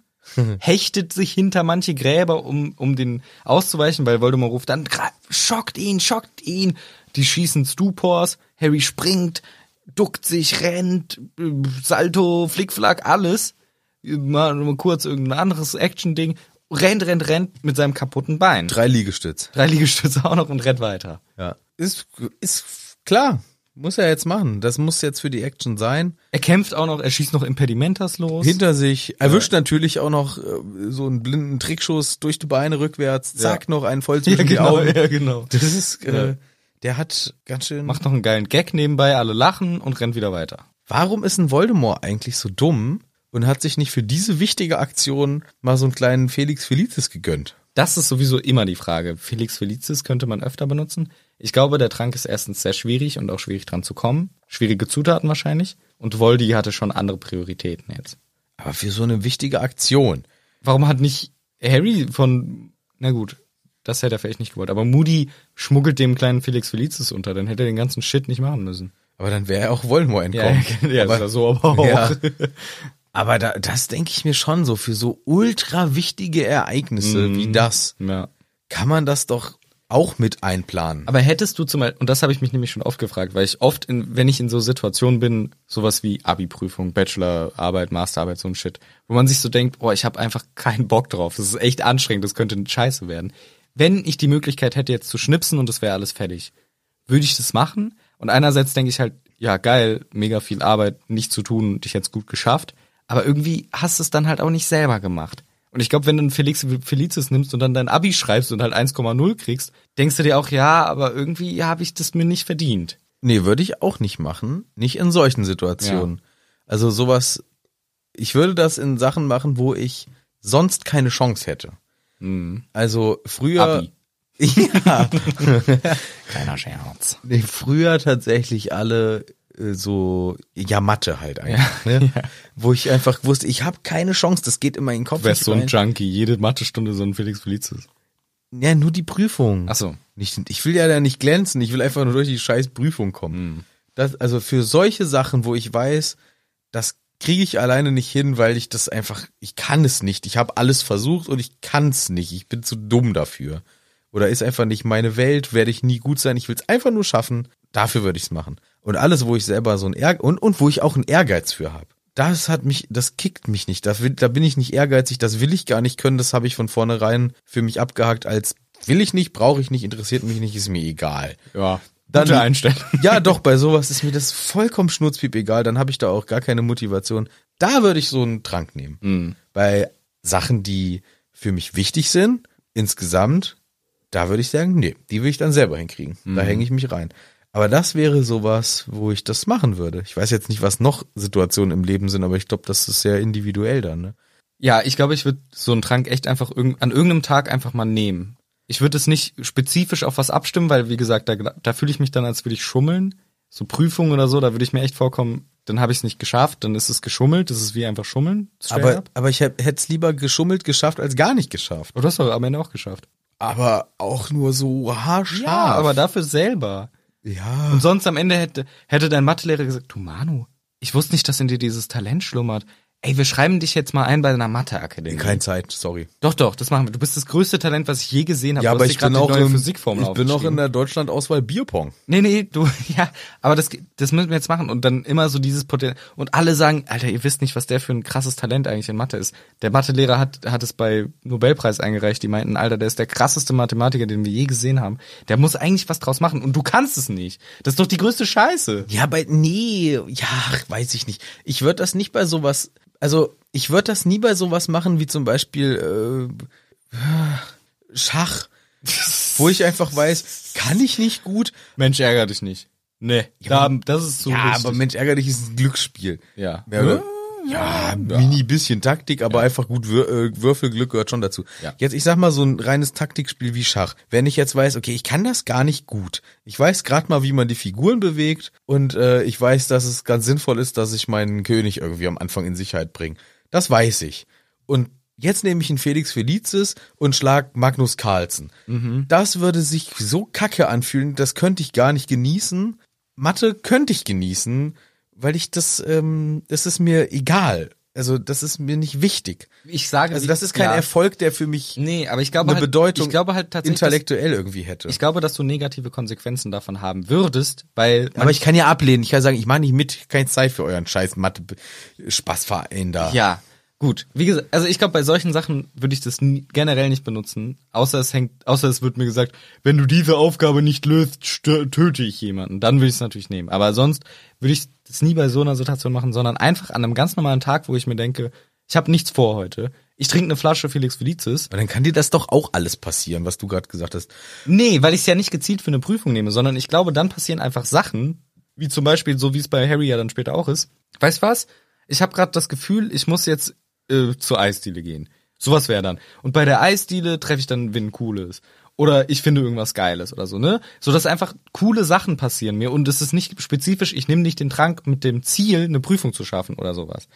Speaker 3: hechtet sich hinter manche Gräber, um, um den auszuweichen, weil Voldemort ruft dann, "Gra- schockt ihn, schockt ihn. Die schießen Stupors, Harry springt, duckt sich, rennt, äh, Salto, Flickflack, alles. Mal, mal kurz irgendein anderes Action-Ding. Rennt, rennt, rennt mit seinem kaputten Bein.
Speaker 2: Drei Liegestütz.
Speaker 3: Drei Liegestütze auch noch und rennt weiter.
Speaker 2: Ja. Ist, ist klar. Muss er jetzt machen. Das muss jetzt für die Action sein.
Speaker 3: Er kämpft auch noch, er schießt noch Impedimentas los.
Speaker 2: Hinter sich. Erwischt natürlich auch noch äh, so einen blinden Trickschuss durch die Beine rückwärts. Zack, noch einen
Speaker 3: <laughs>
Speaker 2: voll zwischen die Augen.
Speaker 3: ja, genau.
Speaker 2: Das ist, äh,
Speaker 3: <laughs> Ja.
Speaker 2: der hat ganz schön.
Speaker 3: Macht noch einen geilen Gag nebenbei, alle lachen und rennt wieder weiter.
Speaker 2: Warum ist ein Voldemort eigentlich so dumm und hat sich nicht für diese wichtige Aktion mal so einen kleinen Felix Felicis gegönnt?
Speaker 3: Das ist sowieso immer die Frage. Felix Felicis könnte man öfter benutzen. Ich glaube, der Trank ist erstens sehr schwierig und auch schwierig dran zu kommen. Schwierige Zutaten wahrscheinlich. Und Voldy hatte schon andere Prioritäten jetzt.
Speaker 2: Aber für so eine wichtige Aktion.
Speaker 3: Warum hat nicht Harry von, na gut, das hätte er vielleicht nicht gewollt. Aber Moody schmuggelt dem kleinen Felix Felicis unter, dann hätte er den ganzen Shit nicht machen müssen.
Speaker 2: Aber dann wäre ja auch Voldemort entkommen.
Speaker 3: ist <laughs> ja <laughs> so aber auch.
Speaker 2: Ja. <laughs> Aber da, das denke ich mir schon so, für so ultra wichtige Ereignisse wie das
Speaker 3: ja.
Speaker 2: kann man das doch auch mit einplanen.
Speaker 3: Aber hättest du zum Beispiel, und das habe ich mich nämlich schon oft gefragt, weil ich oft, in, wenn ich in so Situationen bin, sowas wie Abi-Prüfung, Bachelorarbeit, Masterarbeit, so ein Shit, wo man sich so denkt, oh, ich habe einfach keinen Bock drauf, das ist echt anstrengend, das könnte scheiße werden. Wenn ich die Möglichkeit hätte, jetzt zu schnipsen und es wäre alles fertig, würde ich das machen? Und einerseits denke ich halt, ja geil, mega viel Arbeit, nicht zu tun, dich jetzt gut geschafft, aber irgendwie hast du es dann halt auch nicht selber gemacht. Und ich glaube, wenn du einen Felix Felicis nimmst und dann dein Abi schreibst und halt 1,0 kriegst, denkst du dir auch, ja, aber irgendwie habe ich das mir nicht verdient.
Speaker 2: Nee, würde ich auch nicht machen. Nicht in solchen Situationen. Also sowas, ich würde das in Sachen machen, wo ich sonst keine Chance hätte. Also früher.
Speaker 3: Mhm. Abi.
Speaker 2: <laughs> Ja,
Speaker 3: <laughs> Kleiner Scherz.
Speaker 2: nee, früher tatsächlich alle äh, so, ja, Mathe halt einfach,
Speaker 3: <laughs>
Speaker 2: ne? Wo ich einfach wusste, ich habe keine Chance, das geht in meinen Kopf.
Speaker 3: Du wärst
Speaker 2: nicht
Speaker 3: so ein
Speaker 2: rein.
Speaker 3: Junkie, jede Mathestunde so ein Felix Felicis.
Speaker 2: Ja, nur die Prüfung.
Speaker 3: Ach so.
Speaker 2: Nicht, ich will ja da nicht glänzen, ich will einfach nur durch die scheiß Prüfung kommen. Das, also für solche Sachen, wo ich weiß, das kriege ich alleine nicht hin, weil ich das einfach, ich kann es nicht. Ich habe alles versucht und ich kann es nicht. Ich bin zu dumm dafür. Oder ist einfach nicht meine Welt, werde ich nie gut sein. Ich will es einfach nur schaffen. Dafür würde ich es machen. Und alles, wo ich selber so ein Ehrgeiz und, und wo ich auch einen Ehrgeiz für habe. Das hat mich, das kickt mich nicht. Das will, da bin ich nicht ehrgeizig, das will ich gar nicht können. Das habe ich von vornherein für mich abgehakt als will ich nicht, brauche ich nicht, interessiert mich nicht, ist mir egal.
Speaker 3: Ja.
Speaker 2: Dann-
Speaker 3: Gute Einstellung.
Speaker 2: <laughs> Ja, doch, bei sowas ist mir das vollkommen schnurzpiep egal, dann habe ich da auch gar keine Motivation. Da würde ich so einen Trank nehmen.
Speaker 3: Mhm.
Speaker 2: Bei Sachen, die für mich wichtig sind, insgesamt, da würde ich sagen, nee, die will ich dann selber hinkriegen. Da
Speaker 3: Mhm.
Speaker 2: hänge ich mich rein. Aber das wäre sowas, wo ich das machen würde. Ich weiß jetzt nicht, was noch Situationen im Leben sind, aber ich glaube, das ist sehr individuell dann. Ne?
Speaker 3: Ja, ich glaube, ich würde so einen Trank echt einfach irgend, an irgendeinem Tag einfach mal nehmen. Ich würde es nicht spezifisch auf was abstimmen, weil wie gesagt, da, da fühle ich mich dann, als würde ich schummeln. So Prüfungen oder so, da würde ich mir echt vorkommen, dann habe ich es nicht geschafft, dann ist es geschummelt, das ist wie einfach schummeln. straight
Speaker 2: Aber,
Speaker 3: up.
Speaker 2: aber ich hätte es lieber geschummelt geschafft, als gar nicht geschafft.
Speaker 3: Aber du hast doch am Ende auch geschafft.
Speaker 2: aber auch nur so haarscharf.
Speaker 3: Ja, aber dafür selber.
Speaker 2: ja.
Speaker 3: Und sonst am Ende hätte, hätte dein Mathelehrer gesagt, du Manu, ich wusste nicht, dass in dir dieses Talent schlummert. Ey, wir schreiben dich jetzt mal ein bei deiner Matheakademie.
Speaker 2: Keine Zeit, sorry.
Speaker 3: Doch, doch, das machen wir. Du bist das größte Talent, was ich je gesehen habe.
Speaker 2: Ja,
Speaker 3: Du
Speaker 2: aber
Speaker 3: hast dir
Speaker 2: ich
Speaker 3: grad
Speaker 2: bin
Speaker 3: die
Speaker 2: auch
Speaker 3: neue
Speaker 2: im,
Speaker 3: Physikformel
Speaker 2: ich bin auch
Speaker 3: aufgeschrieben.
Speaker 2: in der Deutschlandauswahl Bierpong.
Speaker 3: Nee, nee, du, <laughs> ja, aber das, das müssen wir jetzt machen. Und dann immer so dieses Potenzial. Und alle sagen, Alter, ihr wisst nicht, was der für ein krasses Talent eigentlich in Mathe ist. Der Mathelehrer hat, hat es bei Nobelpreis eingereicht. Die meinten, Alter, der ist der krasseste Mathematiker, den wir je gesehen haben. Der muss eigentlich was draus machen. Und du kannst es nicht. Das ist doch die größte Scheiße.
Speaker 2: Ja, bei nee, ja, ach, weiß ich nicht. Ich würde das nicht bei sowas, also ich würde das nie bei sowas machen wie zum Beispiel äh, Schach, wo ich einfach weiß, kann ich nicht gut.
Speaker 3: Mensch, ärger dich nicht. Nee, da, das ist so
Speaker 2: ja,
Speaker 3: richtig.
Speaker 2: aber Mensch, ärgerlich ist ein Glücksspiel.
Speaker 3: Ja.
Speaker 2: Ja, oder? ja, mini bisschen Taktik, aber einfach gut Wür äh, Würfelglück gehört schon dazu.
Speaker 3: Ja.
Speaker 2: Jetzt, ich sag mal, so ein reines Taktikspiel wie Schach. Wenn ich jetzt weiß, okay, ich kann das gar nicht gut. Ich weiß gerade mal, wie man die Figuren bewegt und äh, ich weiß, dass es ganz sinnvoll ist, dass ich meinen König irgendwie am Anfang in Sicherheit bringe. Das weiß ich. Und jetzt nehme ich einen Felix Felicis und schlag Magnus Carlsen. Das würde sich so kacke anfühlen, das könnte ich gar nicht genießen. Mathe könnte ich genießen, weil ich das, ähm, das ist mir egal. Also das ist mir nicht wichtig.
Speaker 3: Ich sage,
Speaker 2: Also das ist kein
Speaker 3: ja.
Speaker 2: Erfolg, der für mich
Speaker 3: Nee, aber ich glaube
Speaker 2: eine
Speaker 3: halt,
Speaker 2: Bedeutung
Speaker 3: ich glaube halt tatsächlich, dass-
Speaker 2: intellektuell irgendwie hätte.
Speaker 3: ich glaube, dass du negative Konsequenzen davon haben würdest, weil
Speaker 2: aber ich kann ja ablehnen. Ich kann sagen, ich mache nicht mit, keine Zeit für euren scheiß Mathe-Spaßverein da.
Speaker 3: Ja, gut. Wie gesagt, also ich glaube, bei solchen Sachen würde ich das nie, generell nicht benutzen, außer es hängt, außer es wird mir gesagt, wenn du diese Aufgabe nicht löst, stö- töte ich jemanden. Dann würde ich es natürlich nehmen. Aber sonst würde ich das nie bei so einer Situation machen, sondern einfach an einem ganz normalen Tag, wo ich mir denke, ich habe nichts vor heute. Ich trinke eine Flasche Felix Felicis.
Speaker 2: Aber dann kann dir das doch auch alles passieren, was du gerade gesagt hast.
Speaker 3: Nee, weil ich es ja nicht gezielt für eine Prüfung nehme, sondern ich glaube, dann passieren einfach Sachen, wie zum Beispiel, so wie es bei Harry ja dann später auch ist. Weißt du was? Ich habe gerade das Gefühl, ich muss jetzt äh, zur Eisdiele gehen. Sowas wäre dann. Und bei der Eisdiele treffe ich dann, wen cool ist. Oder ich finde irgendwas Geiles oder so, ne? So dass einfach coole Sachen passieren mir und es ist nicht spezifisch, ich nehme nicht den Trank mit dem Ziel, eine Prüfung zu schaffen oder sowas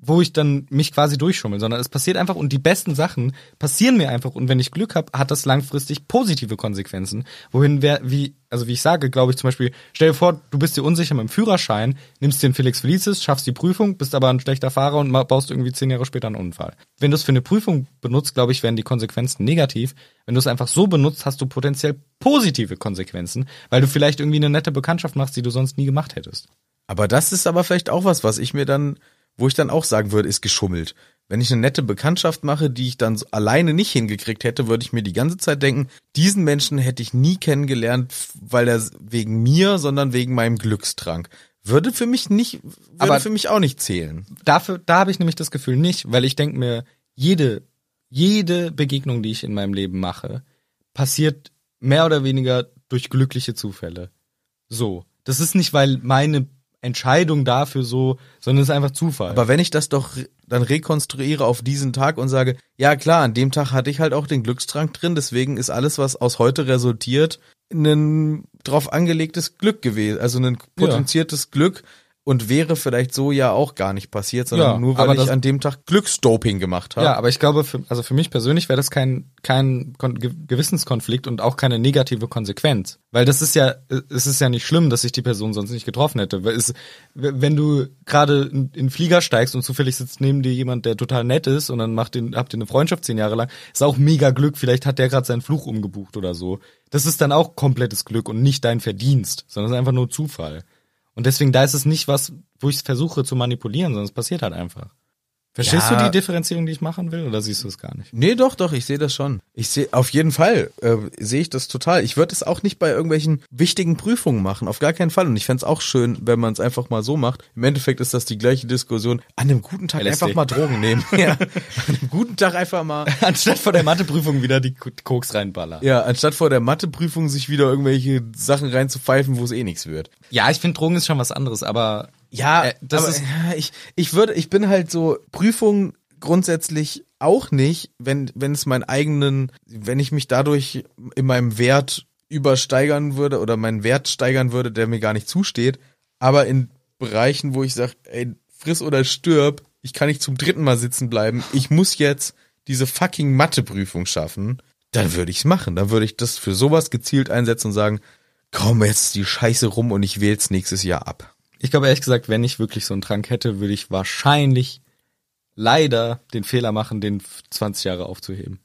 Speaker 3: wo ich dann mich quasi durchschummel, sondern es passiert einfach und die besten Sachen passieren mir einfach und wenn ich Glück habe, hat das langfristig positive Konsequenzen. Wohin wer, wie, also wie ich sage, glaube ich zum Beispiel, stell dir vor, du bist dir unsicher mit dem Führerschein, nimmst den Felix Felicis, schaffst die Prüfung, bist aber ein schlechter Fahrer und ma- baust irgendwie zehn Jahre später einen Unfall. Wenn du es für eine Prüfung benutzt, glaube ich, werden die Konsequenzen negativ. Wenn du es einfach so benutzt, hast du potenziell positive Konsequenzen, weil du vielleicht irgendwie eine nette Bekanntschaft machst, die du sonst nie gemacht hättest.
Speaker 2: Aber das ist aber vielleicht auch was, was ich mir dann, wo ich dann auch sagen würde, ist geschummelt. Wenn ich eine nette Bekanntschaft mache, die ich dann so alleine nicht hingekriegt hätte, würde ich mir die ganze Zeit denken, diesen Menschen hätte ich nie kennengelernt, weil er wegen mir, sondern wegen meinem Glückstrank. Würde für mich nicht, würde
Speaker 3: Aber-
Speaker 2: für mich auch nicht zählen.
Speaker 3: dafür, da habe ich nämlich das Gefühl nicht, weil ich denke mir, jede, jede Begegnung, die ich in meinem Leben mache, passiert mehr oder weniger durch glückliche Zufälle. So. Das ist nicht, weil meine Entscheidung dafür so, sondern es ist einfach Zufall.
Speaker 2: Aber wenn ich das doch re- dann rekonstruiere auf diesen Tag und sage, ja klar, an dem Tag hatte ich halt auch den Glückstrank drin, deswegen ist alles, was aus heute resultiert, ein drauf angelegtes Glück gewesen, also ein potenziertes Glück und wäre vielleicht so ja auch gar nicht passiert, sondern
Speaker 3: Ja,
Speaker 2: nur weil
Speaker 3: aber
Speaker 2: ich
Speaker 3: das-
Speaker 2: an dem Tag Glücksdoping gemacht habe.
Speaker 3: ja, aber ich glaube, für, also für mich persönlich wäre das kein, kein Kon Ge- Gewissenskonflikt und auch keine negative Konsequenz. Weil das ist ja, äh, es ist ja nicht schlimm, dass ich die Person sonst nicht getroffen hätte. Weil es, w- wenn du gerade in, in den Flieger steigst und zufällig sitzt neben dir jemand, der total nett ist und dann macht den, habt ihr eine Freundschaft zehn Jahre lang, ist auch mega Glück, vielleicht hat der gerade seinen Fluch umgebucht oder so. Das ist dann auch komplettes Glück und nicht dein Verdienst, sondern es ist einfach nur Zufall. Und deswegen, da ist es nicht was, wo ich es versuche zu manipulieren, sondern es passiert halt einfach. Verstehst
Speaker 2: Ja.
Speaker 3: du die Differenzierung, die ich machen will, oder siehst du es gar nicht?
Speaker 2: Nee, doch, doch, ich sehe das schon. Ich sehe auf jeden Fall äh, sehe ich das total. Ich würde es auch nicht bei irgendwelchen wichtigen Prüfungen machen, auf gar keinen Fall. Und ich fänd's auch schön, wenn man es einfach mal so macht. Im Endeffekt ist das die gleiche Diskussion. An einem guten Tag
Speaker 3: LSD.
Speaker 2: einfach
Speaker 3: <laughs>
Speaker 2: mal Drogen nehmen. ja. An einem guten Tag einfach mal.
Speaker 3: Anstatt vor der Matheprüfung wieder die K- Koks reinballern. Ja,
Speaker 2: Ja, anstatt vor der Matheprüfung sich wieder irgendwelche Sachen reinzupfeifen, wo es eh nichts wird.
Speaker 3: ich finde Drogen ist schon was anderes, aber
Speaker 2: Ja,
Speaker 3: Äh, das
Speaker 2: aber,
Speaker 3: ist-
Speaker 2: ja, <laughs> ich ich würde ich bin halt so Prüfungen grundsätzlich auch nicht, wenn wenn es meinen eigenen, wenn ich mich dadurch in meinem Wert übersteigern würde oder meinen Wert steigern würde, der mir gar nicht zusteht, aber in Bereichen, wo ich sage, ey, friss oder stirb, ich kann nicht zum dritten Mal sitzen bleiben, ich muss jetzt diese fucking Matheprüfung schaffen, dann würde ich's machen, dann würde ich das für sowas gezielt einsetzen und sagen, komm jetzt die Scheiße rum und ich wähl's nächstes Jahr ab.
Speaker 3: ich glaube ehrlich gesagt, wenn ich wirklich so einen Trank hätte, würde ich wahrscheinlich leider den Fehler machen, den f- 20 Jahre aufzuheben.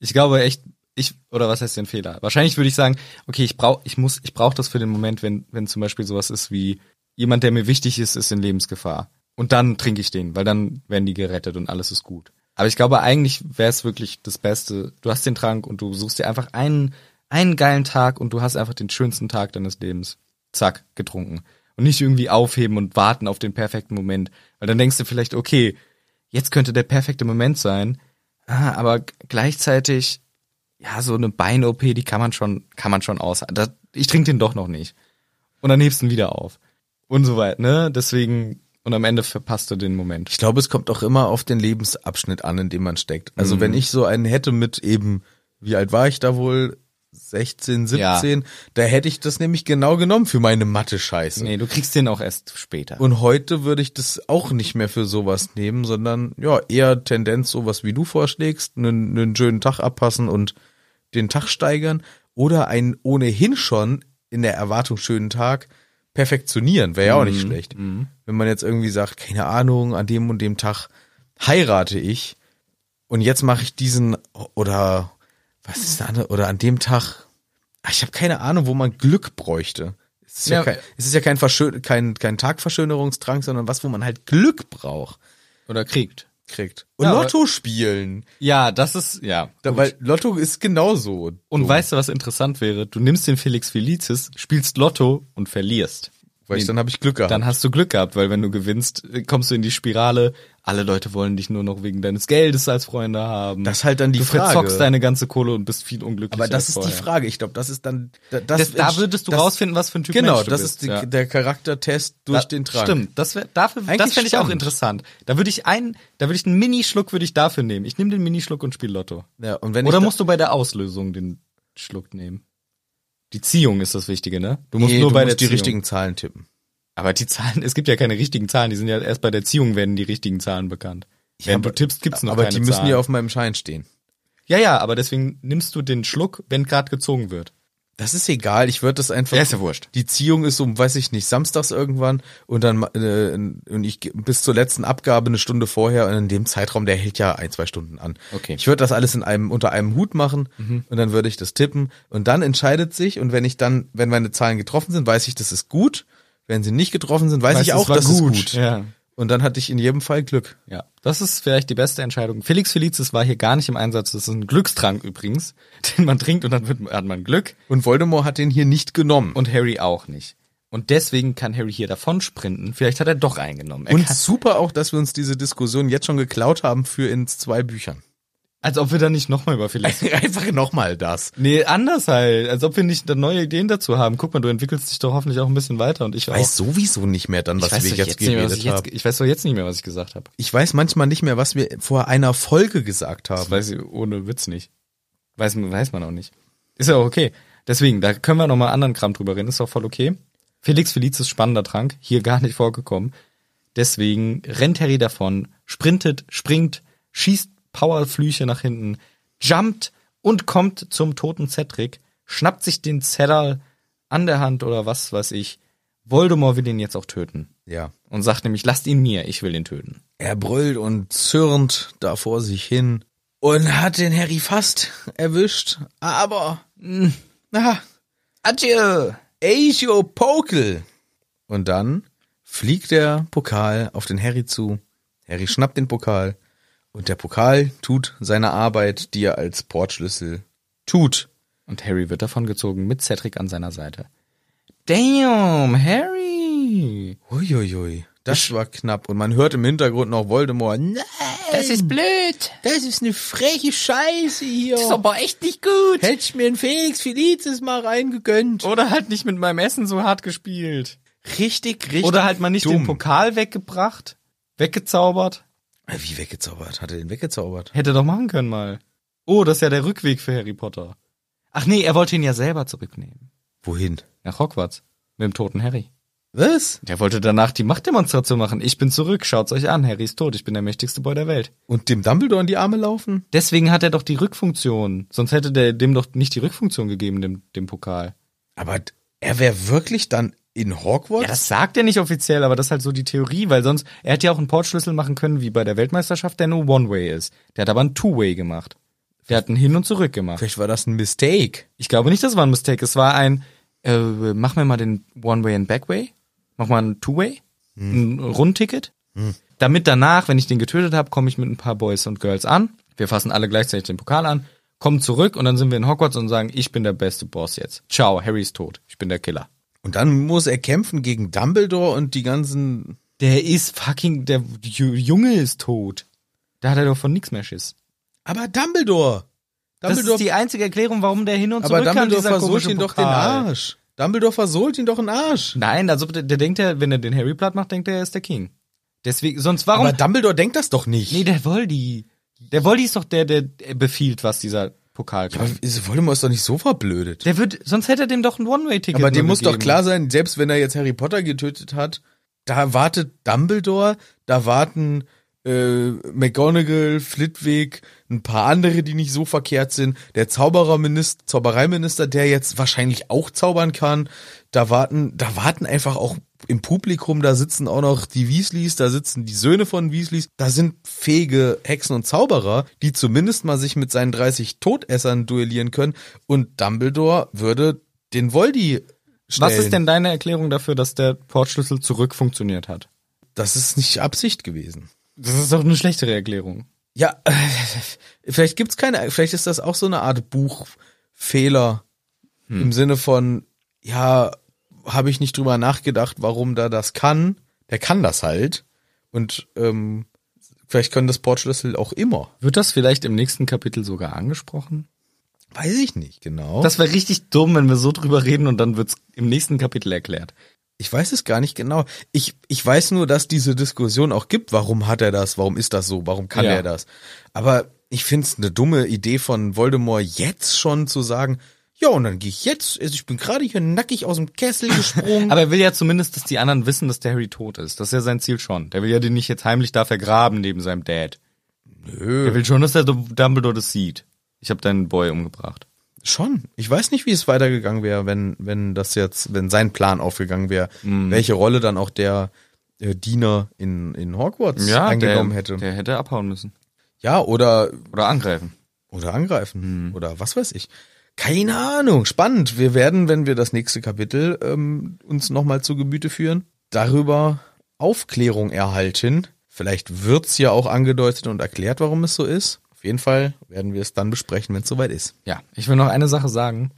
Speaker 3: Ich glaube echt, ich, oder was heißt denn Fehler? Wahrscheinlich würde ich sagen, okay, ich brauche, ich muss, ich brauche das für den Moment, wenn, wenn zum Beispiel sowas ist wie jemand, der mir wichtig ist, ist in Lebensgefahr. Und dann trinke ich den, weil dann werden die gerettet und alles ist gut. Aber ich glaube, eigentlich wäre es wirklich das Beste. Du hast den Trank und du suchst dir einfach einen, einen geilen Tag und du hast einfach den schönsten Tag deines Lebens. Zack, getrunken. Und nicht irgendwie aufheben und warten auf den perfekten Moment. Weil dann denkst du vielleicht, okay, jetzt könnte der perfekte Moment sein. Ah, aber g- gleichzeitig, ja, so eine Bein-OP, die kann man schon, kann man schon aus. Das, ich trinke den doch noch nicht. Und dann hebst du ihn wieder auf. Und so weit, ne? Deswegen, und am Ende verpasst du den Moment.
Speaker 2: Ich glaube, es kommt auch immer auf den Lebensabschnitt an, in dem man steckt. Also wenn ich so einen hätte mit eben, wie alt war ich da wohl? 16, 17, da hätte ich das nämlich genau genommen für meine Mathe-Scheiße.
Speaker 3: Nee, du kriegst den auch erst später.
Speaker 2: Und heute würde ich das auch nicht mehr für sowas nehmen, sondern ja, eher Tendenz sowas wie du vorschlägst, einen, einen schönen Tag abpassen und den Tag steigern oder einen ohnehin schon in der Erwartung schönen Tag perfektionieren, wäre ja auch nicht schlecht. Wenn man jetzt irgendwie sagt, keine Ahnung, an dem und dem Tag heirate ich und jetzt mache ich diesen oder was ist der andere oder an dem Tag, Ah, ich habe keine Ahnung, wo man Glück bräuchte. Es ist ja,
Speaker 3: Ja.
Speaker 2: kein, es ist ja kein, Verschö kein, kein Tagverschönerungstrang, sondern was, wo man halt Glück braucht,
Speaker 3: Oder kriegt.
Speaker 2: kriegt. Und
Speaker 3: Ja, aber-
Speaker 2: Lotto spielen.
Speaker 3: Ja, das ist, ja.
Speaker 2: Da,
Speaker 3: gut.
Speaker 2: weil Lotto ist genauso.
Speaker 3: und
Speaker 2: dumm,
Speaker 3: weißt du, was interessant wäre? Du nimmst den Felix Felicis, spielst Lotto und verlierst.
Speaker 2: weil ich, dann habe ich Glück gehabt.
Speaker 3: Dann hast du Glück gehabt, weil wenn du gewinnst, äh, kommst du in die Spirale. Alle Leute wollen dich nur noch wegen deines Geldes als Freunde haben.
Speaker 2: Das ist halt dann die
Speaker 3: du
Speaker 2: Frage.
Speaker 3: verzockst deine ganze Kohle und bist viel unglücklicher.
Speaker 2: Aber das
Speaker 3: als
Speaker 2: ist die
Speaker 3: vorher.
Speaker 2: Frage. Ich glaube, das ist dann. Da,
Speaker 3: Das,
Speaker 2: das,
Speaker 3: da würdest du
Speaker 2: das-
Speaker 3: rausfinden, was für ein Typ
Speaker 2: Genau,
Speaker 3: Mensch du
Speaker 2: das
Speaker 3: bist.
Speaker 2: ist die,
Speaker 3: ja.
Speaker 2: der Charaktertest durch
Speaker 3: Da-
Speaker 2: den Trank.
Speaker 3: Stimmt, das wär, dafür, das
Speaker 2: Eigentlich
Speaker 3: fände ich auch
Speaker 2: spannend.
Speaker 3: interessant. Da würde ich einen, da würde ich einen Minischluck würde ich dafür nehmen. Ich nehme den Minischluck und spiele Lotto.
Speaker 2: Ja, und wenn
Speaker 3: Oder
Speaker 2: ich da-
Speaker 3: musst du bei der Auslösung den Schluck nehmen? Die Ziehung ist das Wichtige, ne? Du musst
Speaker 2: nee,
Speaker 3: nur
Speaker 2: du
Speaker 3: bei
Speaker 2: musst
Speaker 3: der
Speaker 2: die
Speaker 3: Ziehung.
Speaker 2: richtigen Zahlen tippen.
Speaker 3: Aber die Zahlen, es gibt ja keine richtigen Zahlen, die sind ja erst bei der Ziehung werden die richtigen Zahlen bekannt. Wenn du
Speaker 2: aber-
Speaker 3: tippst, gibt's noch
Speaker 2: aber
Speaker 3: keine
Speaker 2: die müssen
Speaker 3: Zahlen.
Speaker 2: ja auf meinem Schein stehen.
Speaker 3: Ja, ja, aber deswegen nimmst du den Schluck, wenn gerade gezogen wird.
Speaker 2: Das ist egal. Ich würde das einfach.
Speaker 3: Ja, ist ja wurscht.
Speaker 2: Die Ziehung ist um, weiß ich nicht, samstags irgendwann und dann äh, und ich ge- bis zur letzten Abgabe eine Stunde vorher und in dem Zeitraum, der hält ja ein, zwei Stunden an.
Speaker 3: Okay. Mhm.
Speaker 2: Ich würde das alles in einem unter einem Hut machen und dann würde ich das tippen und dann entscheidet sich und wenn ich dann, wenn meine Zahlen getroffen sind, weiß ich, das ist gut. Wenn sie nicht getroffen sind, weiß
Speaker 3: Weißt,
Speaker 2: ich
Speaker 3: es
Speaker 2: auch,
Speaker 3: war
Speaker 2: das ist gut.
Speaker 3: Ja.
Speaker 2: Und dann hatte ich in jedem Fall Glück.
Speaker 3: Ja, das ist vielleicht die beste Entscheidung. Felix Felicis war hier gar nicht im Einsatz. Das ist ein Glückstrank übrigens, <laughs> den man trinkt und dann wird, hat man Glück.
Speaker 2: Und Voldemort hat den hier nicht genommen.
Speaker 3: Und Harry auch nicht. Und deswegen kann Harry hier davon sprinten. Vielleicht hat er doch eingenommen. Er
Speaker 2: Und
Speaker 3: kann,
Speaker 2: super auch, dass wir uns diese Diskussion jetzt schon geklaut haben für in zwei Büchern.
Speaker 3: als ob wir da nicht nochmal
Speaker 2: <laughs>
Speaker 3: über Felix.
Speaker 2: Einfach nochmal das.
Speaker 3: Nee, anders halt. Als ob wir nicht da neue Ideen dazu haben. Guck mal, du entwickelst dich doch hoffentlich auch ein bisschen weiter und ich auch.
Speaker 2: Weiß sowieso nicht mehr dann, was
Speaker 3: weiß
Speaker 2: wir
Speaker 3: doch
Speaker 2: jetzt,
Speaker 3: nicht mehr,
Speaker 2: geredet
Speaker 3: was ich,
Speaker 2: haben.
Speaker 3: jetzt, ich weiß doch jetzt nicht mehr, was ich gesagt habe.
Speaker 2: Ich weiß manchmal nicht mehr, was wir vor einer Folge gesagt
Speaker 3: Das
Speaker 2: haben.
Speaker 3: weiß ich ohne Witz nicht. Weiß, weiß man auch nicht. Ist ja auch okay. Deswegen, da können wir nochmal anderen Kram drüber reden. Ist auch voll okay. Felix Felicis spannender Trank, hier gar nicht vorgekommen. Deswegen rennt Harry davon, sprintet, springt, schießt Powerflüche nach hinten, jumpt und kommt zum toten Cedric, schnappt sich den Zedder an der Hand oder was weiß ich. Voldemort will ihn jetzt auch töten.
Speaker 2: Ja.
Speaker 3: Und sagt nämlich, lasst ihn mir, ich will ihn töten.
Speaker 2: Er brüllt und zürnt da vor sich hin und hat den Harry fast erwischt. Aber, mh, na, adieu, Acio Pokel. Und dann fliegt der Pokal auf den Harry zu. Harry schnappt den Pokal und der Pokal tut seine Arbeit, die er als Portschlüssel tut.
Speaker 3: Und Harry wird davongezogen mit Cedric an seiner Seite. Damn, Harry!
Speaker 2: Uiuiui, das war knapp. Und man hört im Hintergrund noch Voldemort. Nein,
Speaker 3: Das ist blöd!
Speaker 2: das ist eine freche Scheiße hier.
Speaker 3: aber echt nicht gut!
Speaker 2: Hätte ich mir einen Felix Felicis mal reingegönnt.
Speaker 3: Oder halt nicht mit meinem Essen so hart gespielt.
Speaker 2: Richtig, richtig.
Speaker 3: Oder halt mal nicht den
Speaker 2: dumm.
Speaker 3: Pokal weggebracht, weggezaubert.
Speaker 2: Äh, Wie weggezaubert? Hat er den weggezaubert?
Speaker 3: Hätte er doch machen können mal. Oh, das ist ja der Rückweg für Harry Potter. Ach nee, er wollte ihn ja selber zurücknehmen.
Speaker 2: Wohin?
Speaker 3: Nach Hogwarts. Mit dem toten Harry.
Speaker 2: Was?
Speaker 3: Der wollte danach die Machtdemonstration machen. Ich bin zurück, schaut's euch an. Harry ist tot, ich bin der mächtigste Boy der Welt.
Speaker 2: Und dem Dumbledore in die Arme laufen?
Speaker 3: Deswegen hat er doch die Rückfunktion. Sonst hätte der dem doch nicht die Rückfunktion gegeben, dem, dem Pokal.
Speaker 2: Aber d- er wäre wirklich dann in Hogwarts?
Speaker 3: Ja, das sagt er nicht offiziell, aber das ist halt so die Theorie, weil sonst, er hätte ja auch einen Portschlüssel machen können, wie bei der Weltmeisterschaft, der nur One-Way ist. Der hat aber einen Two-Way gemacht. Der hat einen Hin und Zurück gemacht.
Speaker 2: Vielleicht war das ein Mistake.
Speaker 3: Ich glaube nicht, das war ein Mistake. Es war ein, äh, mach mir mal den One-Way und Back-Way. Mach mal einen Two-Way. Ein Rundticket. Damit danach, wenn ich den getötet habe, komme ich mit ein paar Boys und Girls an. Wir fassen alle gleichzeitig den Pokal an, kommen zurück und dann sind wir in Hogwarts und sagen, ich bin der beste Boss jetzt. Ciao, Harry ist tot. Ich bin der Killer.
Speaker 2: Und dann muss er kämpfen gegen Dumbledore und die ganzen...
Speaker 3: Der ist fucking, der Ju- Junge ist tot. Da hat er doch von nichts mehr Schiss.
Speaker 2: Aber Dumbledore!
Speaker 3: Das ist die einzige Erklärung, warum der hin und
Speaker 2: aber
Speaker 3: zurück kann,
Speaker 2: Dumbledore
Speaker 3: dieser
Speaker 2: versohlt
Speaker 3: komische
Speaker 2: ihn doch den
Speaker 3: Pokal.
Speaker 2: Arsch. Dumbledore versohlt ihn doch den Arsch.
Speaker 3: Nein, also der, der denkt ja, wenn er den Harry platt macht, denkt er, er ist der King. Deswegen, sonst warum?
Speaker 2: Aber Dumbledore denkt das doch nicht.
Speaker 3: nee, der Voldy. Der Voldy ist doch der, der befiehlt, was dieser Pokal
Speaker 2: Aber
Speaker 3: kann.
Speaker 2: ist- Voldemort ist doch nicht so verblödet.
Speaker 3: der wird, sonst hätte er dem doch ein One-Way-Ticket
Speaker 2: Aber dem
Speaker 3: nur
Speaker 2: muss doch
Speaker 3: gegeben.
Speaker 2: klar sein, selbst wenn er jetzt Harry Potter getötet hat, da wartet Dumbledore, da warten äh, McGonagall, Flitwick, ein paar andere, die nicht so verkehrt sind. Der Zaubererminister, Zaubereiminister, der jetzt wahrscheinlich auch zaubern kann. Da warten, da warten einfach auch im Publikum, da sitzen auch noch die Weasleys, da sitzen die Söhne von Weasleys, da sind fähige Hexen und Zauberer, die zumindest mal sich mit seinen 30 Todessern duellieren können. Und Dumbledore würde den Voldy stellen.
Speaker 3: Was ist denn deine Erklärung dafür, dass der Portschlüssel zurück funktioniert hat?
Speaker 2: Das ist nicht Absicht gewesen.
Speaker 3: Das ist doch eine schlechtere Erklärung.
Speaker 2: Ja, äh, vielleicht gibt's keine, vielleicht ist das auch so eine Art Buchfehler im Sinne von, ja, habe ich nicht drüber nachgedacht, warum da das kann. Der kann das halt. Und ähm, vielleicht können das Portschlüssel auch immer.
Speaker 3: Wird das vielleicht im nächsten Kapitel sogar angesprochen?
Speaker 2: Weiß ich nicht genau.
Speaker 3: Das wäre richtig dumm, wenn wir so drüber reden und dann wird's im nächsten Kapitel erklärt.
Speaker 2: ich weiß es gar nicht genau. Ich, ich weiß nur, dass diese Diskussion auch gibt. Warum hat er das? Warum ist das so? Warum kann
Speaker 3: Ja.
Speaker 2: er das? Aber ich finde es eine dumme Idee von Voldemort jetzt schon zu sagen, ja, und dann gehe ich jetzt, also ich bin gerade hier nackig aus dem Kessel gesprungen.
Speaker 3: <laughs> Aber er will ja zumindest, dass die anderen wissen, dass der Harry tot ist. Das ist ja sein Ziel schon. Der will ja den nicht jetzt heimlich da vergraben neben seinem Dad.
Speaker 2: Nö.
Speaker 3: Er will schon, dass der Dumbledore das sieht. Ich habe deinen Boy umgebracht.
Speaker 2: Schon. Ich weiß nicht, wie es weitergegangen wäre, wenn, wenn das jetzt, wenn sein Plan aufgegangen wäre,
Speaker 3: Mhm.
Speaker 2: welche Rolle dann auch der äh, Diener in, in Hogwarts eingenommen
Speaker 3: der,
Speaker 2: hätte.
Speaker 3: Der hätte abhauen müssen.
Speaker 2: Ja, oder,
Speaker 3: Oder angreifen.
Speaker 2: oder angreifen. Oder was weiß ich. Keine Ahnung. Spannend. Wir werden, wenn wir das nächste Kapitel ähm, uns nochmal zu Gemüte führen, darüber Aufklärung erhalten. Vielleicht wird's ja auch angedeutet und erklärt, warum es so ist. Auf jeden Fall werden wir es dann besprechen, wenn es soweit ist.
Speaker 3: Ja, ich will noch eine Sache sagen.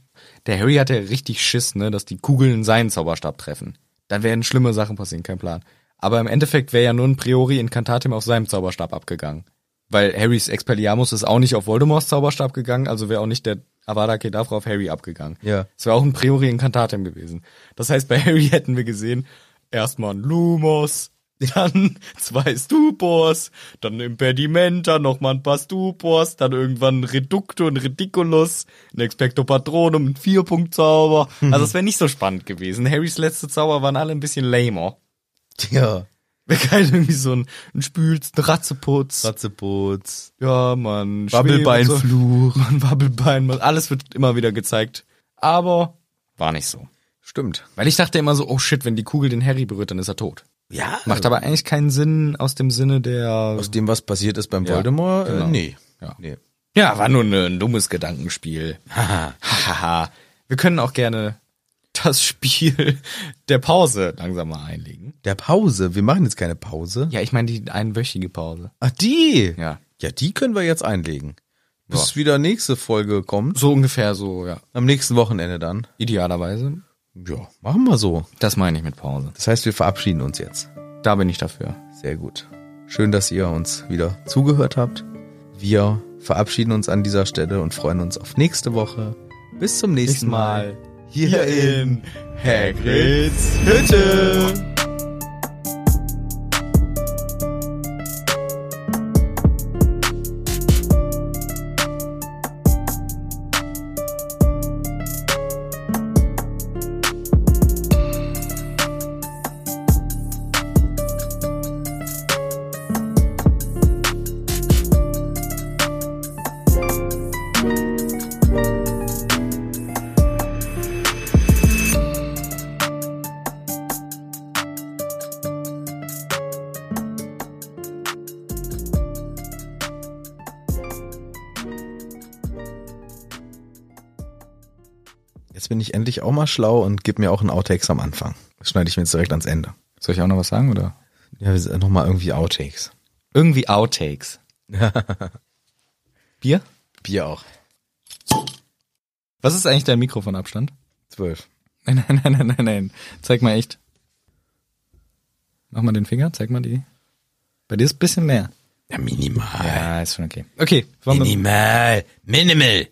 Speaker 3: Der Harry hatte richtig Schiss, ne, dass die Kugeln seinen Zauberstab treffen. Dann werden schlimme Sachen passieren, kein Plan. Aber im Endeffekt wäre ja nur ein Priori Incantatem auf seinem Zauberstab abgegangen. Weil Harrys Expelliarmus ist auch nicht auf Voldemorts Zauberstab gegangen, also wäre auch nicht der Avada Kedavra auf Harry abgegangen.
Speaker 2: Ja.
Speaker 3: Es wäre auch ein Priori Incantatem gewesen. Das heißt, bei Harry hätten wir gesehen, erstmal ein Lumos, dann <laughs> zwei Stupors, dann Impedimenta, nochmal ein paar Stupors, dann irgendwann ein Reducto, ein Ridiculus, ein Expecto Patronum, ein <laughs> Vierpunktzauber. Also es wäre nicht so spannend gewesen. Harrys letzte Zauber waren alle ein bisschen lamer. <laughs>
Speaker 2: Ja.
Speaker 3: Wäre geil, irgendwie so ein, ein Spülz, ein Ratzeputz.
Speaker 2: Ratzeputz.
Speaker 3: Ja, man.
Speaker 2: Wabbelbeinfluch.
Speaker 3: <laughs> Man, Wabbelbein, man, alles wird immer wieder gezeigt. Aber war nicht so.
Speaker 2: Stimmt.
Speaker 3: Weil ich dachte immer so, oh shit, wenn die Kugel den Harry berührt, dann ist er tot.
Speaker 2: Ja.
Speaker 3: Macht aber eigentlich keinen Sinn aus dem Sinne der.
Speaker 2: aus dem, was passiert ist beim
Speaker 3: Ja,
Speaker 2: Voldemort?
Speaker 3: genau.
Speaker 2: Äh, nee.
Speaker 3: Ja.
Speaker 2: nee. <laughs>
Speaker 3: Ja, war nur ne- ein dummes Gedankenspiel. <laughs> Hahaha. Wir können auch gerne das Spiel <laughs> der Pause langsam mal einlegen.
Speaker 2: Der Pause. Wir machen jetzt keine Pause.
Speaker 3: Ja, ich meine die einwöchige Pause.
Speaker 2: Ach, die.
Speaker 3: Ja.
Speaker 2: Ja, die können wir jetzt einlegen. Bis wieder nächste Folge kommt.
Speaker 3: So ungefähr so, ja.
Speaker 2: Am nächsten Wochenende dann.
Speaker 3: Idealerweise.
Speaker 2: Ja, machen wir so.
Speaker 3: Das meine ich mit Pause.
Speaker 2: Das heißt, wir verabschieden uns jetzt.
Speaker 3: Da bin ich dafür.
Speaker 2: Sehr gut. Schön, dass ihr uns wieder zugehört habt. Wir verabschieden uns an dieser Stelle und freuen uns auf nächste Woche. Bis zum nächsten Mal.
Speaker 3: hier in Hagrids Hütte.
Speaker 2: Jetzt bin ich endlich auch mal schlau und gib mir auch einen Outtakes am Anfang. Das schneide ich mir jetzt direkt ans Ende.
Speaker 3: Soll ich auch noch was sagen, oder?
Speaker 2: Ja, nochmal irgendwie Outtakes.
Speaker 3: Irgendwie <laughs> Outtakes. Bier?
Speaker 2: Bier auch.
Speaker 3: Was ist eigentlich dein Mikrofonabstand?
Speaker 2: Zwölf.
Speaker 3: <laughs> Nein, nein, nein, nein, nein, nein. Zeig mal echt. Mach mal den Finger, zeig mal die. Bei dir ist ein bisschen mehr.
Speaker 2: Ja, minimal.
Speaker 3: Ja, ist schon okay. Okay, wollen wir-
Speaker 2: Minimal. Minimal.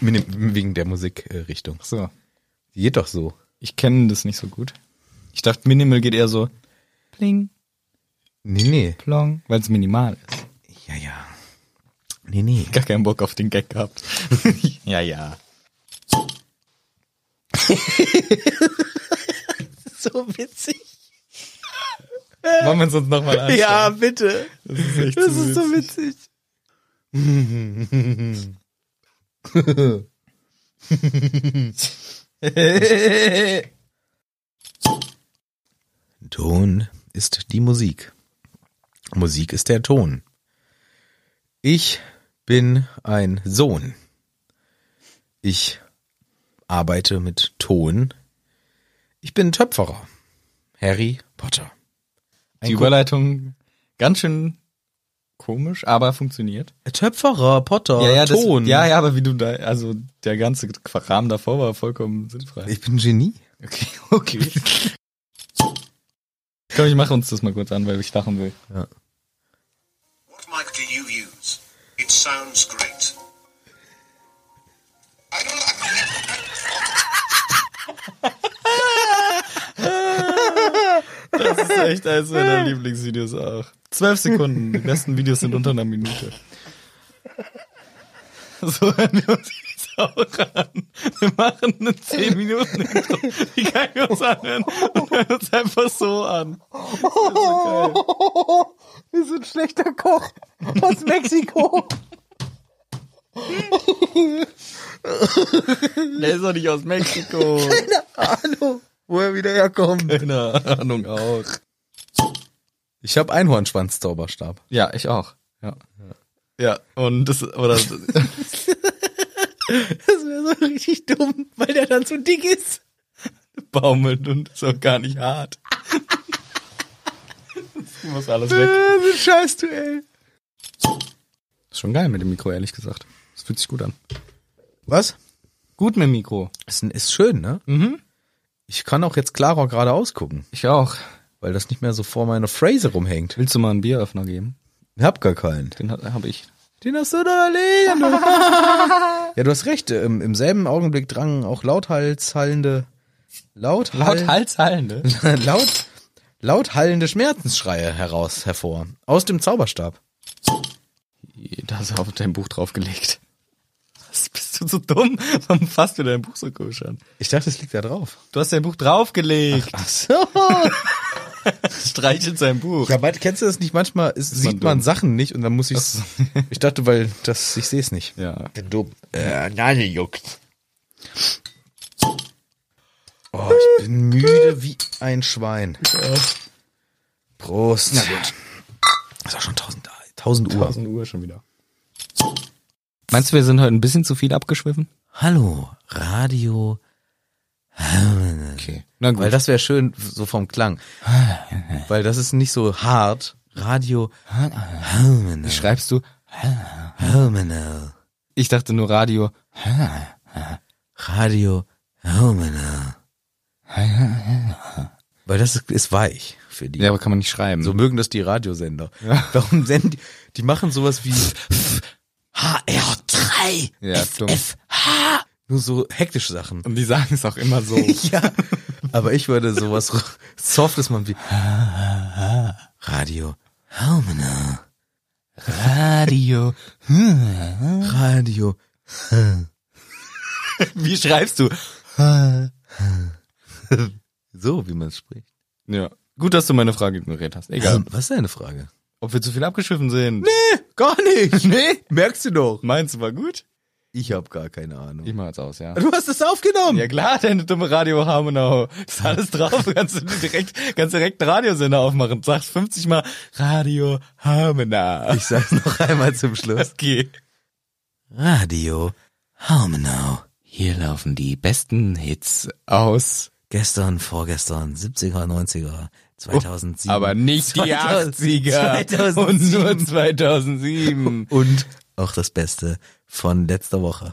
Speaker 2: Minim wegen der Musikrichtung.
Speaker 3: so.
Speaker 2: Die geht doch so.
Speaker 3: Ich kenne das nicht so gut. Ich dachte, Minimal geht eher so pling,
Speaker 2: Nee, nee.
Speaker 3: plong, weil es minimal ist.
Speaker 2: Ja, ja. Nee, nee.
Speaker 3: Gar keinen Bock auf den Gag gehabt. <laughs> ja, ja.
Speaker 2: So witzig.
Speaker 3: Äh. Wollen wir es uns nochmal anschauen?
Speaker 2: Ja, bitte.
Speaker 3: Das ist echt
Speaker 2: Das
Speaker 3: zu
Speaker 2: ist so
Speaker 3: witzig.
Speaker 2: witzig. <laughs> Ton ist die Musik. Musik ist der Ton. Ich bin ein Sohn. Ich arbeite mit Ton. Ich bin Töpferer. Harry Potter.
Speaker 3: Die Überleitung ganz schön komisch, aber funktioniert.
Speaker 2: Töpferer, Potter,
Speaker 3: das,
Speaker 2: Ton.
Speaker 3: ja, ja, aber wie du da, also der ganze Rahmen davor war vollkommen sinnfrei.
Speaker 2: Ich bin Genie.
Speaker 3: Okay, <laughs> okay. Komm, ich mache uns das mal kurz an, weil ich lachen will.
Speaker 4: What mic do you use? It sounds great. I don't
Speaker 3: Das ist echt eines meiner Lieblingsvideos auch. Zwölf Sekunden. Die besten Videos sind unter einer Minute. So hören wir uns jetzt auch an. Wir machen eine 10 Minuten Intro. Die kann ich uns anhören und hören uns einfach so an.
Speaker 2: Wir sind schlechter Koch aus Mexiko.
Speaker 3: Der ist doch nicht aus Mexiko.
Speaker 2: Hallo, wo er wieder herkommt.
Speaker 3: Keine Ahnung auch.
Speaker 2: Ich habe Einhornschwanz-Zauberstab.
Speaker 3: Ja, ich auch. Ja. Ja, und das, oder, <laughs>
Speaker 2: Das wäre so richtig dumm, weil der dann so dick ist.
Speaker 3: baumelt und ist auch gar nicht hart. Das muss alles weg.
Speaker 2: Wie Äh, scheiß du, ey.
Speaker 3: Ist schon geil mit dem Mikro, ehrlich gesagt. Das fühlt sich gut an.
Speaker 2: Was?
Speaker 3: Gut mit dem Mikro.
Speaker 2: Ist, ist schön, ne?
Speaker 3: Mhm.
Speaker 2: Ich kann auch jetzt klarer geradeaus gucken,
Speaker 3: Ich auch.
Speaker 2: weil das nicht mehr so vor meiner Phrase rumhängt.
Speaker 3: Willst du mal einen Bieröffner geben?
Speaker 2: Ich hab gar keinen.
Speaker 3: Den habe hab ich.
Speaker 2: Den hast du da erledigt. <laughs> ja, du hast recht. Im, Im selben Augenblick drangen auch lauthals hallende... Lauthal
Speaker 3: Halshallende.
Speaker 2: <laughs> laut, laut hallende Schmerzensschreie heraus hervor. Aus dem Zauberstab.
Speaker 3: Da hast du auf dein Buch draufgelegt. Was, bist du so dumm? Warum fasst du dein Buch so komisch an?
Speaker 2: Ich dachte, es liegt da drauf.
Speaker 3: Du hast dein Buch draufgelegt.
Speaker 2: Ach so.
Speaker 3: Streichelt sein Buch.
Speaker 2: Ja, aber kennst du das nicht? Manchmal ist, sieht
Speaker 3: man
Speaker 2: man,
Speaker 3: dumm.
Speaker 2: Sachen nicht und dann muss ich <laughs> Ich dachte, weil das, ich sehe es nicht.
Speaker 3: Ja.
Speaker 2: bin dumm. Äh, Nase juckt. Oh, ich bin müde wie ein Schwein. Prost. Na gut. Ist auch schon 1000, 1000 Uhr.
Speaker 3: 1000 Uhr schon wieder. Meinst du, wir sind heute ein bisschen zu viel abgeschwiffen?
Speaker 2: Hallo, Radio.
Speaker 3: Okay. Na
Speaker 2: Weil
Speaker 3: gut.
Speaker 2: das wäre schön, so vom Klang. Weil das ist nicht so hart. Radio. Harmonal.
Speaker 3: Schreibst du?
Speaker 2: Harmonal.
Speaker 3: Ich dachte nur Radio.
Speaker 2: Radio Harmonal. Weil das ist, ist weich für die.
Speaker 3: Ja, aber kann man nicht schreiben.
Speaker 2: So mögen das die Radiosender. Warum senden die? Die machen sowas wie HR3
Speaker 3: Ja, dumm.
Speaker 2: FFH. Nur so hektische Sachen.
Speaker 3: Und die sagen es auch immer so.
Speaker 2: <laughs> Ja. Aber ich würde sowas r- Softes machen wie Radio Harmona.
Speaker 3: Radio.
Speaker 2: Radio.
Speaker 3: <laughs> Wie schreibst du?
Speaker 2: So, wie man es spricht.
Speaker 3: Ja. Gut, dass du meine Frage ignoriert hast. Egal.
Speaker 2: Ähm, Was ist deine Frage?
Speaker 3: Ob wir zu viel abgeschiffen sind?
Speaker 2: Gar nicht. Nee? Merkst du doch.
Speaker 3: Meinst du, war gut?
Speaker 2: Ich habe gar keine Ahnung.
Speaker 3: Ich mach jetzt aus, ja.
Speaker 2: Du hast es aufgenommen.
Speaker 3: Ja klar, deine dumme Radio Harmonau. Ist alles <laughs> drauf. Kannst du direkt, kannst direkt einen Radiosender aufmachen. Sagst 50 mal Radio Harmonau.
Speaker 2: Ich sag's noch einmal zum Schluss.
Speaker 3: Okay.
Speaker 2: Radio Harmonau.
Speaker 3: Hier laufen die besten Hits aus.
Speaker 2: Gestern, vorgestern, 70er, 90er, 2007.
Speaker 3: Aber nicht die
Speaker 2: 2000,
Speaker 3: 80er.
Speaker 2: 2007.
Speaker 3: Und nur 2007.
Speaker 2: Und auch das Beste von letzter Woche.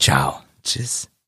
Speaker 3: Ciao.
Speaker 2: Tschüss.